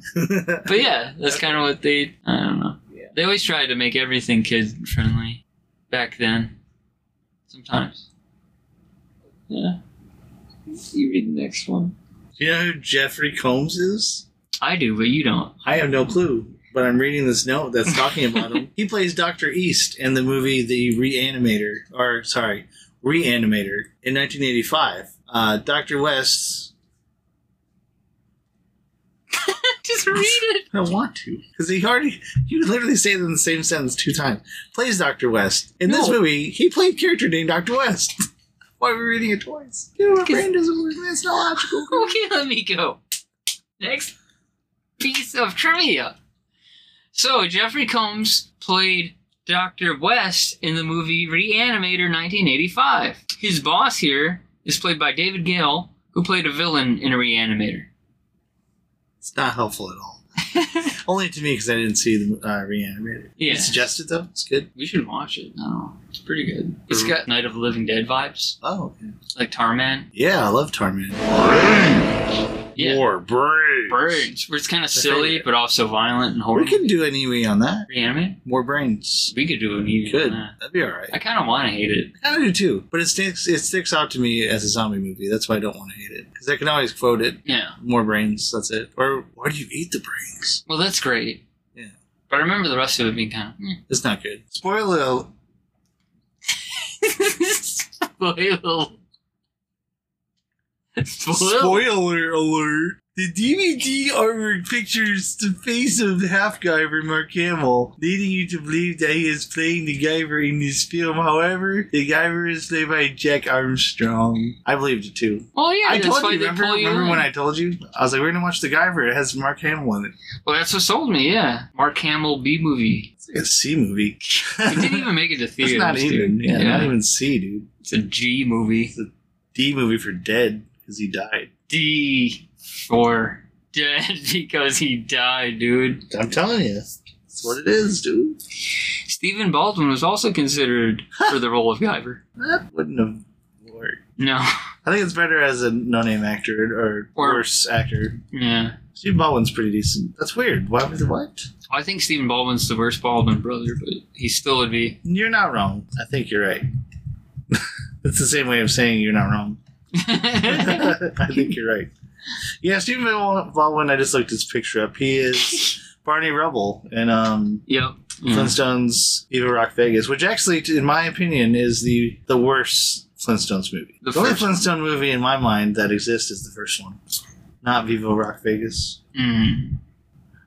[SPEAKER 2] but yeah, that's kind of what they. I don't know. They always tried to make everything kid friendly back then. Sometimes. Yeah. You read the next one.
[SPEAKER 3] Do you know who Jeffrey Combs is?
[SPEAKER 2] I do, but you don't.
[SPEAKER 3] I have no clue. But I'm reading this note that's talking about him. He plays Doctor East in the movie The Reanimator, or sorry, Reanimator in 1985. Uh, Doctor West,
[SPEAKER 2] Just read it.
[SPEAKER 3] I don't want to because he already you literally say it in the same sentence two times. Plays Doctor West in this
[SPEAKER 2] No.
[SPEAKER 3] movie. He played a character named Doctor West. Why are we reading it twice? You know, my brain doesn't work. Man, it's not logical.
[SPEAKER 2] okay, let me go. Next piece of trivia. So, Jeffrey Combs played Dr. West in the movie Reanimator 1985. His boss here is played by David Gale, who played a villain in Reanimator.
[SPEAKER 3] It's not helpful at all. Only to me because I didn't see the uh, Reanimator.
[SPEAKER 2] Yeah.
[SPEAKER 3] You suggest it though. It's good.
[SPEAKER 2] We should watch it. No, it's pretty good. It's got Night of the Living Dead vibes.
[SPEAKER 3] Oh, okay.
[SPEAKER 2] Like Tarman.
[SPEAKER 3] Yeah, I love Tarman.
[SPEAKER 2] Yeah.
[SPEAKER 3] War brains.
[SPEAKER 2] Brains. Where it's kind of silly, but also violent and
[SPEAKER 3] We
[SPEAKER 2] horrible.
[SPEAKER 3] can do an EV on that.
[SPEAKER 2] Reanimate?
[SPEAKER 3] More brains.
[SPEAKER 2] We could do an EV.
[SPEAKER 3] Good.
[SPEAKER 2] on that.
[SPEAKER 3] That'd be all right.
[SPEAKER 2] I kind of want to hate it.
[SPEAKER 3] I kind of do too, but it sticks. It sticks out to me as a zombie movie. That's why I don't want to hate it because I can always quote it.
[SPEAKER 2] Yeah.
[SPEAKER 3] More brains. That's it. Or why do you eat the brains?
[SPEAKER 2] Well, that's great.
[SPEAKER 3] Yeah.
[SPEAKER 2] But I remember the rest of it being kind of. "Eh."
[SPEAKER 3] It's not good. Spoiler. al-
[SPEAKER 2] Spoil.
[SPEAKER 3] Spoiler alert. The DVD artwork pictures the face of the half Guyver Mark Hamill, leading you to believe that he is playing the Guyver in this film. However, the Guyver is played by Jack Armstrong. I believed it too.
[SPEAKER 2] Well, yeah,
[SPEAKER 3] I
[SPEAKER 2] that's
[SPEAKER 3] told
[SPEAKER 2] why
[SPEAKER 3] you.
[SPEAKER 2] they
[SPEAKER 3] Remember,
[SPEAKER 2] pull you
[SPEAKER 3] remember when
[SPEAKER 2] in.
[SPEAKER 3] I told you? I was like, we're gonna watch the Guyver. It has Mark Hamill in it.
[SPEAKER 2] Well, that's what sold me. Yeah, Mark Hamill B movie.
[SPEAKER 3] It's like a C movie.
[SPEAKER 2] It didn't even make it to
[SPEAKER 3] It's
[SPEAKER 2] theaters.
[SPEAKER 3] not even.
[SPEAKER 2] dude.
[SPEAKER 3] Yeah, not even C, dude.
[SPEAKER 2] It's a G movie.
[SPEAKER 3] It's a D movie for dead because he died.
[SPEAKER 2] D for dead because he died, dude.
[SPEAKER 3] I'm telling you, that's what it is, dude.
[SPEAKER 2] Stephen Baldwin was also considered for the role of Guyver.
[SPEAKER 3] That wouldn't have. work.
[SPEAKER 2] No.
[SPEAKER 3] I think it's better as a no-name actor or,
[SPEAKER 2] Or-
[SPEAKER 3] worse actor.
[SPEAKER 2] Yeah.
[SPEAKER 3] Steve Baldwin's pretty decent. That's weird. Why would what?
[SPEAKER 2] I think Stephen Baldwin's the worst Baldwin brother, but he still would be.
[SPEAKER 3] You're not wrong. I think you're right. It's the same way of saying you're not wrong. I think you're right. Yeah, Stephen Baldwin. I just looked his picture up. He is Barney Rubble in um,
[SPEAKER 2] Yep.
[SPEAKER 3] Flintstones Viva Rock Vegas, which actually, in my opinion, is the the worst Flintstones movie.
[SPEAKER 2] The
[SPEAKER 3] The, only
[SPEAKER 2] first-
[SPEAKER 3] Flintstone movie in my mind that exists is the first one, not Viva Rock Vegas.
[SPEAKER 2] Mm.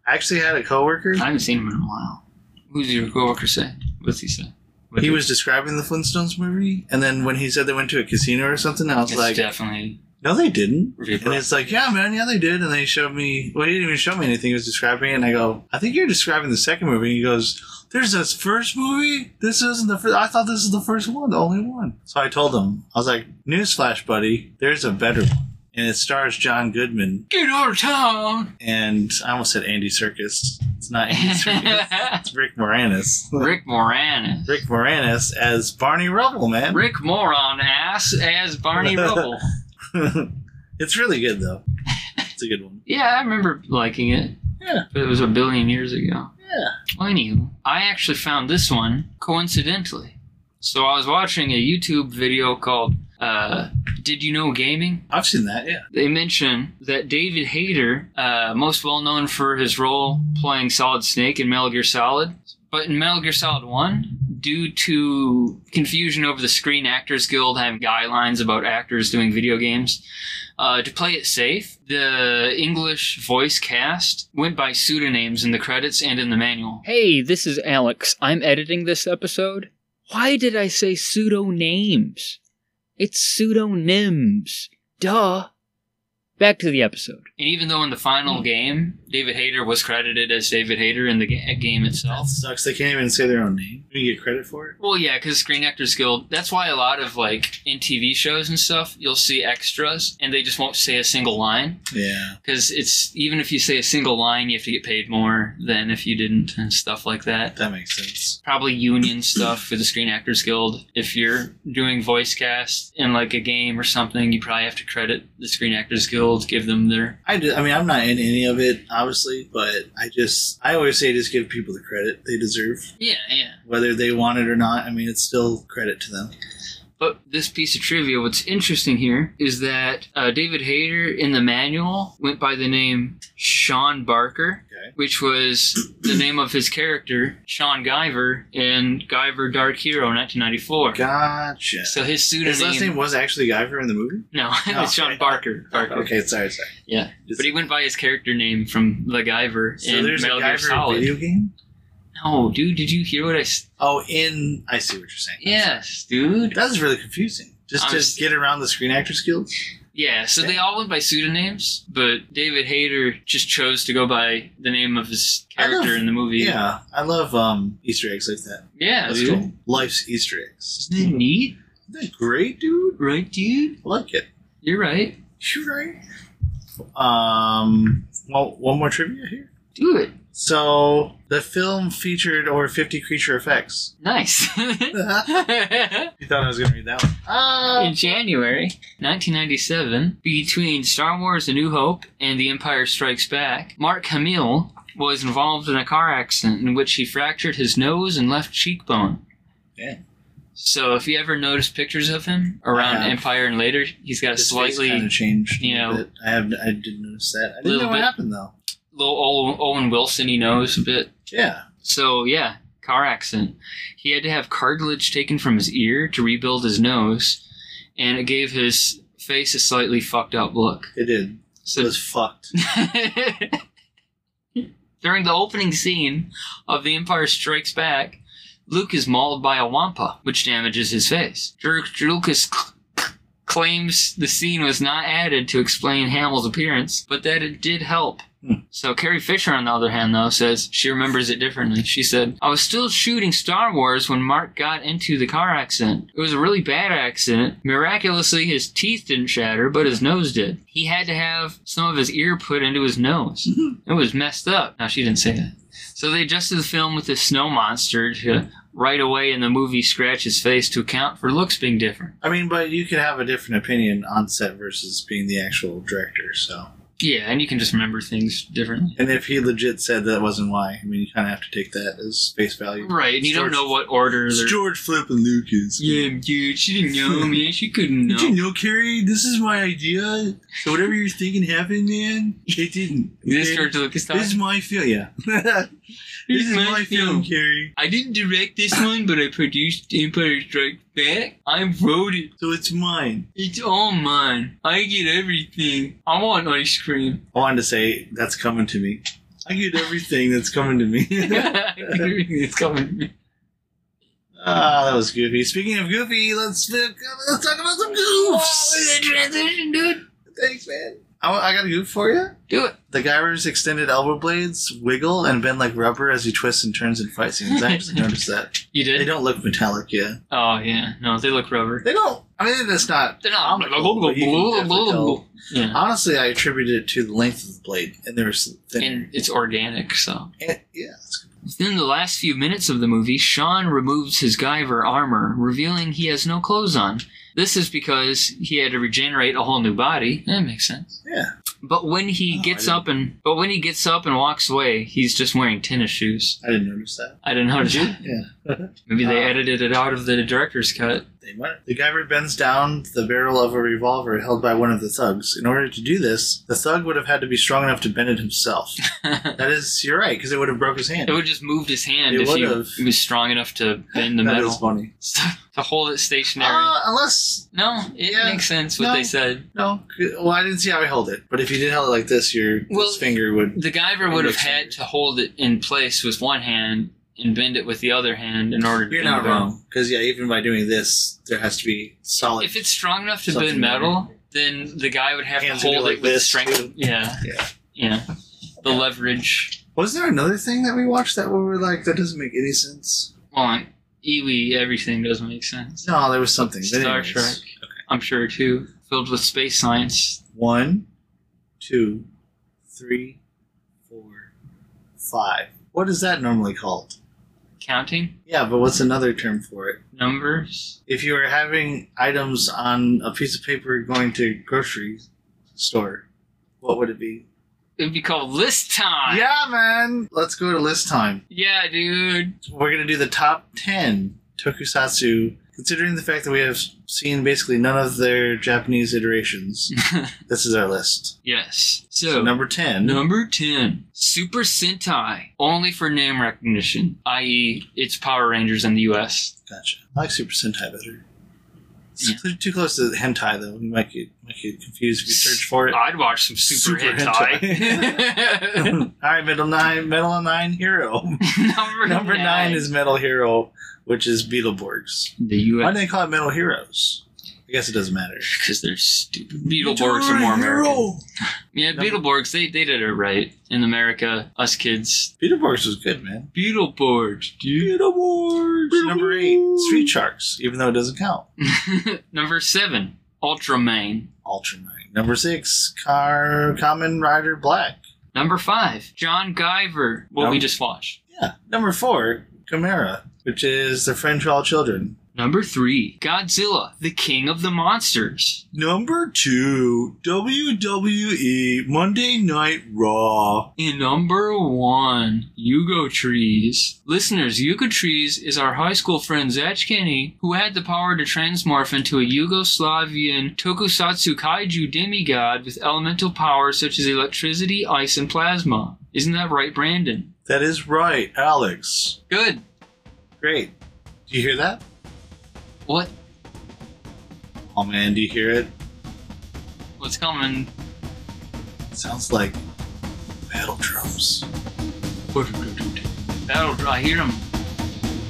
[SPEAKER 3] I actually had a coworker.
[SPEAKER 2] I haven't seen him in a while. Who's your coworker say? What's he say?
[SPEAKER 3] He was describing the Flintstones movie, and then when he said they went to a casino or something, I was
[SPEAKER 2] It's
[SPEAKER 3] like,
[SPEAKER 2] definitely.
[SPEAKER 3] No, they didn't.
[SPEAKER 2] Viva.
[SPEAKER 3] And it's like, yeah, man, yeah, they did. And they showed me, well, he didn't even show me anything. He was describing it. And I go, I think you're describing the second movie. And he goes, there's this first movie? This isn't the first. I thought this is the first one, the only one. So I told him, I was like, newsflash, buddy, there's a better one. And it stars John Goodman.
[SPEAKER 2] Get out of town.
[SPEAKER 3] And I almost said Andy Circus. It's not Andy Circus. it's Rick Moranis.
[SPEAKER 2] Rick Moranis.
[SPEAKER 3] Rick Moranis as Barney Rubble, man.
[SPEAKER 2] Rick Moron ass as Barney Rubble.
[SPEAKER 3] it's really good, though. It's a good one.
[SPEAKER 2] Yeah, I remember liking it.
[SPEAKER 3] Yeah.
[SPEAKER 2] But it was a billion years ago.
[SPEAKER 3] Yeah.
[SPEAKER 2] Well, anywho, I actually found this one coincidentally. So I was watching a YouTube video called uh, "Did You Know Gaming?"
[SPEAKER 3] I've seen that. Yeah.
[SPEAKER 2] They mention that David Hayter, uh, most well known for his role playing Solid Snake in Metal Gear Solid, but in Metal Gear Solid One, due to confusion over the Screen Actors Guild having guidelines about actors doing video games, uh, to play it safe, the English voice cast went by pseudonyms in the credits and in the manual. Hey, this is Alex. I'm editing this episode. Why did I say pseudonames? It's pseudonyms. Duh. Back to the episode. And even though in the final game, David Hayter was credited as David Hayter in the ga- game itself.
[SPEAKER 3] Sucks. They can't even say their own name. Do you get credit for it?
[SPEAKER 2] Well, yeah, because Screen Actors Guild. That's why a lot of like in TV shows and stuff, you'll see extras and they just won't say a single line
[SPEAKER 3] Yeah.
[SPEAKER 2] because it's even if you say a single line, you have to get paid more than if you didn't and stuff like that.
[SPEAKER 3] That makes sense.
[SPEAKER 2] Probably union stuff for the Screen Actors Guild. If you're doing voice cast in like a game or something, you probably have to credit the Screen Actors Guild, give them their
[SPEAKER 3] I, ju- I mean, I'm not in any of it, obviously, but I just, I always say just give people the credit they deserve,
[SPEAKER 2] yeah, yeah.
[SPEAKER 3] whether they want it or not. I mean, it's still credit to them.
[SPEAKER 2] But this piece of trivia, what's interesting here is that uh, David Hayter in the manual went by the name Sean Barker, which was the name of his character, Sean Guyver, in Guyver Dark Hero 1994.
[SPEAKER 3] Gotcha.
[SPEAKER 2] So his pseudonym.
[SPEAKER 3] His last name was actually Guyver in the movie?
[SPEAKER 2] No,
[SPEAKER 3] No.
[SPEAKER 2] it's Sean Barker. Barker.
[SPEAKER 3] Okay, sorry, sorry.
[SPEAKER 2] Yeah. But he went by his character name from The Guyver
[SPEAKER 3] So
[SPEAKER 2] in
[SPEAKER 3] there's a
[SPEAKER 2] Metal Gear
[SPEAKER 3] Guyver
[SPEAKER 2] Solid.
[SPEAKER 3] video game?
[SPEAKER 2] No, dude, did you hear what I. s-
[SPEAKER 3] Oh, in, I see what you're saying.
[SPEAKER 2] Yes, dude.
[SPEAKER 3] That's really confusing. Just
[SPEAKER 2] I'm
[SPEAKER 3] to
[SPEAKER 2] s-
[SPEAKER 3] get around the Screen Actors Guild?
[SPEAKER 2] Yeah, so they all went by pseudonyms, but David Hayter just chose to go by the name of his character in the movie.
[SPEAKER 3] Yeah. I love um, Easter eggs like that.
[SPEAKER 2] Yeah,
[SPEAKER 3] That's
[SPEAKER 2] dude.
[SPEAKER 3] cool. Life's Easter eggs.
[SPEAKER 2] Isn't it neat?
[SPEAKER 3] Isn't that great, dude?
[SPEAKER 2] Right, dude?
[SPEAKER 3] I like it.
[SPEAKER 2] You're right.
[SPEAKER 3] You're right. Um, well, one more trivia here.
[SPEAKER 2] Do it.
[SPEAKER 3] So the film featured over 50 creature effects.
[SPEAKER 2] Nice.
[SPEAKER 3] You thought I was going to read that one.
[SPEAKER 2] In January 1997, between Star Wars A New Hope and The Empire Strikes Back, Mark Hamill was involved in a car accident in which he fractured his nose and left cheekbone.
[SPEAKER 3] Yeah.
[SPEAKER 2] So if you ever notice pictures of him around
[SPEAKER 3] Yeah.
[SPEAKER 2] Empire and later, he's got a slightly
[SPEAKER 3] kind of changed.
[SPEAKER 2] you know,
[SPEAKER 3] but I have I didn't notice that. I didn't
[SPEAKER 2] Little
[SPEAKER 3] know what
[SPEAKER 2] bit.
[SPEAKER 3] happened though.
[SPEAKER 2] little Owen, Owen Wilson he knows a bit.
[SPEAKER 3] Yeah.
[SPEAKER 2] So yeah, car accident. He had to have cartilage taken from his ear to rebuild his nose, and it gave his face a slightly fucked up look.
[SPEAKER 3] It did.
[SPEAKER 2] So
[SPEAKER 3] it was fucked.
[SPEAKER 2] During the opening scene of The Empire Strikes Back, Luke is mauled by a wampa, which damages his face. George Lucas c- c- claims the scene was not added to explain Hamill's appearance, but that it did help So Carrie Fisher, on the other hand, though, says she remembers it differently. She said, "I was still shooting Star Wars when Mark got into the car accident. It was a really bad accident. Miraculously, his teeth didn't shatter, but his nose did. He had to have some of his ear put into his nose. it was messed up." Now she didn't say that. So they adjusted the film with the snow monster to right away in the movie scratch his face to account for looks being different.
[SPEAKER 3] I mean, but you could have a different opinion on set versus being the actual director. So,
[SPEAKER 2] Yeah, and you can just remember things differently.
[SPEAKER 3] and if he legit said that wasn't why, I mean, you kind of have to take that as face value,
[SPEAKER 2] Right, and you don't know what order
[SPEAKER 3] It's
[SPEAKER 2] they're.
[SPEAKER 3] George Flip and Lucas.
[SPEAKER 2] Yeah, dude, she didn't know, man. She couldn't know.
[SPEAKER 3] Did you know, Carrie? This is my idea. So whatever you're thinking happened, man, it didn't.
[SPEAKER 2] This
[SPEAKER 3] okay?
[SPEAKER 2] George Lucas talk?
[SPEAKER 3] This is my film. Yeah.
[SPEAKER 2] Here's
[SPEAKER 3] this is
[SPEAKER 2] my
[SPEAKER 3] my film,
[SPEAKER 2] film.
[SPEAKER 3] Carrie.
[SPEAKER 2] I didn't direct this one, but I produced Empire Strike Back. I wrote it.
[SPEAKER 3] So it's mine.
[SPEAKER 2] It's all mine. I get everything. I want ice cream.
[SPEAKER 3] I wanted to say that's coming to me. I get everything that's coming to me.
[SPEAKER 2] it's coming to me.
[SPEAKER 3] Ah, that was goofy. Speaking of goofy, let's let's talk about some goofs.
[SPEAKER 2] transition, dude.
[SPEAKER 3] Thanks, man. I, I got a goof for you.
[SPEAKER 2] Do it.
[SPEAKER 3] The Gyrus extended elbow blades wiggle and bend like rubber as he twists and turns in fight scenes. I actually noticed that.
[SPEAKER 2] You did?
[SPEAKER 3] They don't look metallic, yeah.
[SPEAKER 2] Oh, yeah. No, they look rubber.
[SPEAKER 3] They don't. I mean, that's not.
[SPEAKER 2] They're not.
[SPEAKER 3] but you can definitely tell.
[SPEAKER 2] Yeah.
[SPEAKER 3] Honestly, I attribute it to the length of the blade, and there was thin.
[SPEAKER 2] And it's organic, so.
[SPEAKER 3] And, yeah, it's-
[SPEAKER 2] Within the last few minutes of the movie, Sean removes his Guyver armor, revealing he has no clothes on. This is because he had to regenerate a whole new body. That makes sense.
[SPEAKER 3] yeah. Oh,
[SPEAKER 2] But when he gets up and but when he gets up and walks away, he's just wearing tennis shoes.
[SPEAKER 3] I didn't notice that.
[SPEAKER 2] I didn't notice
[SPEAKER 3] Did
[SPEAKER 2] that.
[SPEAKER 3] you? Yeah. Uh,
[SPEAKER 2] Maybe they edited it out of the director's cut.
[SPEAKER 3] They might. The Guyver bends down the barrel of a revolver held by one of the thugs. In order to do this, the thug would have had to be strong enough to bend it himself. that is, you're right, because it would have broke his hand.
[SPEAKER 2] It would have just moved his hand
[SPEAKER 3] It
[SPEAKER 2] if he,
[SPEAKER 3] would've.
[SPEAKER 2] he was strong enough to bend the
[SPEAKER 3] That
[SPEAKER 2] metal
[SPEAKER 3] is funny.
[SPEAKER 2] to hold it stationary.
[SPEAKER 3] Uh, unless
[SPEAKER 2] no, it
[SPEAKER 3] yeah,
[SPEAKER 2] makes sense what
[SPEAKER 3] no.
[SPEAKER 2] they said.
[SPEAKER 3] no, well, I didn't see how he held it. But if he did held it like this, your
[SPEAKER 2] Well,
[SPEAKER 3] his finger would.
[SPEAKER 2] The Guyver would have had to hold it in place with one hand and bend it with the other hand in order to
[SPEAKER 3] You're
[SPEAKER 2] bend
[SPEAKER 3] not
[SPEAKER 2] the metal.
[SPEAKER 3] wrong, because yeah, even by doing this, there has to be solid.
[SPEAKER 2] If it's strong enough to
[SPEAKER 3] Something
[SPEAKER 2] bend metal, then the guy would have
[SPEAKER 3] Hands
[SPEAKER 2] to
[SPEAKER 3] would be
[SPEAKER 2] hold
[SPEAKER 3] like
[SPEAKER 2] it with
[SPEAKER 3] this.
[SPEAKER 2] strength. Yeah.
[SPEAKER 3] Yeah.
[SPEAKER 2] Yeah. The leverage.
[SPEAKER 3] Was there another thing that we watched that we were like, that doesn't make any sense?
[SPEAKER 2] Well, on Iwi, everything doesn't make sense.
[SPEAKER 3] No, there was something. But
[SPEAKER 2] Star
[SPEAKER 3] anyways.
[SPEAKER 2] Trek, I'm sure, too. Filled with space science.
[SPEAKER 3] One, two, three, four, five. What is that normally called?
[SPEAKER 2] Counting?
[SPEAKER 3] Yeah, but what's another term for it?
[SPEAKER 2] Numbers?
[SPEAKER 3] If you were having items on a piece of paper going to grocery store, what would it be?
[SPEAKER 2] It would be called list time.
[SPEAKER 3] Yeah, man. Let's go to list time.
[SPEAKER 2] Yeah, dude.
[SPEAKER 3] We're gonna do the top ten tokusatsu. Considering the fact that we have seen basically none of their Japanese iterations, this is our list.
[SPEAKER 2] Yes. So,
[SPEAKER 3] So number ten.
[SPEAKER 2] Number 10, Super Sentai, only for name recognition, i.e., it's Power Rangers in the US.
[SPEAKER 3] Gotcha. I like Super Sentai better. It's cl- too close to hentai though. You might get might get confused if you search for it.
[SPEAKER 2] I'd watch some Super, Sentai.
[SPEAKER 3] All right, Metal Nine, Metal Nine Hero.
[SPEAKER 2] Number,
[SPEAKER 3] Number nine is Metal Hero, which is Beetleborgs.
[SPEAKER 2] the
[SPEAKER 3] Why
[SPEAKER 2] US.
[SPEAKER 3] do they call it Metal Heroes? I guess it doesn't matter.
[SPEAKER 2] Because they're stupid. Beetleborgs are more American. Yeah, Beetleborgs, they, they did it right. In America, us kids.
[SPEAKER 3] Beetleborgs was good, man.
[SPEAKER 2] Beetleborgs, dude.
[SPEAKER 3] Beetleborgs. Number eight, Street Sharks, even though it doesn't count.
[SPEAKER 2] Number 7, Ultraman.
[SPEAKER 3] Ultraman. Number six, Car Common Rider Black.
[SPEAKER 2] Number 5, John Guyver, what we
[SPEAKER 3] Num-
[SPEAKER 2] just watched.
[SPEAKER 3] Yeah. Number four, Chimera, which is the friend for all children.
[SPEAKER 2] Number three, Godzilla, the king of the monsters.
[SPEAKER 3] Number two, WWE Monday Night Raw.
[SPEAKER 2] And number one, Yugo Trees. Listeners, Yugo Trees is our high school friend Zach Kenny, who had the power to transmorph into a Yugoslavian tokusatsu kaiju demigod with elemental powers such as electricity, ice, and plasma. Isn't that right, Brandon?
[SPEAKER 3] That is right, Alex.
[SPEAKER 2] Good.
[SPEAKER 3] Great. Do you hear that?
[SPEAKER 2] What?
[SPEAKER 3] Oh man, do you hear it?
[SPEAKER 2] What's coming?
[SPEAKER 3] It sounds like battle drums.
[SPEAKER 2] Battle. I hear him.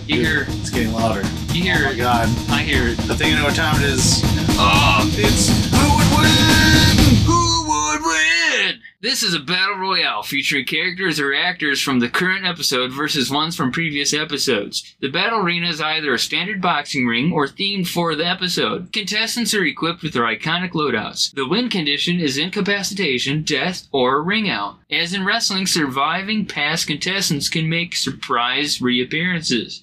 [SPEAKER 2] You hear?
[SPEAKER 3] It's getting louder.
[SPEAKER 2] You hear?
[SPEAKER 3] Oh my god.
[SPEAKER 2] I hear it.
[SPEAKER 3] I think I know what time it is. Ah,
[SPEAKER 2] Oh,
[SPEAKER 3] It's Who Would Win?
[SPEAKER 2] who would win? This is a battle royale featuring characters or actors from the current episode versus ones from previous episodes. The battle arena is either a standard boxing ring or themed for the episode. Contestants are equipped with their iconic loadouts. The win condition is incapacitation, death, or a ring out. As in wrestling, surviving past contestants can make surprise reappearances.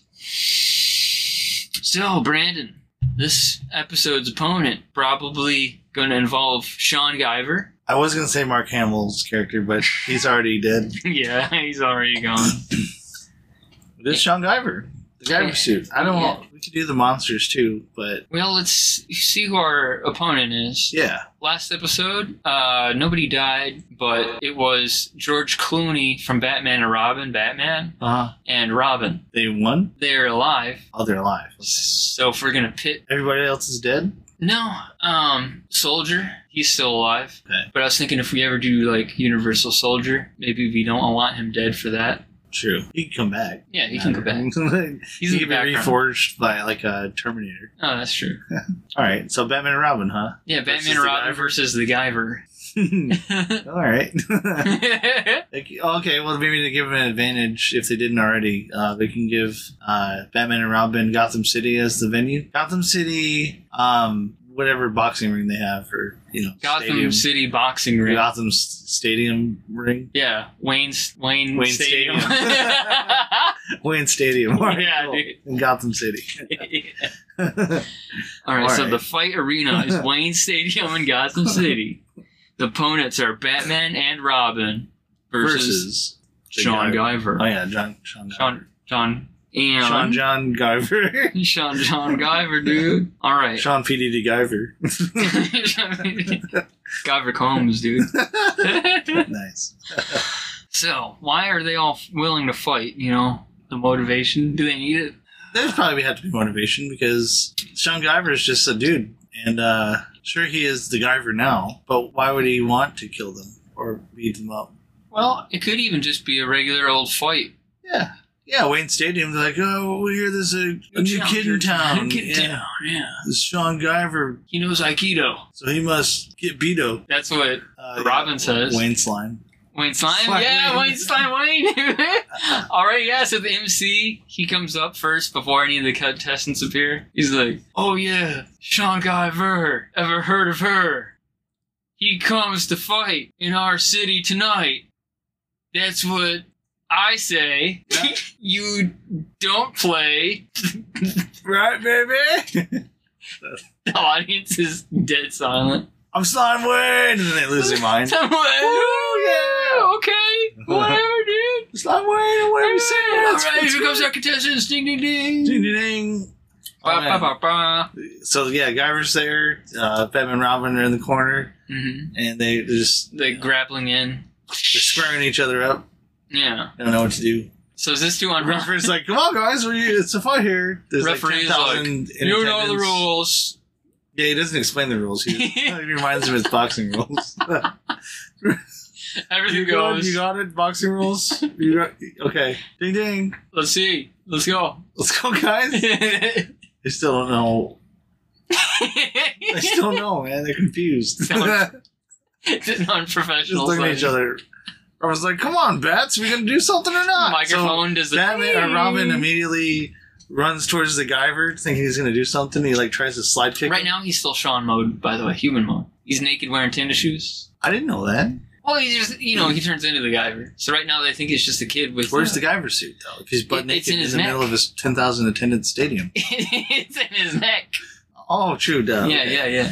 [SPEAKER 2] So, Brandon, this episode's opponent probably going to involve Sean Guyver.
[SPEAKER 3] I was gonna say Mark Hamill's character, but he's already dead.
[SPEAKER 2] yeah, he's already gone.
[SPEAKER 3] This is Sean Guyver, the Guyver suit. I don't. want We could do the monsters too, but
[SPEAKER 2] Well, let's see who our opponent is.
[SPEAKER 3] Yeah.
[SPEAKER 2] Last episode, uh, nobody died, but it was George Clooney from Batman and Robin, Batman,
[SPEAKER 3] uh,
[SPEAKER 2] and Robin.
[SPEAKER 3] they won.
[SPEAKER 2] They're alive.
[SPEAKER 3] Oh, they're alive.
[SPEAKER 2] So if we're gonna pit
[SPEAKER 3] Everybody else is dead.
[SPEAKER 2] No, um, Soldier, he's still alive. But I was thinking if we ever do like Universal Soldier, maybe we don't want him dead for that.
[SPEAKER 3] True. He can come back.
[SPEAKER 2] Yeah, he can go back.
[SPEAKER 3] He's
[SPEAKER 2] in
[SPEAKER 3] he
[SPEAKER 2] the
[SPEAKER 3] can be
[SPEAKER 2] background.
[SPEAKER 3] reforged by like a Terminator.
[SPEAKER 2] Oh, that's true.
[SPEAKER 3] All right, so Batman and Robin, huh?
[SPEAKER 2] Yeah, Batman and Robin versus the Guyver.
[SPEAKER 3] All right. Like, okay, well maybe to give him an advantage if they didn't already, uh, they can give uh, Batman and Robin Gotham City as the venue. Gotham City, um, whatever boxing ring they have, or you know,
[SPEAKER 2] Gotham
[SPEAKER 3] stadium.
[SPEAKER 2] City boxing ring.
[SPEAKER 3] Gotham S- Stadium ring,
[SPEAKER 2] Yeah, Wayne's Wayne,
[SPEAKER 3] Wayne
[SPEAKER 2] Stadium.
[SPEAKER 3] Wayne Stadium, All right,
[SPEAKER 2] Yeah,
[SPEAKER 3] cool. in Gotham City.
[SPEAKER 2] All right,
[SPEAKER 3] All
[SPEAKER 2] so
[SPEAKER 3] right.
[SPEAKER 2] the fight arena is Wayne Stadium in Gotham City. The opponents are Batman and Robin versus,
[SPEAKER 3] Versus
[SPEAKER 2] Sean Guyver.
[SPEAKER 3] Oh yeah, John Sean
[SPEAKER 2] Sean John and
[SPEAKER 3] Sean John Guyver.
[SPEAKER 2] Sean John Guyver, dude. All right,
[SPEAKER 3] Sean PDD Guyver.
[SPEAKER 2] Guyver Combs, dude.
[SPEAKER 3] nice.
[SPEAKER 2] So why are they all willing to fight? You know, the motivation. Do they need it?
[SPEAKER 3] There's probably had to be motivation because Sean Guyver is just a dude, and uh, sure he is the Guyver now, but why would he want to kill them or beat them up?
[SPEAKER 2] Well, it could even just be a regular old fight.
[SPEAKER 3] Yeah, yeah. Wayne Stadium's like, oh, we hear there's a, a new kid in town.
[SPEAKER 2] Get
[SPEAKER 3] yeah.
[SPEAKER 2] down, yeah.
[SPEAKER 3] This Sean Guyver,
[SPEAKER 2] He knows Aikido.
[SPEAKER 3] so he must get Beto.
[SPEAKER 2] That's what Robin says.
[SPEAKER 3] Uh, Wayne Slime.
[SPEAKER 2] Wayne Slime?
[SPEAKER 3] Slime
[SPEAKER 2] Yeah,
[SPEAKER 3] Wayne.
[SPEAKER 2] Wayne Slime Wayne. All right, yeah, so the MC, he comes up first before any of the contestants appear. He's like, oh yeah, Sean Guyver, ever heard of her? He comes to fight in our city tonight. That's what I say. you don't play.
[SPEAKER 3] Right, baby.
[SPEAKER 2] The audience is dead silent.
[SPEAKER 3] I'm Slime Wayne, and then they lose their mind.
[SPEAKER 2] I'm like, "Ooh, okay, whatever, dude.
[SPEAKER 3] Slime Wayne, what are you saying?
[SPEAKER 2] All
[SPEAKER 3] That's-
[SPEAKER 2] right,
[SPEAKER 3] that's
[SPEAKER 2] here comes
[SPEAKER 3] good.
[SPEAKER 2] our contestants. Ding, ding, ding.
[SPEAKER 3] Ding, ding, ding.
[SPEAKER 2] Ba,
[SPEAKER 3] Oh, man.
[SPEAKER 2] ba, ba, ba.
[SPEAKER 3] So yeah, Guyver's there. Uh, Batman and Robin are in the corner,
[SPEAKER 2] Mhm.
[SPEAKER 3] and they they're just
[SPEAKER 2] The grappling in.
[SPEAKER 3] they're squaring each other up.
[SPEAKER 2] Yeah.
[SPEAKER 3] They don't know what to do.
[SPEAKER 2] So is this two on round?
[SPEAKER 3] Referee's like, "Come on, guys, we it's a fight here." There's
[SPEAKER 2] Referee's
[SPEAKER 3] like,
[SPEAKER 2] like,
[SPEAKER 3] 10,000 in
[SPEAKER 2] you know the
[SPEAKER 3] attendance.
[SPEAKER 2] rules.
[SPEAKER 3] Yeah, he doesn't explain the rules. He, he reminds him of his boxing rules.
[SPEAKER 2] Everything
[SPEAKER 3] you got it.
[SPEAKER 2] goes.
[SPEAKER 3] You got it. Boxing rules. You got, okay. Ding ding.
[SPEAKER 2] Let's see. Let's go.
[SPEAKER 3] Let's go, guys.
[SPEAKER 2] Sounds
[SPEAKER 3] They still don't know. They still don't know, man. They're confused.
[SPEAKER 2] Sounds-
[SPEAKER 3] Just
[SPEAKER 2] unprofessional.
[SPEAKER 3] looking at each other. I was like, "Come on, bats, we gonna do something or not?"
[SPEAKER 2] Microphone does
[SPEAKER 3] So
[SPEAKER 2] the
[SPEAKER 3] Batman or uh, Robin
[SPEAKER 2] Ding.
[SPEAKER 3] immediately runs towards the Guyver, thinking he's gonna do something. He like tries to slide kick.
[SPEAKER 2] Right
[SPEAKER 3] him.
[SPEAKER 2] now, he's still Sean mode, by the way, human mode. He's naked wearing tennis shoes.
[SPEAKER 3] I didn't know that.
[SPEAKER 2] Well, he's just, you know, he turns into the Guyver. So right now, they think it's just a kid with.
[SPEAKER 3] Hmm. Where's the Guyver suit though? If he's butt
[SPEAKER 2] It- it's
[SPEAKER 3] naked
[SPEAKER 2] in
[SPEAKER 3] in,
[SPEAKER 2] his
[SPEAKER 3] the
[SPEAKER 2] neck.
[SPEAKER 3] middle of his ten thousand attendant stadium.
[SPEAKER 2] it's in his neck.
[SPEAKER 3] Oh, true. Duh.
[SPEAKER 2] yeah,
[SPEAKER 3] okay.
[SPEAKER 2] yeah, yeah.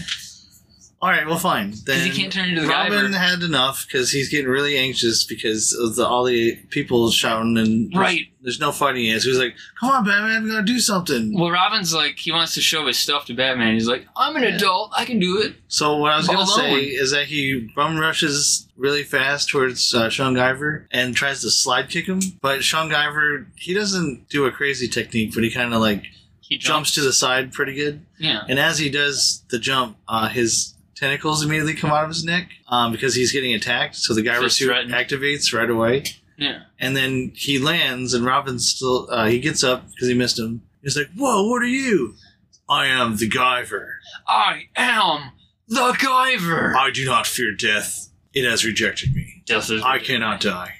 [SPEAKER 3] All right. Well, fine. Then
[SPEAKER 2] he can't turn into the
[SPEAKER 3] Robin
[SPEAKER 2] Guyver.
[SPEAKER 3] had enough because he's getting really anxious because of the, all the people shouting and there's-
[SPEAKER 2] Right.
[SPEAKER 3] There's no fighting. Is he's like, "Come on, Batman, we gotta do something."
[SPEAKER 2] Well, Robin's like he wants to show his stuff to Batman. He's like, I'm an adult. I can do it.
[SPEAKER 3] So what I was
[SPEAKER 2] All
[SPEAKER 3] gonna say
[SPEAKER 2] alone.
[SPEAKER 3] is that he bum rushes really fast towards uh, Sean Guyver and tries to slide kick him, but Sean Guyver he doesn't do a crazy technique, but he kind of like
[SPEAKER 2] He
[SPEAKER 3] jumps to the side pretty good.
[SPEAKER 2] Yeah.
[SPEAKER 3] And as he does the jump, uh, his tentacles immediately come out of his neck um, because he's getting attacked. So the Guyver
[SPEAKER 2] Feels
[SPEAKER 3] suit
[SPEAKER 2] threatened.
[SPEAKER 3] activates right away,
[SPEAKER 2] Yeah.
[SPEAKER 3] and then he lands, and Robin's still uh, he gets up because he missed him. He's like, "Whoa, what are you?" I am the Guyver.
[SPEAKER 2] I am the Guyver.
[SPEAKER 3] I do not fear death. It has rejected me. I cannot die.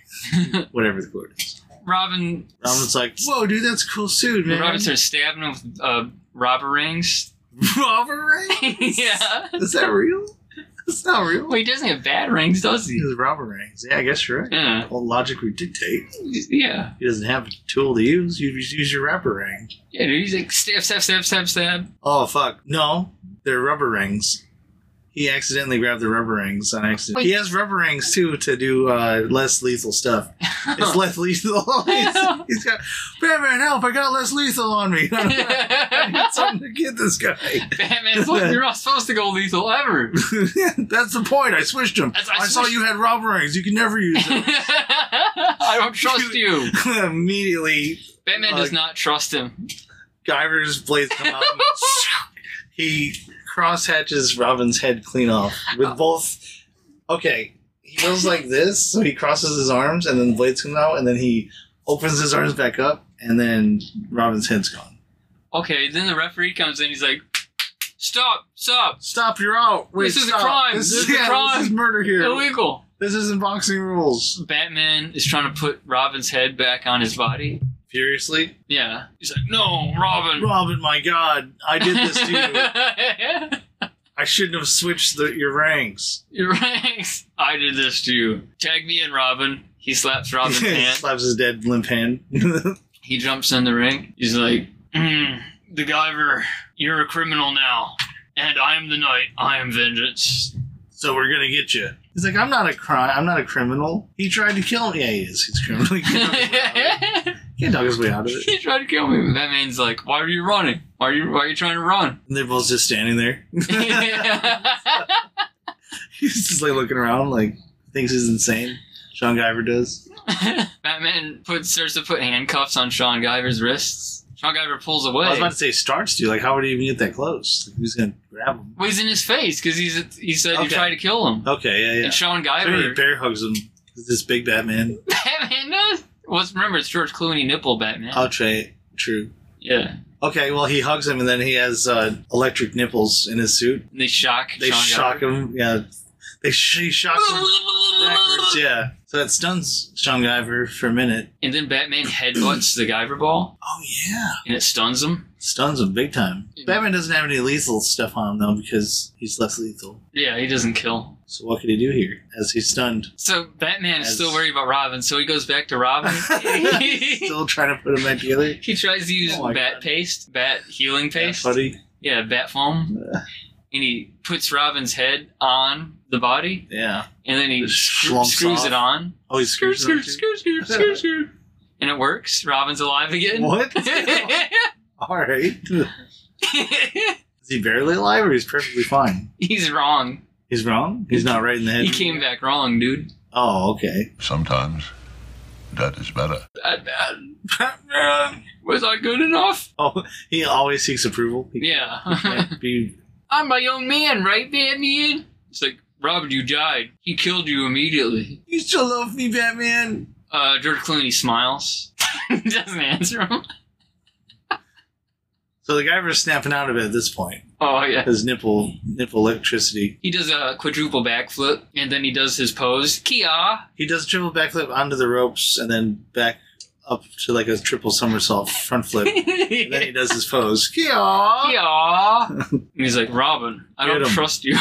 [SPEAKER 3] Whatever the quote is.
[SPEAKER 2] Robin.
[SPEAKER 3] Robin's like, whoa, dude, that's a cool suit, man.
[SPEAKER 2] Robin starts stabbing him with uh, robber rings.
[SPEAKER 3] Robber
[SPEAKER 2] rings? yeah.
[SPEAKER 3] Is that real? That's not real.
[SPEAKER 2] Well, he doesn't have bad rings, does he?
[SPEAKER 3] He has robber rings. Yeah, I guess you're right.
[SPEAKER 2] Yeah.
[SPEAKER 3] Well, logic would dictate.
[SPEAKER 2] Yeah.
[SPEAKER 3] He doesn't have a tool to use. You just use your robber ring.
[SPEAKER 2] Yeah, dude, he's like stab, stab, stab, stab, stab.
[SPEAKER 3] Oh, fuck. No, they're rubber rings. He accidentally grabbed the rubber rings on accident. He has rubber rings too to do uh, less lethal stuff. It's less lethal. he's, he's got Batman help! I got less lethal on me. I need something to get this guy.
[SPEAKER 2] Batman's like, you're not supposed to go lethal ever.
[SPEAKER 3] That's the point. I switched him.
[SPEAKER 2] That's-
[SPEAKER 3] I,
[SPEAKER 2] I
[SPEAKER 3] saw
[SPEAKER 2] switched-
[SPEAKER 3] you had rubber rings. You can never use them.
[SPEAKER 2] I don't trust you.
[SPEAKER 3] Immediately,
[SPEAKER 2] Batman
[SPEAKER 3] Uh,
[SPEAKER 2] does not trust him.
[SPEAKER 3] Guyver's blades come out. and he crosshatches Robin's head clean off with both. Okay, he goes like this, so he crosses his arms, and then the blades come out, and then he opens his arms back up, and then Robin's head's gone.
[SPEAKER 2] Okay, then the referee comes in. He's like, stop, stop.
[SPEAKER 3] Stop! You're out. Wait,
[SPEAKER 2] this is
[SPEAKER 3] stop.
[SPEAKER 2] a crime.
[SPEAKER 3] This,
[SPEAKER 2] This,
[SPEAKER 3] is
[SPEAKER 2] is
[SPEAKER 3] yeah,
[SPEAKER 2] a crime.
[SPEAKER 3] This is murder here.
[SPEAKER 2] Illegal.
[SPEAKER 3] This isn't boxing rules.
[SPEAKER 2] Batman is trying to put Robin's head back on his body.
[SPEAKER 3] Furiously,
[SPEAKER 2] Yeah. He's like, no, Robin.
[SPEAKER 3] Robin, my God, I did this to you.
[SPEAKER 2] you.
[SPEAKER 3] I shouldn't have switched the, your ranks.
[SPEAKER 2] Your ranks. I did this to you. Tag me in, Robin. He slaps Robin's hand.
[SPEAKER 3] Slaps his dead limp hand.
[SPEAKER 2] He jumps in the ring. He's like, mm, the Guyver, you're a criminal now. And I am the knight. I am vengeance.
[SPEAKER 3] so we're gonna get you. He's like, I'm not a crime. I'm not a criminal. He tried to kill me. Yeah, he is. He's a criminal. He can't, he can't dog his way out of it.
[SPEAKER 2] he tried to kill me. Batman's like, why are you running? Why are you, why are you trying to run?
[SPEAKER 3] And they're both just standing there. He's just like looking around, like thinks he's insane. Sean Guyver does.
[SPEAKER 2] Batman puts, starts to put handcuffs on Sean Guyver's wrists. Sean Guyver pulls away.
[SPEAKER 3] I was about to say starts to. Like, how would he even get that close? Like, who's gonna grab him?
[SPEAKER 2] Well, he's in his face because he's he said you
[SPEAKER 3] Okay.
[SPEAKER 2] tried to kill him.
[SPEAKER 3] Okay, yeah, yeah.
[SPEAKER 2] And Sean
[SPEAKER 3] So he
[SPEAKER 2] Guyver,
[SPEAKER 3] bear hugs him. This big Batman.
[SPEAKER 2] Batman does. Well, it's- remember it's George Clooney nipple Batman.
[SPEAKER 3] I'll try. True.
[SPEAKER 2] yeah,
[SPEAKER 3] Okay, well, he hugs him, and then he has uh, electric nipples in his suit.
[SPEAKER 2] and they shock.
[SPEAKER 3] They
[SPEAKER 2] Sean
[SPEAKER 3] shock
[SPEAKER 2] Guyver.
[SPEAKER 3] him. Yeah, they sh- he shocks him backwards. Yeah, so that stuns Sean Guyver for a minute.
[SPEAKER 2] And then Batman headbutts the Guyver ball,
[SPEAKER 3] Oh yeah,
[SPEAKER 2] and it stuns him.
[SPEAKER 3] stuns him big time. Batman doesn't have any lethal stuff on him though because he's less lethal.
[SPEAKER 2] Yeah, he doesn't kill.
[SPEAKER 3] So what could he do here? As he's stunned,
[SPEAKER 2] So Batman is
[SPEAKER 3] As-
[SPEAKER 2] still worried about Robin, so he goes back to Robin.
[SPEAKER 3] still trying to put him back together.
[SPEAKER 2] he tries to use
[SPEAKER 3] Oh my
[SPEAKER 2] bat paste, bat healing paste.
[SPEAKER 3] Buddy,
[SPEAKER 2] Yeah, bat foam. And he puts Robin's head on the body,
[SPEAKER 3] yeah.
[SPEAKER 2] and then he
[SPEAKER 3] Just
[SPEAKER 2] screw-
[SPEAKER 3] slumps
[SPEAKER 2] screws it
[SPEAKER 3] off.
[SPEAKER 2] on.
[SPEAKER 3] Oh, he
[SPEAKER 2] Screw,
[SPEAKER 3] screws him.
[SPEAKER 2] screw, screw, screw, screw, screw. And it works. Robin's alive again.
[SPEAKER 3] What? All right. Is he barely alive or he's perfectly fine?
[SPEAKER 2] He's wrong.
[SPEAKER 3] He's wrong. He's not right in the head.
[SPEAKER 2] He came back wrong, dude.
[SPEAKER 3] Oh, okay.
[SPEAKER 21] Sometimes that is better.
[SPEAKER 2] Bad, bad. Was I good enough?
[SPEAKER 3] Oh, he always seeks approval. He
[SPEAKER 2] Yeah.
[SPEAKER 3] can't be
[SPEAKER 2] I'm my own man, right, Batman? It's like, Robin, you died. He killed you immediately.
[SPEAKER 3] You still love me, Batman.
[SPEAKER 2] Uh, George Clooney smiles. Doesn't answer him.
[SPEAKER 3] So the guy was snapping out of it at this point.
[SPEAKER 2] Oh, yeah.
[SPEAKER 3] His nipple nipple electricity.
[SPEAKER 2] He does a quadruple backflip, and then he does his pose. Kia!
[SPEAKER 3] He does a triple backflip onto the ropes and then back up to like a triple somersault front flip. and then he does his pose. Kia!
[SPEAKER 2] Kia! And he's like, Robin, I
[SPEAKER 3] Get
[SPEAKER 2] don't
[SPEAKER 3] him. Oh.
[SPEAKER 2] trust you.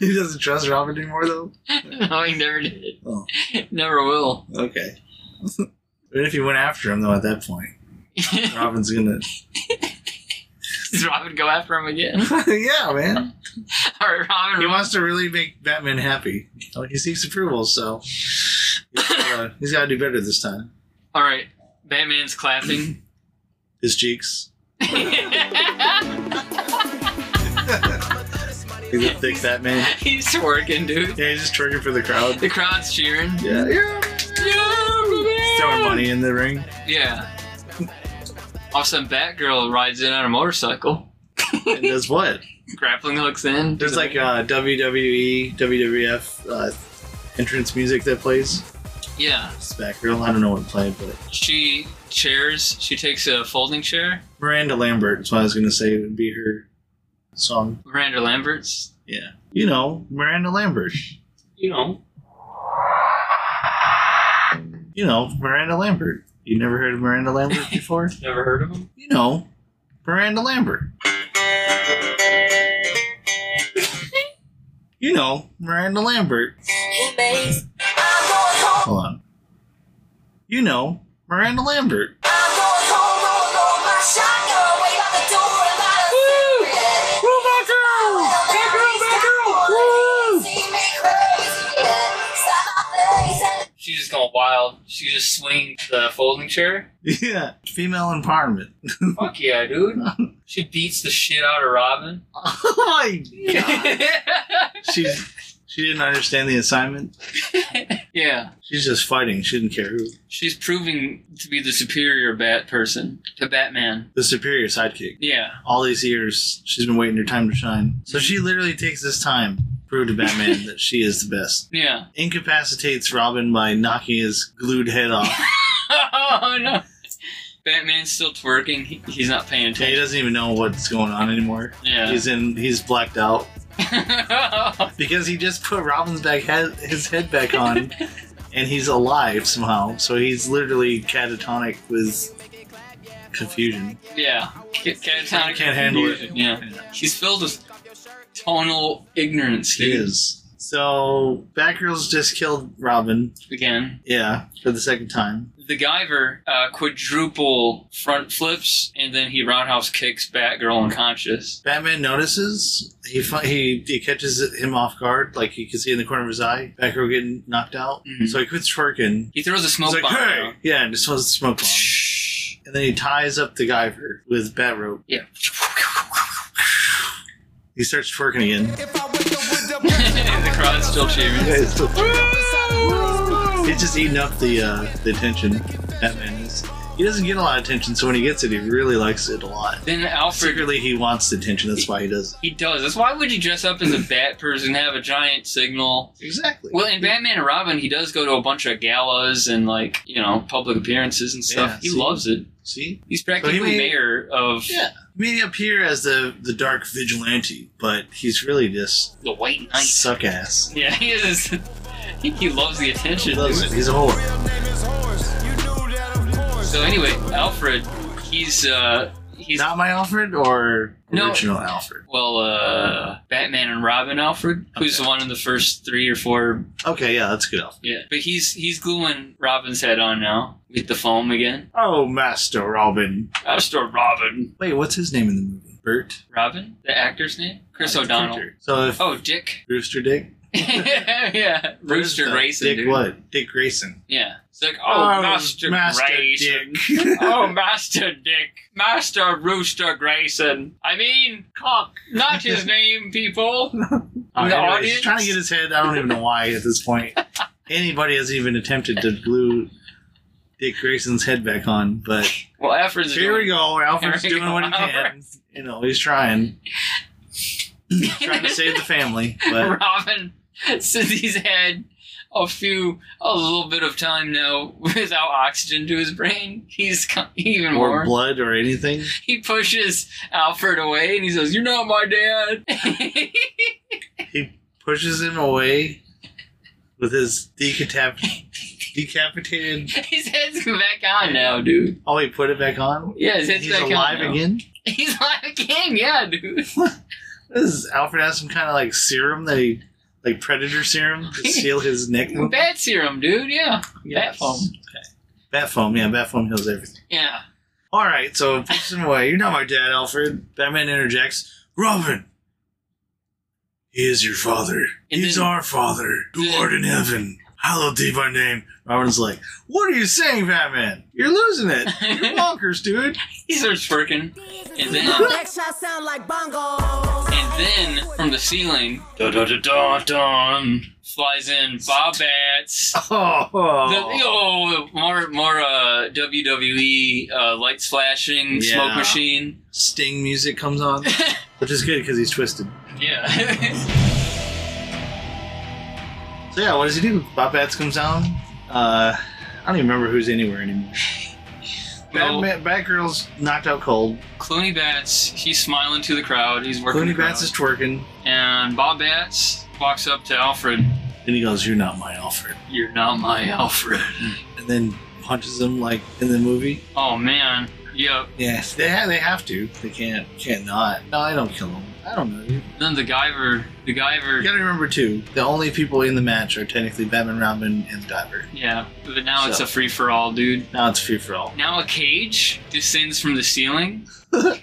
[SPEAKER 3] he doesn't trust Robin anymore though.
[SPEAKER 2] no, he never did.
[SPEAKER 3] Oh.
[SPEAKER 2] Never will.
[SPEAKER 3] Okay. Even if you went after him though at that point. Robin's gonna
[SPEAKER 2] Does Robin go after him again?
[SPEAKER 3] Yeah, man.
[SPEAKER 2] All right, Robin.
[SPEAKER 3] He wants to really make Batman happy. Oh, he seeks approval, so he's gotta- he's gotta do better this time.
[SPEAKER 2] All right, Batman's clapping.
[SPEAKER 3] His cheeks. He's a thick fat man.
[SPEAKER 2] he's twerking, dude.
[SPEAKER 3] Yeah, he's just twerking for the crowd.
[SPEAKER 2] The crowd's cheering.
[SPEAKER 3] Yeah, yeah. He's throwing money in the ring.
[SPEAKER 2] Yeah. All of a sudden, Batgirl rides in on a motorcycle,
[SPEAKER 3] And does what?
[SPEAKER 2] grappling hooks in.
[SPEAKER 3] There's like uh, WWE, WWF uh, entrance music that plays.
[SPEAKER 2] yeah.
[SPEAKER 3] It's Batgirl. I don't know what played, but
[SPEAKER 2] She chairs. She takes a folding chair.
[SPEAKER 3] Miranda Lambert is what I was gonna say would be her song.
[SPEAKER 2] Miranda Lambert's.
[SPEAKER 3] Yeah. You know, Miranda Lambert.
[SPEAKER 2] You know,
[SPEAKER 3] You know, Miranda Lambert. You never heard of Miranda Lambert before?
[SPEAKER 2] never heard of him.
[SPEAKER 3] You know, Miranda Lambert. you know, Miranda Lambert. Hold on. You know, Miranda Lambert.
[SPEAKER 2] She's just going wild. She just swings the folding chair.
[SPEAKER 3] Yeah, female empowerment.
[SPEAKER 2] Fuck yeah, dude. She beats the shit out of Robin.
[SPEAKER 3] Oh my she she didn't understand the assignment.
[SPEAKER 2] yeah.
[SPEAKER 3] She's just fighting. She didn't care who.
[SPEAKER 2] She's proving to be the superior bat person to Batman.
[SPEAKER 3] The superior sidekick.
[SPEAKER 2] Yeah.
[SPEAKER 3] All these years, she's been waiting her time to shine. So she literally takes this time to prove to Batman that she is the best.
[SPEAKER 2] Yeah.
[SPEAKER 3] Incapacitates Robin by knocking his glued head off.
[SPEAKER 2] oh no. Batman's still twerking. He, he's not paying
[SPEAKER 3] Yeah, he
[SPEAKER 2] attention.
[SPEAKER 3] doesn't even know what's going on anymore.
[SPEAKER 2] Yeah.
[SPEAKER 3] He's in. He's blacked out. because he just put Robin's back head, his head back on, and he's alive somehow. So he's literally catatonic with confusion.
[SPEAKER 2] Yeah. Ca- Catatonic
[SPEAKER 3] Can't handle it.
[SPEAKER 2] confusion, Yeah. He's filled with tonal ignorance.
[SPEAKER 3] He
[SPEAKER 2] dude.
[SPEAKER 3] is. So Batgirl's just killed Robin.
[SPEAKER 2] Again.
[SPEAKER 3] Yeah, for the second time.
[SPEAKER 2] The Guyver uh, quadruple front flips, and then he roundhouse kicks Batgirl unconscious.
[SPEAKER 3] Batman notices. He fi- he he catches him off guard, like he can see in the corner of his eye. Batgirl getting knocked out. So he quits twerking.
[SPEAKER 2] He throws a Mm-hmm. smoke
[SPEAKER 3] He's
[SPEAKER 2] bomb.
[SPEAKER 3] like, "Hey!"
[SPEAKER 2] down.
[SPEAKER 3] Yeah, and just throws a smoke bomb. And then he ties up the Guyver with bat rope.
[SPEAKER 2] Yeah.
[SPEAKER 3] He starts twerking again.
[SPEAKER 2] and the crowd's still cheering.
[SPEAKER 3] Yeah, it's still twerking. He's just eating up the uh, the attention. Batman is. He doesn't get a lot of attention, so when he gets it, he really likes it a lot.
[SPEAKER 2] Then Alfred
[SPEAKER 3] Secretly, he wants the attention. That's why he does.
[SPEAKER 2] He does. That's why would you dress up as a bat person, have a giant signal?
[SPEAKER 3] Exactly.
[SPEAKER 2] Well, in Batman and Robin, he does go to a bunch of galas and like you know public appearances and stuff.
[SPEAKER 3] Yeah,
[SPEAKER 2] he
[SPEAKER 3] see?
[SPEAKER 2] loves it.
[SPEAKER 3] See,
[SPEAKER 2] he's practically
[SPEAKER 3] So he may-
[SPEAKER 2] mayor of
[SPEAKER 3] Yeah. He may appear as the the dark vigilante, but he's really just
[SPEAKER 2] the White Knight.
[SPEAKER 3] suck ass.
[SPEAKER 2] Yeah, he is. he loves the attention.
[SPEAKER 3] He loves it.
[SPEAKER 2] dude.
[SPEAKER 3] He's a whore.
[SPEAKER 2] So anyway, Alfred, he's uh he's
[SPEAKER 3] Not my Alfred or
[SPEAKER 2] No.
[SPEAKER 3] original Alfred.
[SPEAKER 2] well uh Batman and Robin Alfred, who's the one in the first three or four.
[SPEAKER 3] Okay, yeah, that's good Alfred.
[SPEAKER 2] Yeah, but he's he's gluing Robin's head on now with the foam again.
[SPEAKER 3] Oh, Master Robin.
[SPEAKER 2] Master Robin.
[SPEAKER 3] Wait, what's his name in the movie? Bert
[SPEAKER 2] Robin, the actor's name, Chris O'Donnell.
[SPEAKER 3] So if
[SPEAKER 2] Oh, Dick.
[SPEAKER 3] Rooster Dick.
[SPEAKER 2] yeah, Rooster
[SPEAKER 3] Uh,
[SPEAKER 2] Grayson.
[SPEAKER 3] Dick
[SPEAKER 2] dude.
[SPEAKER 3] what? Dick Grayson.
[SPEAKER 2] Yeah. It's like, oh,
[SPEAKER 3] Oh,
[SPEAKER 2] Master,
[SPEAKER 3] Master
[SPEAKER 2] Grayson. oh, Master Dick. Master Rooster Grayson. I mean, cock. Not his name, people.
[SPEAKER 3] Oh,
[SPEAKER 2] In the
[SPEAKER 3] anyway,
[SPEAKER 2] audience.
[SPEAKER 3] he's trying to get his head. I don't even know why at this point. Anybody has even attempted to glue Dick Grayson's head back on, but
[SPEAKER 2] well, Alfred's
[SPEAKER 3] here
[SPEAKER 2] doing-
[SPEAKER 3] we go. Alfred's
[SPEAKER 2] Here we
[SPEAKER 3] doing
[SPEAKER 2] go,
[SPEAKER 3] what he can.
[SPEAKER 2] Alfred.
[SPEAKER 3] You know, he's trying. He's trying to save the family, but
[SPEAKER 2] Robin, since he's had a few, a little bit of time now without oxygen to his brain, he's co- even more.
[SPEAKER 3] or blood or anything.
[SPEAKER 2] He pushes Alfred away and he says, You're not my dad.
[SPEAKER 3] He pushes him away with his decapitated. decapitated.
[SPEAKER 2] His head's back on now, dude.
[SPEAKER 3] Oh, he put it back on.
[SPEAKER 2] Yeah, his head's
[SPEAKER 3] he's
[SPEAKER 2] back on
[SPEAKER 3] alive
[SPEAKER 2] now.
[SPEAKER 3] again.
[SPEAKER 2] He's like a king, yeah, dude.
[SPEAKER 3] This is Alfred has some kind of like serum that he, like predator serum to seal his neck. wound?
[SPEAKER 2] Bat serum, dude, yeah. Bat
[SPEAKER 3] Yes.
[SPEAKER 2] foam.
[SPEAKER 3] Bat foam, yeah, bat foam heals everything.
[SPEAKER 2] Yeah.
[SPEAKER 3] All right, so puts him away. You're not my dad, Alfred. Batman interjects. Robin, he is your father.
[SPEAKER 2] And
[SPEAKER 3] He's
[SPEAKER 2] then-
[SPEAKER 3] our father, who art in heaven. Hallowed be thy name. Robin's like, what are you saying, Batman? You're losing it. You're bonkers, dude.
[SPEAKER 2] He starts twerking. And then And then from the ceiling dun, dun, dun, dun, dun, flies in Bob Bats.
[SPEAKER 3] Oh,
[SPEAKER 2] The, oh, more more uh, WWE uh, lights flashing,
[SPEAKER 3] Yeah.
[SPEAKER 2] smoke machine.
[SPEAKER 3] Sting music comes on, which is good because he's twisted.
[SPEAKER 2] Yeah.
[SPEAKER 3] So yeah, what does he do? Bob Bats comes down. Uh, I don't even remember who's anywhere anymore.
[SPEAKER 18] Batman, Batgirl's knocked out cold.
[SPEAKER 2] Clooney Bats, he's smiling to the crowd. He's working.
[SPEAKER 18] Clooney
[SPEAKER 2] the crowd.
[SPEAKER 18] Bats is twerking,
[SPEAKER 2] and Bob Bats walks up to Alfred.
[SPEAKER 3] And he goes, You're not my Alfred.
[SPEAKER 2] You're not my Alfred.
[SPEAKER 3] and then punches him like in the movie.
[SPEAKER 2] Oh man. Yep.
[SPEAKER 3] Yes, they ha- they have to. They can't can't not. No, I don't kill him. I don't know. You
[SPEAKER 2] Then the Guyver, the Guyver.
[SPEAKER 3] gotta remember too, the only people in the match are technically Batman, Robin, and the Diver.
[SPEAKER 2] Yeah, but now it's
[SPEAKER 3] So-
[SPEAKER 2] a free for all, dude.
[SPEAKER 3] Now it's free for all.
[SPEAKER 2] Now a cage descends from the ceiling. And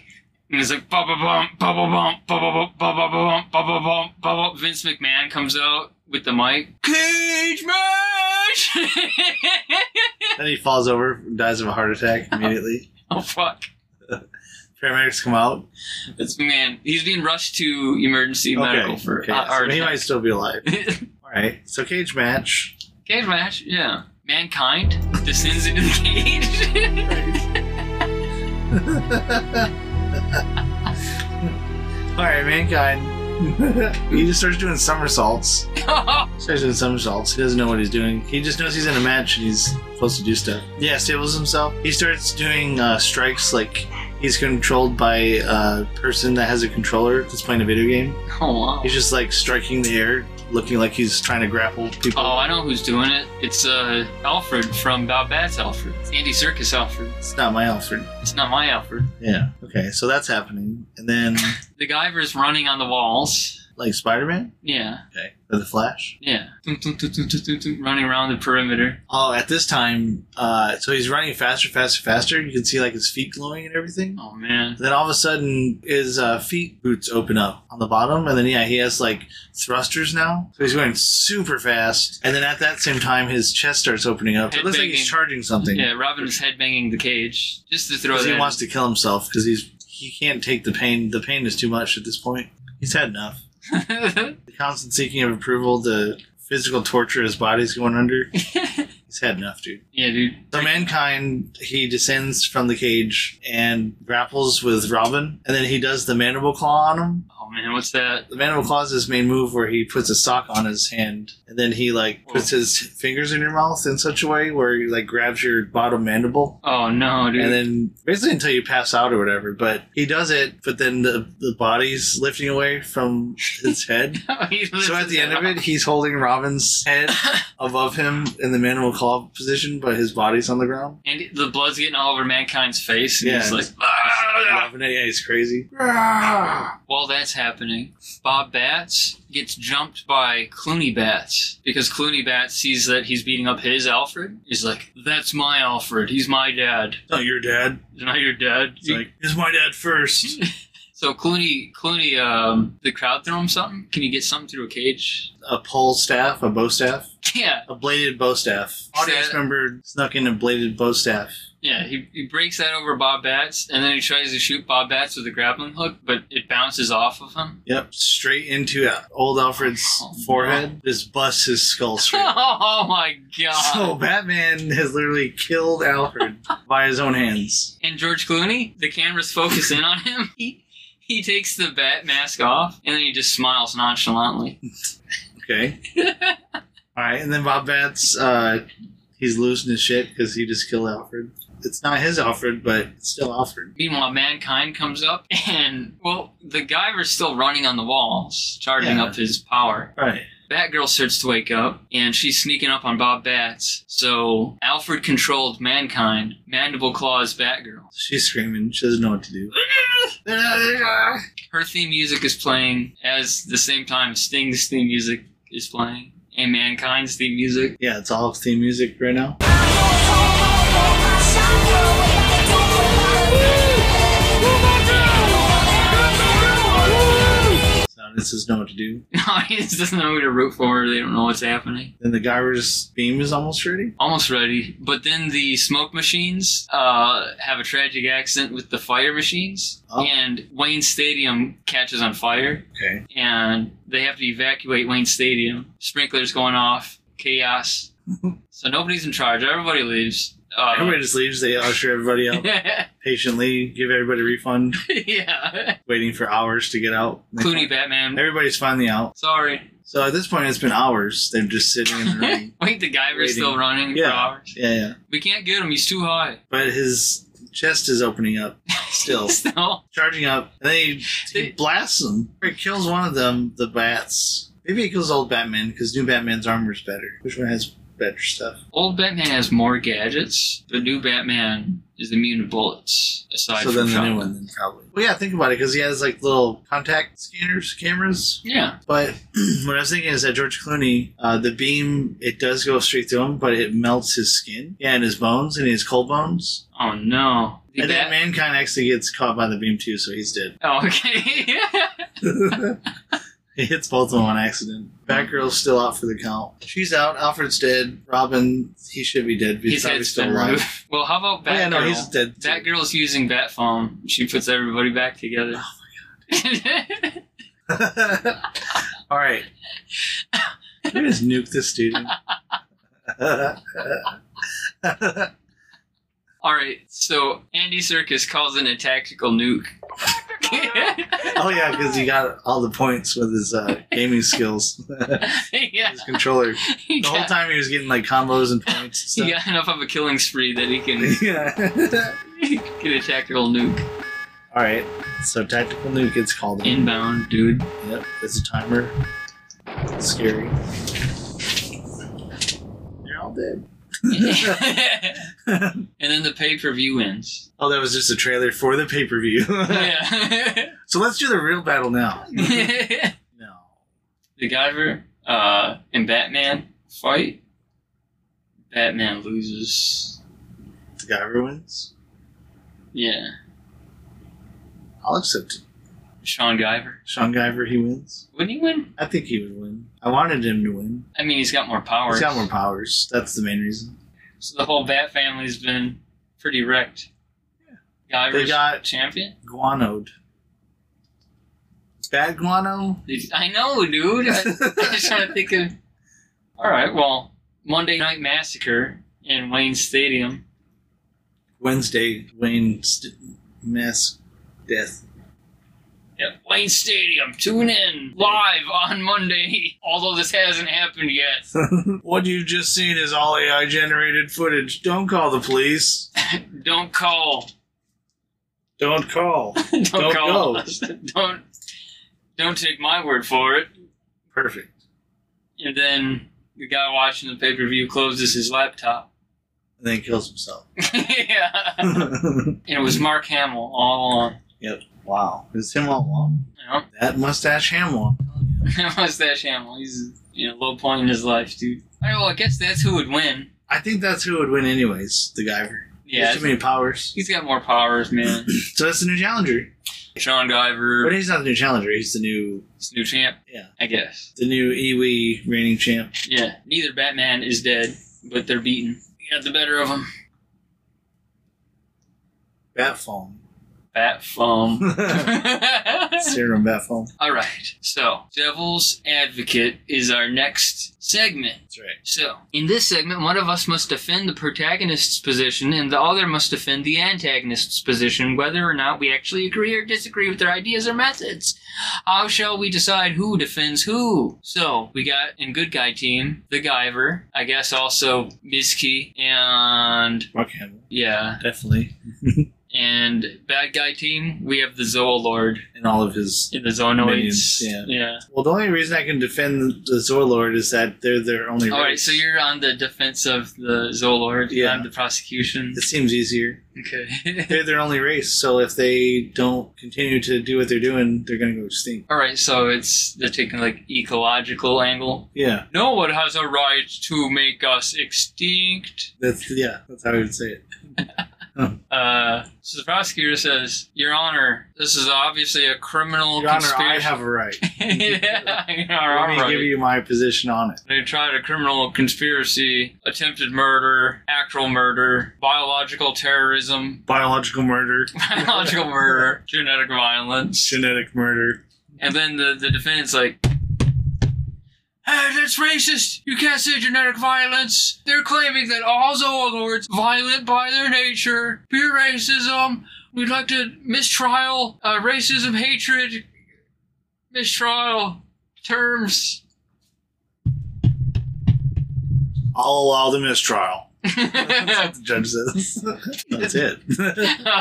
[SPEAKER 2] it's like bubba bump, bubba bump, bubba bump, bubba bump, bubba bump, bubba bump. Vince McMahon comes out with the mic. Cage match!
[SPEAKER 3] Then he falls over, and dies of a heart attack immediately.
[SPEAKER 2] oh fuck!
[SPEAKER 3] Paramedics come out.
[SPEAKER 2] It's man. He's being rushed to emergency medical for
[SPEAKER 3] okay,
[SPEAKER 2] uh,
[SPEAKER 3] so
[SPEAKER 2] heart
[SPEAKER 3] he
[SPEAKER 2] attack.
[SPEAKER 3] might still be alive. all right, so cage match.
[SPEAKER 2] Cage match, yeah. Mankind descends into the cage.
[SPEAKER 3] All right, mankind. he just starts doing somersaults.
[SPEAKER 2] Oh,
[SPEAKER 3] starts doing somersaults. He doesn't know what he's doing. He just knows he's in a match and he's supposed to do stuff. Yeah, stables himself. He starts doing uh, strikes like he's controlled by a person that has a controller that's playing a video game.
[SPEAKER 2] oh wow.
[SPEAKER 3] He's just like striking the air, looking like he's trying to grapple people.
[SPEAKER 2] Oh, I know who's doing it. It's uh Alfred from Bob Bats Alfred. It's Andy Circus Alfred.
[SPEAKER 3] It's not my Alfred.
[SPEAKER 2] It's not my Alfred.
[SPEAKER 3] Yeah. Okay, so that's happening, and then
[SPEAKER 2] The Guyver's running on the walls.
[SPEAKER 3] like Spider-Man
[SPEAKER 2] Yeah,
[SPEAKER 3] or the Flash.
[SPEAKER 2] yeah. Dum, dum, dum, dum, dum, dum, dum, Running around the perimeter.
[SPEAKER 3] Oh, at this time, uh, so he's running faster, faster, faster. You can see like his feet glowing and everything.
[SPEAKER 2] Oh man.
[SPEAKER 3] Then all of a sudden, his uh, feet boots open up on the bottom, and then yeah, he has like thrusters now. So he's going super fast, and then at that same time, his chest starts opening up. It looks like he's
[SPEAKER 2] Headbanging.
[SPEAKER 3] charging something.
[SPEAKER 2] Yeah, Robin is headbanging the cage just to throw
[SPEAKER 3] because
[SPEAKER 2] that.
[SPEAKER 3] he
[SPEAKER 2] in.
[SPEAKER 3] wants to kill himself because he's he can't take the pain. The pain is too much at this point. He's had enough. the constant seeking of approval, the physical torture his body's going under. he's had enough, dude.
[SPEAKER 2] Yeah, dude.
[SPEAKER 3] So mankind, he descends from the cage and grapples with Robin, and then he does the mandible claw on him.
[SPEAKER 2] Oh man, what's that?
[SPEAKER 3] The mandible claw is his main move, where he puts a sock on his hand, and then he like puts his fingers in your mouth in such a way where he like grabs your bottom mandible.
[SPEAKER 2] Oh no, dude.
[SPEAKER 3] And then basically until you pass out or whatever, but he does it, but then the, the body's lifting away from his head.
[SPEAKER 2] He
[SPEAKER 3] so at
[SPEAKER 2] lifts his
[SPEAKER 3] the end of
[SPEAKER 2] head
[SPEAKER 3] it, he's holding Robin's head above him in the manual claw position, but his body's on the ground.
[SPEAKER 2] And the blood's getting all over mankind's face, and
[SPEAKER 3] Yeah,
[SPEAKER 2] he's like,
[SPEAKER 3] it's-
[SPEAKER 2] "Ah!"
[SPEAKER 3] Robin, Oh, yeah, he's crazy.
[SPEAKER 2] While that's happening, Bob Bats gets jumped by Clooney Bats because Clooney Bats sees that he's beating up his Alfred. He's like, "That's my Alfred. He's my dad.
[SPEAKER 3] Not your dad.
[SPEAKER 2] Not your dad."
[SPEAKER 3] He's like, is my dad first?
[SPEAKER 2] so Clooney, Clooney, um, the crowd throw him something. Can you get something through a cage?
[SPEAKER 3] a pole staff, a bow staff,
[SPEAKER 2] Yeah,
[SPEAKER 3] a bladed bow staff. Audience
[SPEAKER 2] Yeah.
[SPEAKER 3] member snuck in a bladed bow staff.
[SPEAKER 2] yeah. He, he breaks that over Bob Bats, and then he tries to shoot Bob Bats with a grappling hook, but it bounces off of him.
[SPEAKER 3] Yep, straight into uh, old Alfred's forehead. Just busts his skull straight.
[SPEAKER 2] oh my god!
[SPEAKER 3] so Batman has literally killed Alfred by his own hands.
[SPEAKER 2] and George Clooney, the cameras focus in on him. He, he takes the bat mask off and then he just smiles nonchalantly.
[SPEAKER 3] Okay. All right, and then Bob Bats, uh, he's losing his shit because he just killed Alfred. It's not his Alfred, but it's still Alfred.
[SPEAKER 2] Meanwhile, mankind comes up and well, the Guyver's still running on the walls, charging
[SPEAKER 3] Yeah.
[SPEAKER 2] up his power.
[SPEAKER 3] All right.
[SPEAKER 2] Batgirl starts to wake up and she's sneaking up on Bob Bats. So Alfred controlled mankind. Mandible claws Batgirl.
[SPEAKER 3] She's screaming. She doesn't know what to do.
[SPEAKER 2] Her theme music is playing as the same time Sting's theme music is playing and mankind's theme music.
[SPEAKER 3] Yeah, it's all theme music right now. So this is know what to do.
[SPEAKER 2] The audience doesn't know who to root for. They don't know what's happening.
[SPEAKER 3] Then the Guyver's beam is almost ready.
[SPEAKER 2] Almost ready, but then the smoke machines uh, have a tragic accident with the fire machines,
[SPEAKER 3] Oh.
[SPEAKER 2] and Wayne Stadium catches on fire,
[SPEAKER 3] Okay.
[SPEAKER 2] and they have to evacuate Wayne Stadium. Sprinklers going off, chaos. so nobody's in charge. Everybody leaves. Uh,
[SPEAKER 3] Everybody just leaves. They usher everybody out
[SPEAKER 2] yeah,
[SPEAKER 3] patiently, give everybody a refund,
[SPEAKER 2] yeah.
[SPEAKER 3] waiting for hours to get out.
[SPEAKER 2] Clooney, Batman.
[SPEAKER 3] Everybody's finally out.
[SPEAKER 2] Sorry.
[SPEAKER 3] So at this point, it's been hours. They're just sitting in the room.
[SPEAKER 2] Wait, the guy was
[SPEAKER 3] Waiting.
[SPEAKER 2] still running
[SPEAKER 3] Yeah.
[SPEAKER 2] for hours.
[SPEAKER 3] yeah, yeah.
[SPEAKER 2] We can't get him. He's too high.
[SPEAKER 3] But his chest is opening up still.
[SPEAKER 2] still.
[SPEAKER 3] Charging up. And then he, he blasts them. Or He kills one of them, the bats. Maybe he kills old Batman because new Batman's armor's better. Which one has better stuff?
[SPEAKER 2] Old Batman has more gadgets. The new Batman is immune to bullets. Aside
[SPEAKER 3] so
[SPEAKER 2] from
[SPEAKER 3] then the
[SPEAKER 2] shotgun.
[SPEAKER 3] new one, then probably. Well, yeah, think about it because he has like little contact scanners, cameras.
[SPEAKER 2] Yeah.
[SPEAKER 3] But what I was thinking is that George Clooney, uh, the beam, it does go straight through him, but it melts his skin. Yeah, and his bones, and his cold bones.
[SPEAKER 2] Oh no. The
[SPEAKER 3] and then mankind actually gets caught by the beam too, so he's dead.
[SPEAKER 2] Oh, okay.
[SPEAKER 3] He hits both of them on accident. Batgirl's still out for the count. She's out. Alfred's dead. Robin, he should be dead. He's
[SPEAKER 2] His
[SPEAKER 3] probably
[SPEAKER 2] head's
[SPEAKER 3] still
[SPEAKER 2] been
[SPEAKER 3] alive.
[SPEAKER 2] removed. Well, how about Batgirl?
[SPEAKER 3] Oh, yeah, no, he's dead.
[SPEAKER 2] Batgirl's using bat foam. She puts everybody back together.
[SPEAKER 3] Oh, All right. Can we just nuke this Oh, student?
[SPEAKER 2] All right. So Andy Circus calls in a tactical nuke.
[SPEAKER 3] oh yeah, because he got all the points with his uh, gaming skills.
[SPEAKER 2] yeah.
[SPEAKER 3] his controller. The whole time he was getting like combos and points and
[SPEAKER 2] He
[SPEAKER 3] stuff.
[SPEAKER 2] got enough of a killing spree that he can
[SPEAKER 3] Yeah.
[SPEAKER 2] get a tactical nuke.
[SPEAKER 3] All right. So tactical nuke gets called in.
[SPEAKER 2] inbound, dude.
[SPEAKER 3] Yep. There's a timer. It's scary. They're all dead.
[SPEAKER 2] and then the pay per view ends.
[SPEAKER 3] Oh, that was just a trailer for the pay per view.
[SPEAKER 2] yeah.
[SPEAKER 3] so let's do the real battle now.
[SPEAKER 2] no. The Guyver uh, and Batman fight. Batman loses.
[SPEAKER 3] The guy ruins.
[SPEAKER 2] Yeah.
[SPEAKER 3] I'll accept it.
[SPEAKER 2] Sean Guyver.
[SPEAKER 3] Sean Guyver, he wins.
[SPEAKER 2] Wouldn't he win?
[SPEAKER 3] I think he would win. I wanted him to win.
[SPEAKER 2] I mean, he's got more power.
[SPEAKER 3] He's got more powers. That's the main reason.
[SPEAKER 2] So the whole Bat family's been pretty wrecked. Yeah.
[SPEAKER 3] They
[SPEAKER 2] Guyver's
[SPEAKER 3] got-
[SPEAKER 2] champion?
[SPEAKER 3] Guanoed. Bad guano?
[SPEAKER 2] I know, dude. I, I just trying to think of. All right, well, Monday Night Massacre in Wayne Stadium.
[SPEAKER 3] Wednesday, Wayne St- Mass Death.
[SPEAKER 2] at Wayne Stadium. Tune in live on Monday, although this hasn't happened yet.
[SPEAKER 3] what you've just seen is all AI generated footage. Don't call the police.
[SPEAKER 2] Don't call.
[SPEAKER 3] Don't call.
[SPEAKER 2] Don't, call.
[SPEAKER 3] go.
[SPEAKER 2] us. Don't don't take my word for it.
[SPEAKER 3] Perfect.
[SPEAKER 2] And then the guy watching the pay per view closes his laptop.
[SPEAKER 3] And then he kills himself.
[SPEAKER 2] yeah. And it was Mark Hamill all along.
[SPEAKER 3] Yep. Wow. Is him all along?
[SPEAKER 2] You know?
[SPEAKER 3] That mustache Hamill.
[SPEAKER 2] Mustache Hamill. He's you know, low point in his life, dude. All right, well, I guess that's who would win.
[SPEAKER 3] I think that's who would win anyways, the Guyver. He
[SPEAKER 2] Yeah.
[SPEAKER 3] has too many powers.
[SPEAKER 2] He's got more powers, man.
[SPEAKER 3] So that's the new challenger.
[SPEAKER 2] Sean Guyver.
[SPEAKER 3] But he's not the new challenger, he's the new
[SPEAKER 2] It's new champ.
[SPEAKER 3] Yeah.
[SPEAKER 2] I guess.
[SPEAKER 3] the new Iwi reigning champ.
[SPEAKER 2] Yeah. Neither Batman is dead, but they're beaten. You got the better of them.
[SPEAKER 3] Bat foam.
[SPEAKER 2] Bat foam.
[SPEAKER 3] Serum bat foam.
[SPEAKER 2] All right. So, Devil's Advocate is our next segment.
[SPEAKER 3] That's right.
[SPEAKER 2] So, in this segment, one of us must defend the protagonist's position and the other must defend the antagonist's position, whether or not we actually agree or disagree with their ideas or methods. How shall we decide who defends who? So, we got in Good Guy Team, the Guyver, I guess also Miski, and.
[SPEAKER 3] Mark Hamill.
[SPEAKER 2] Yeah.
[SPEAKER 3] Definitely.
[SPEAKER 2] And Bad Guy Team, we have the Zoolord
[SPEAKER 3] And all of his
[SPEAKER 2] in the Zonoids.
[SPEAKER 3] Minions, yeah.
[SPEAKER 2] yeah.
[SPEAKER 3] Well the only reason I can defend the Zorlord is that they're their only
[SPEAKER 2] All right,
[SPEAKER 3] race.
[SPEAKER 2] so you're on the defense of the Zolord.
[SPEAKER 3] Yeah.
[SPEAKER 2] I'm the prosecution.
[SPEAKER 3] it seems easier.
[SPEAKER 2] Okay.
[SPEAKER 3] They're their only race, so if they don't continue to do what they're doing, they're gonna go extinct.
[SPEAKER 2] All right, so it's they're taking like ecological angle.
[SPEAKER 3] Yeah.
[SPEAKER 2] No one has a right to make us extinct.
[SPEAKER 3] That's yeah, that's how I would say it.
[SPEAKER 2] Uh, so the prosecutor says, "Your Honor, this is obviously a criminal
[SPEAKER 3] Your Honor, I
[SPEAKER 2] conspiracy."
[SPEAKER 3] have a right.
[SPEAKER 2] yeah, Your Honor,
[SPEAKER 3] Let
[SPEAKER 2] I'm
[SPEAKER 3] me
[SPEAKER 2] right.
[SPEAKER 3] give you my position on it.
[SPEAKER 2] They tried a criminal conspiracy, attempted murder, actual murder, biological terrorism,
[SPEAKER 3] Biological murder,
[SPEAKER 2] biological murder, genetic violence.
[SPEAKER 3] genetic murder.
[SPEAKER 2] And then the, the defendant's like, Hey, that's racist! You can't say genetic violence! They're claiming that all zoolords, violent by their nature, pure racism, we'd like to mistrial, uh, racism, hatred, mistrial terms.
[SPEAKER 3] I'll allow the mistrial. That's what the judge says. That's it.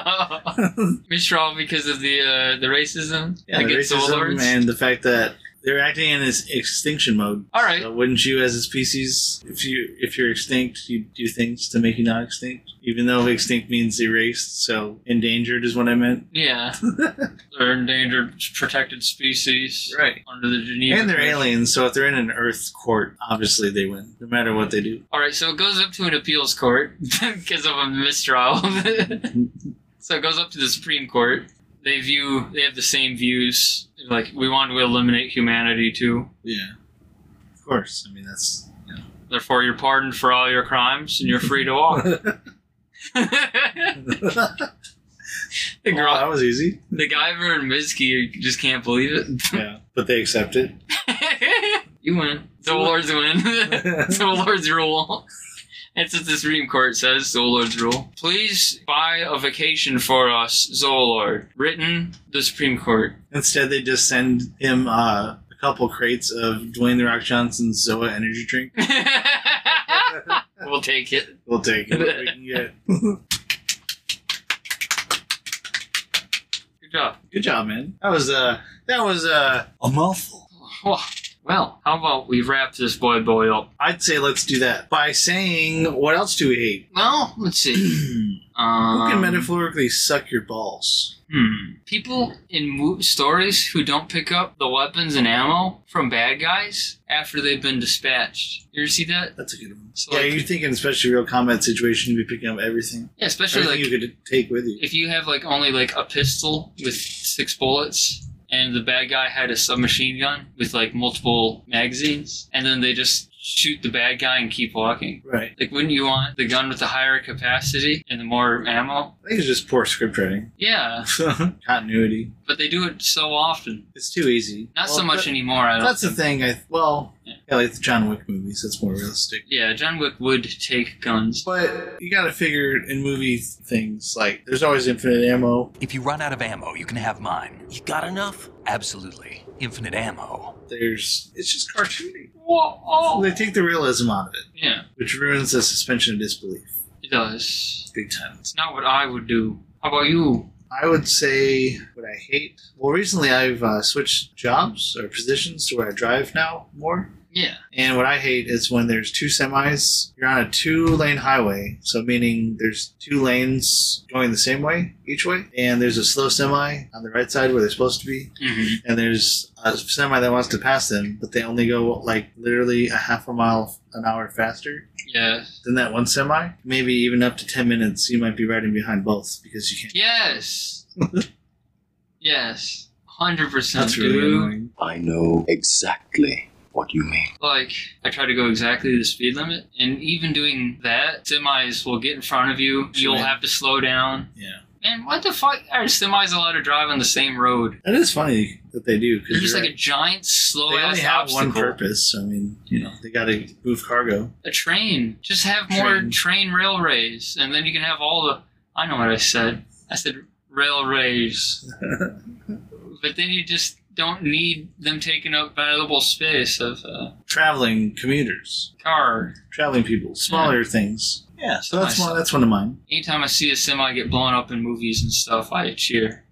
[SPEAKER 2] Mistral because of the uh, the racism
[SPEAKER 3] Yeah, the
[SPEAKER 2] against the
[SPEAKER 3] racism
[SPEAKER 2] warlords.
[SPEAKER 3] and the fact that they're acting in this extinction mode.
[SPEAKER 2] All right.
[SPEAKER 3] So wouldn't you, as a species, if you if you're extinct, you do things to make you not extinct? Even though extinct means erased, so endangered is what I meant.
[SPEAKER 2] Yeah, they're endangered protected species. Right under the Geneva.
[SPEAKER 3] and they're
[SPEAKER 2] Convention.
[SPEAKER 3] aliens, so if they're in an Earth court, obviously they win, no matter what they do.
[SPEAKER 2] All right, so it goes up to an appeals court because of a mistrial. so it goes up to the Supreme Court. They view they have the same views. Like we want to eliminate humanity too.
[SPEAKER 3] Yeah, of course. I mean, that's
[SPEAKER 2] Therefore, you're pardoned for all your crimes and you're free to walk. the girl,
[SPEAKER 3] that was easy.
[SPEAKER 2] The guy and Miski just can't believe it.
[SPEAKER 3] yeah, but they accept it.
[SPEAKER 2] You win. The Lord's win. the Lord's rule. That's what the Supreme Court says, the Lord's rule. Please buy a vacation for us, Zolord. Written the Supreme Court.
[SPEAKER 3] Instead, they just send him uh, a couple crates of Dwayne the Rock Johnson's Zoa energy drink.
[SPEAKER 2] We'll take it.
[SPEAKER 3] We'll take it. We can get.
[SPEAKER 2] Good job.
[SPEAKER 3] Good job, man. That was uh that was uh, a mouthful.
[SPEAKER 2] Well, how about we wrap this boy boy up?
[SPEAKER 3] I'd say let's do that by saying what else do we hate?
[SPEAKER 2] Well, let's see.
[SPEAKER 3] Who
[SPEAKER 2] Um,
[SPEAKER 3] can metaphorically suck your balls?
[SPEAKER 2] Hmm. People in mo- stories who don't pick up the weapons and ammo from bad guys after they've been dispatched. You ever see that?
[SPEAKER 3] That's a good one.
[SPEAKER 2] So
[SPEAKER 3] yeah,
[SPEAKER 2] like-
[SPEAKER 3] you're thinking especially real combat situation, you'd be picking up everything.
[SPEAKER 2] Yeah, especially
[SPEAKER 3] everything
[SPEAKER 2] like-
[SPEAKER 3] you could take with you.
[SPEAKER 2] if you have like only like a pistol with six bullets and the bad guy had a submachine gun with like multiple magazines and then they just shoot the bad guy and keep walking
[SPEAKER 3] Right.
[SPEAKER 2] like wouldn't you want the gun with the higher capacity and the more ammo
[SPEAKER 3] I think it's just poor script writing.
[SPEAKER 2] yeah
[SPEAKER 3] Continuity.
[SPEAKER 2] but they do it so often
[SPEAKER 3] It's too easy.
[SPEAKER 2] not so
[SPEAKER 3] Well,
[SPEAKER 2] much
[SPEAKER 3] that-
[SPEAKER 2] anymore I don't
[SPEAKER 3] That's the
[SPEAKER 2] think.
[SPEAKER 3] thing. I well, yeah. like the John Wick movies. That's more realistic.
[SPEAKER 2] yeah john wick would take guns
[SPEAKER 3] But you gotta figure in movie things like there's always infinite ammo.
[SPEAKER 22] If you run out of ammo, you can have mine. You got enough? Absolutely. Infinite ammo.
[SPEAKER 3] There's it's just cartoony. They take the realism out of it,
[SPEAKER 2] yeah
[SPEAKER 3] which ruins the suspension of disbelief.
[SPEAKER 2] it does
[SPEAKER 3] big time
[SPEAKER 2] it's not what i would do how about you
[SPEAKER 3] I would say what I hate. Well, recently I've uh, switched jobs or positions to where I drive now more.
[SPEAKER 2] yeah
[SPEAKER 3] And what I hate is when there's two semis, you're on a two lane highway. So, meaning there's two lanes going the same way each way. And there's a slow semi on the right side where they're supposed to be.
[SPEAKER 2] Mhm.
[SPEAKER 3] And there's a semi that wants to pass them, but they only go like literally a half a mile an hour faster
[SPEAKER 2] yeah
[SPEAKER 3] than that one semi. Maybe even up to 10 minutes, you might be riding behind both because you can't.
[SPEAKER 2] Yes. yes. Hundred percent,
[SPEAKER 3] That's really
[SPEAKER 2] dude.
[SPEAKER 3] annoying.
[SPEAKER 23] I know exactly what you mean.
[SPEAKER 2] Like I try to go exactly the speed limit, and even doing that, semis will get in front of you. You'll
[SPEAKER 3] Sure.
[SPEAKER 2] have to slow down.
[SPEAKER 3] Yeah.
[SPEAKER 2] Man, what the fuck? Are semis allowed to drive on the same road?
[SPEAKER 3] That is funny that they do. 'cause
[SPEAKER 2] They're just
[SPEAKER 3] you're
[SPEAKER 2] like
[SPEAKER 3] right.
[SPEAKER 2] a giant slow
[SPEAKER 3] they
[SPEAKER 2] ass
[SPEAKER 3] only have
[SPEAKER 2] obstacle.
[SPEAKER 3] one purpose. I mean, you know, they got to move cargo.
[SPEAKER 2] A train. Just have more train. railways, and then you can have all the. I know what I said. I said railways, but then you just don't need them taking up valuable space of. Uh,
[SPEAKER 3] Traveling commuters,
[SPEAKER 2] car.
[SPEAKER 3] traveling people, smaller things. Yeah, so that's
[SPEAKER 2] Nice.
[SPEAKER 3] one. That's one of mine.
[SPEAKER 2] Anytime I see a semi get blown up in movies and stuff, I cheer.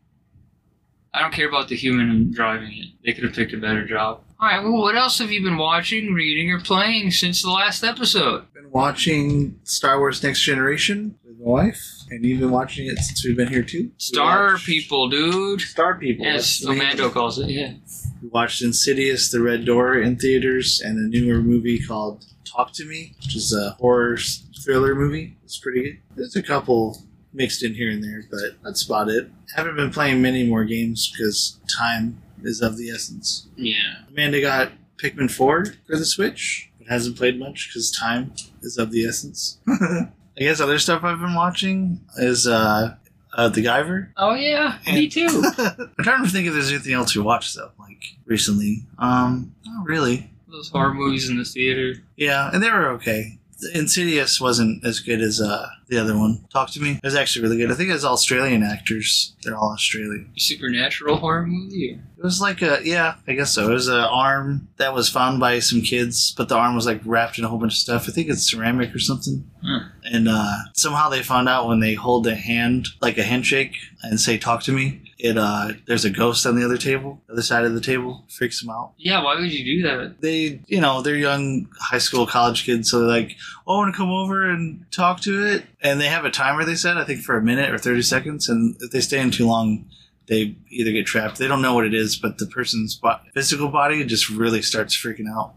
[SPEAKER 2] I don't care about the human driving it. They could have picked a better job. All right. Well, what else have you been watching, reading, or playing since the last episode?
[SPEAKER 3] Been watching Star Wars: Next Generation with my wife, and you've been watching it since we've been here too.
[SPEAKER 2] Star people, dude.
[SPEAKER 3] Star people.
[SPEAKER 2] Yes,
[SPEAKER 3] that's the name
[SPEAKER 2] Amando
[SPEAKER 3] of it.
[SPEAKER 2] calls it. Yeah.
[SPEAKER 3] We watched Insidious: The Red Door in theaters, and a newer movie called Talk to Me, which is a horror s- thriller movie. It's pretty good. There's a couple mixed in here and there, but that's about it. Haven't been playing many more games because time is of the essence.
[SPEAKER 2] Yeah.
[SPEAKER 3] Amanda got Pikmin 4 for the Switch, but hasn't played much because time is of the essence. I guess other stuff I've been watching is uh, uh, The Guyver.
[SPEAKER 2] Oh yeah. Me too.
[SPEAKER 3] I'm trying to think if there's anything else we watched though, like recently. Um, not really.
[SPEAKER 2] Those horror movies in the theater.
[SPEAKER 3] Yeah, and they were okay. Insidious wasn't as good as uh, the other one. Talk to me. It was actually really good. I think it was Australian actors. They're all Australian.
[SPEAKER 2] Supernatural horror movie?
[SPEAKER 3] It was like a yeah, I guess so. It was an arm that was found by some kids, but the arm was like wrapped in a whole bunch of stuff. I think it's ceramic or something.
[SPEAKER 2] Hmm.
[SPEAKER 3] And uh, somehow they found out when they hold their hand like a handshake and say "talk to me," it uh, there's a ghost on the other table, other side of the table, freaks them out.
[SPEAKER 2] Yeah, why would you do that?
[SPEAKER 3] They, you know, they're young high school college kids, so they're like, "Oh, I want to come over and talk to it." And they have a timer. They said, I think for a minute or thirty seconds, and if they stay in too long, they either get trapped. They don't know what it is, but the person's bo- physical body just really starts freaking out.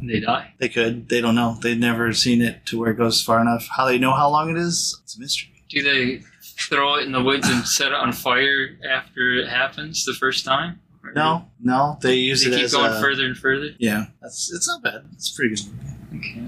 [SPEAKER 2] They die.
[SPEAKER 3] They could. They don't know. They've never seen it to where it goes far enough. How they know how long it is? It's a mystery.
[SPEAKER 2] Do they throw it in the woods and set it on fire after it happens the first time? Or
[SPEAKER 3] No, no. They use
[SPEAKER 2] They
[SPEAKER 3] it
[SPEAKER 2] keep
[SPEAKER 3] as
[SPEAKER 2] going
[SPEAKER 3] a-
[SPEAKER 2] further and further.
[SPEAKER 3] Yeah, that's it's not bad. It's a pretty good. movie.
[SPEAKER 2] Okay.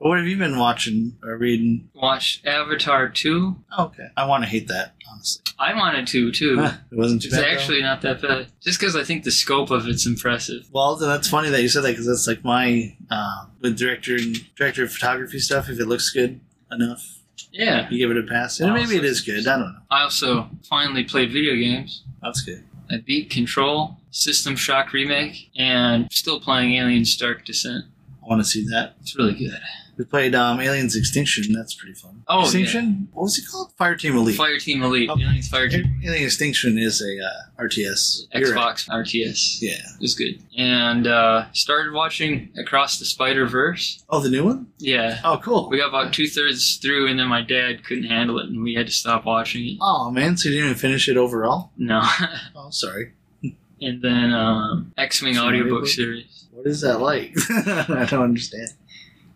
[SPEAKER 3] But what have you been watching or reading? Oh,
[SPEAKER 2] Watched Avatar two.
[SPEAKER 3] okay. I want to hate that honestly.
[SPEAKER 2] I wanted to too.
[SPEAKER 3] Huh, it wasn't too
[SPEAKER 2] it's
[SPEAKER 3] bad, though.
[SPEAKER 2] actually not that bad. Just because I think the scope of it's impressive.
[SPEAKER 3] Well, then that's funny that you said that because that's like my uh, with director and director of photography stuff. If it looks good enough,
[SPEAKER 2] Yeah.
[SPEAKER 3] you give it a pass. And
[SPEAKER 2] Wow,
[SPEAKER 3] maybe it is good. I don't know.
[SPEAKER 2] I also finally played video games.
[SPEAKER 3] That's good.
[SPEAKER 2] I beat Control, System Shock Remake, and still playing Aliens Dark Descent.
[SPEAKER 3] I want to see that.
[SPEAKER 2] It's really good.
[SPEAKER 3] We played um, Aliens Extinction. That's pretty fun.
[SPEAKER 2] Oh,
[SPEAKER 3] Extinction. What was it called? Fireteam Elite.
[SPEAKER 2] Fireteam Elite.
[SPEAKER 3] Okay.
[SPEAKER 2] Aliens Fireteam
[SPEAKER 3] Alien Extinction is a uh, RTS. You're right.
[SPEAKER 2] Xbox RTS.
[SPEAKER 3] Yeah.
[SPEAKER 2] It was good. And uh, started watching Across the Spider Verse.
[SPEAKER 3] Oh, the new one.
[SPEAKER 2] Yeah.
[SPEAKER 3] Oh, cool.
[SPEAKER 2] We got about two thirds through, and then my dad couldn't handle it, and we had to stop watching it.
[SPEAKER 3] Oh man, so you didn't even finish it overall?
[SPEAKER 2] No.
[SPEAKER 3] Oh, sorry.
[SPEAKER 2] and then um, X Wing
[SPEAKER 3] Sorry,
[SPEAKER 2] audiobook
[SPEAKER 3] what?
[SPEAKER 2] series.
[SPEAKER 3] What is that like? I don't understand.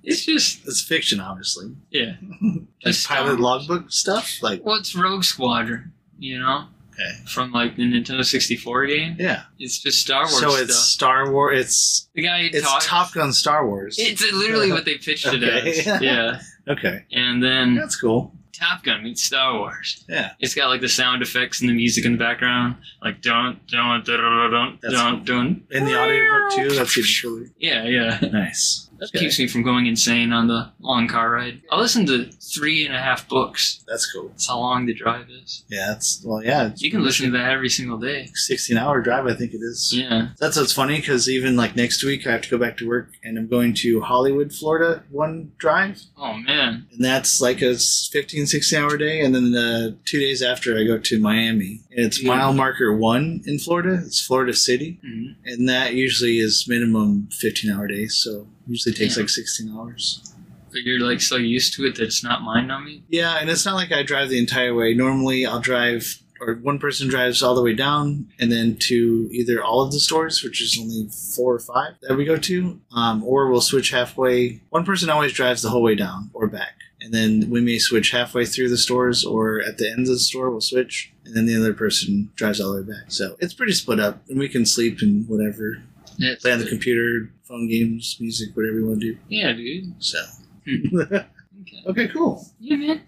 [SPEAKER 2] It's just
[SPEAKER 3] It's fiction, obviously.
[SPEAKER 2] yeah.
[SPEAKER 3] Like
[SPEAKER 2] Just
[SPEAKER 3] pilot
[SPEAKER 2] Star Wars.
[SPEAKER 3] logbook stuff. Like
[SPEAKER 2] Well, it's Rogue Squadron, you know,
[SPEAKER 3] okay,
[SPEAKER 2] from like the Nintendo 64 game.
[SPEAKER 3] yeah.
[SPEAKER 2] It's just Star Wars
[SPEAKER 3] So it's
[SPEAKER 2] stuff.
[SPEAKER 3] Star Wars. It's
[SPEAKER 2] The guy
[SPEAKER 3] it's
[SPEAKER 2] talks.
[SPEAKER 3] Top Gun Star Wars.
[SPEAKER 2] It's literally what they pitched it
[SPEAKER 3] Okay.
[SPEAKER 2] as. Yeah.
[SPEAKER 3] okay,
[SPEAKER 2] And then
[SPEAKER 3] that's cool.
[SPEAKER 2] Top Gun meets Star Wars.
[SPEAKER 3] Yeah,
[SPEAKER 2] It's got like the sound effects and the music in the background, like dun dun dun dun dun
[SPEAKER 3] That's
[SPEAKER 2] dun. dun.
[SPEAKER 3] in the audiobook too. That's even cooler.
[SPEAKER 2] Yeah, yeah.
[SPEAKER 3] Nice.
[SPEAKER 2] That
[SPEAKER 3] Okay.
[SPEAKER 2] keeps me from going insane on the long car ride. I listened to three and a half books.
[SPEAKER 3] That's cool.
[SPEAKER 2] That's how long the drive is.
[SPEAKER 3] Yeah, that's well. Yeah, it's
[SPEAKER 2] You can listen to that every single day.
[SPEAKER 3] sixteen hour drive. I think it is.
[SPEAKER 2] Yeah.
[SPEAKER 3] That's what's funny because even like next week I have to go back to work and I'm going to Hollywood, Florida, one drive.
[SPEAKER 2] Oh man.
[SPEAKER 3] and that's like a s- 15 16 hour day and then the two days after i go to miami and it's
[SPEAKER 2] Yeah.
[SPEAKER 3] mile marker one in florida it's florida city
[SPEAKER 2] Mhm.
[SPEAKER 3] and that usually is minimum 15 hour days so usually takes
[SPEAKER 2] Yeah.
[SPEAKER 3] like 16 hours
[SPEAKER 2] But you're like so used to it that it's not mind numbing.
[SPEAKER 3] yeah and it's not like i drive the entire way normally i'll drive or one person drives all the way down and then to either all of the stores which is only four or five that we go to um, or we'll switch halfway one person always drives the whole way down or back and then we may switch halfway through the stores or at the end of the store we'll switch and then the other person drives all the way back so it's pretty split up and we can sleep and whatever
[SPEAKER 2] That's
[SPEAKER 3] play on the
[SPEAKER 2] good.
[SPEAKER 3] computer phone games music whatever you want to do
[SPEAKER 2] Yeah, dude.
[SPEAKER 3] so
[SPEAKER 2] Hmm.
[SPEAKER 3] okay cool
[SPEAKER 2] Yeah, man.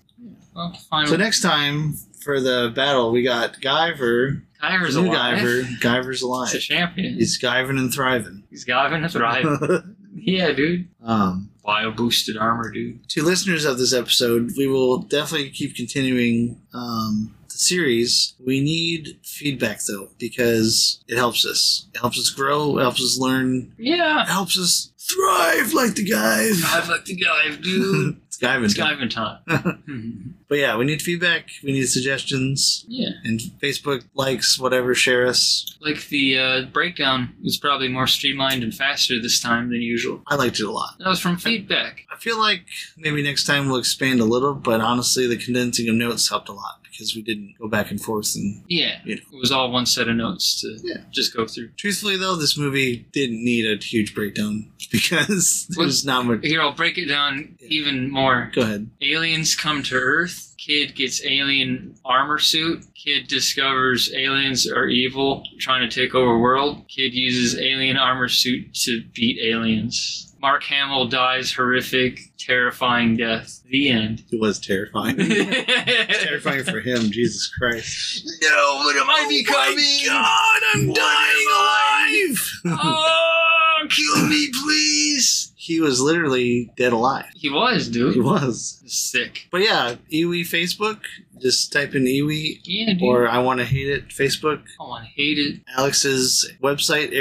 [SPEAKER 2] Well, fine.
[SPEAKER 3] so next time for the battle we got Guyver
[SPEAKER 2] Guyver's
[SPEAKER 3] new
[SPEAKER 2] alive.
[SPEAKER 3] Guyver Guyver's
[SPEAKER 2] He's a
[SPEAKER 3] alive
[SPEAKER 2] champion.
[SPEAKER 3] he's Guyving and thriving
[SPEAKER 2] He's giving a thrive. yeah, dude.
[SPEAKER 3] um
[SPEAKER 2] Bio boosted armor, dude.
[SPEAKER 3] to listeners of this episode, we will definitely keep continuing um, the series. We need feedback though because it helps us. It helps us grow. It helps us learn. It
[SPEAKER 2] Yeah.
[SPEAKER 3] helps us thrive like the guys.
[SPEAKER 2] I've like the guy, dude.
[SPEAKER 3] it's Guyman.
[SPEAKER 2] It's giving time. Mhm.
[SPEAKER 3] But yeah, we need feedback. We need suggestions.
[SPEAKER 2] yeah.
[SPEAKER 3] And Facebook likes, whatever, share us.
[SPEAKER 2] Like the uh, breakdown was probably more streamlined and faster this time than usual.
[SPEAKER 3] I liked it a lot.
[SPEAKER 2] That was from feedback.
[SPEAKER 3] I feel like maybe next time we'll expand a little, but honestly, the condensing of notes helped a lot because we didn't go back and forth and
[SPEAKER 2] Yeah.
[SPEAKER 3] Yeah.
[SPEAKER 2] It was all one set of notes to
[SPEAKER 3] Yeah.
[SPEAKER 2] just go through.
[SPEAKER 3] Truthfully, though, this movie didn't need a huge breakdown because there's not much.
[SPEAKER 2] Here, I'll break it down even more.
[SPEAKER 3] Go ahead.
[SPEAKER 2] Aliens come to Earth. Kid gets alien armor suit. Kid discovers aliens are evil, trying to take over world. Kid uses alien armor suit to beat aliens. Mark Hamill dies horrific, terrifying death. The end.
[SPEAKER 3] It was terrifying. It's terrifying for him, Jesus Christ.
[SPEAKER 2] No, look at my
[SPEAKER 3] my God, I'm dying alive!
[SPEAKER 2] Oh, kill me, please.
[SPEAKER 3] he was literally dead alive.
[SPEAKER 2] He was, dude.
[SPEAKER 3] He was.
[SPEAKER 2] Sick.
[SPEAKER 3] But yeah, Iwi Facebook. Just type in Iwi
[SPEAKER 2] Yeah, dude.
[SPEAKER 3] or I want to hate it Facebook.
[SPEAKER 2] I want to hate it.
[SPEAKER 3] Alex's website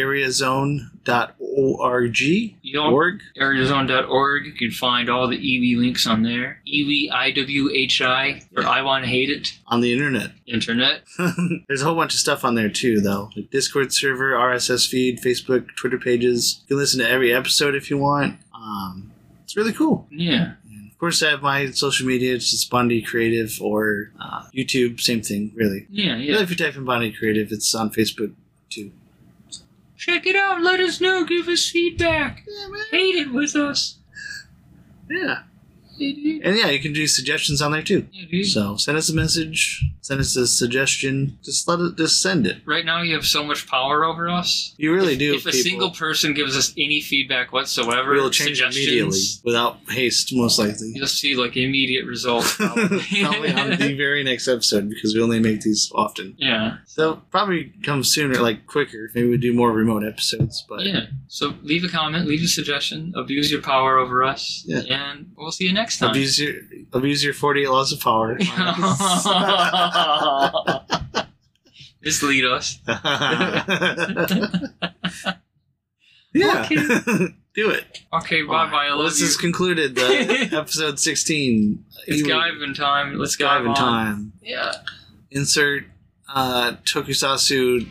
[SPEAKER 3] areazone.org.
[SPEAKER 2] You know,
[SPEAKER 3] Org.
[SPEAKER 2] Arizona.org. You can find all the EV links on there. E EV, IWHI, or I Want to Hate It,
[SPEAKER 3] on the internet.
[SPEAKER 2] internet.
[SPEAKER 3] There's a whole bunch of stuff on there too, though. Like Discord server, RSS feed, Facebook, Twitter pages. You can listen to every episode if you want. Um, it's really cool.
[SPEAKER 2] Yeah.
[SPEAKER 3] And of course, I have my social media. It's just Bondi Creative or uh, YouTube. Same thing, really.
[SPEAKER 2] Yeah, yeah.
[SPEAKER 3] Really, if you type in Bondi Creative, it's on Facebook too.
[SPEAKER 2] Check it out. Let us know. Give us feedback. Hate it with us.
[SPEAKER 3] Yeah. And yeah, you can do suggestions on there too.
[SPEAKER 2] Mm-hmm.
[SPEAKER 3] So send us a message. Send us a suggestion. Just let it. Just send it.
[SPEAKER 2] Right now, you have so much power over us.
[SPEAKER 3] You really do.
[SPEAKER 2] If a
[SPEAKER 3] people.
[SPEAKER 2] single person gives us any feedback whatsoever,
[SPEAKER 3] We'll change
[SPEAKER 2] suggestions,
[SPEAKER 3] immediately without haste, most likely.
[SPEAKER 2] You'll see like immediate results. probably.
[SPEAKER 3] probably on the very next episode because we only make these often.
[SPEAKER 2] yeah.
[SPEAKER 3] So probably come sooner, like quicker. Maybe we do more remote episodes, but
[SPEAKER 2] Yeah. So leave a comment, leave a suggestion, abuse your power over us,
[SPEAKER 3] Yeah.
[SPEAKER 2] and we'll see you next time.
[SPEAKER 3] abuse your abuse your forty eight laws of power.
[SPEAKER 2] Mislead us.
[SPEAKER 3] yeah,
[SPEAKER 2] Okay.
[SPEAKER 3] do it.
[SPEAKER 2] Okay, bye bye. I
[SPEAKER 3] Well,
[SPEAKER 2] love
[SPEAKER 3] this
[SPEAKER 2] you.
[SPEAKER 3] is concluded the episode sixteen.
[SPEAKER 2] It's
[SPEAKER 3] Anyway,
[SPEAKER 2] dive in time. Let's dive
[SPEAKER 3] dive in
[SPEAKER 2] on.
[SPEAKER 3] time.
[SPEAKER 2] Yeah.
[SPEAKER 3] Insert uh, tokusatsu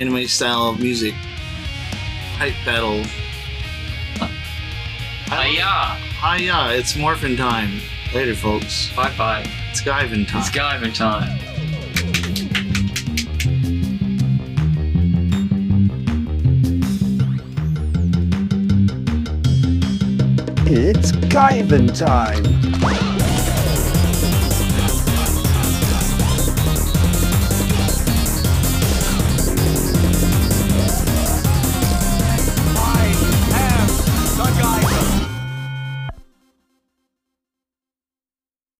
[SPEAKER 3] anime style music. Hype battle.
[SPEAKER 2] Hiya.
[SPEAKER 3] Hiya! It's morphin time. Later, folks.
[SPEAKER 2] Bye bye.
[SPEAKER 3] It's diving time.
[SPEAKER 2] It's dive in time.
[SPEAKER 24] It's Kyvan time.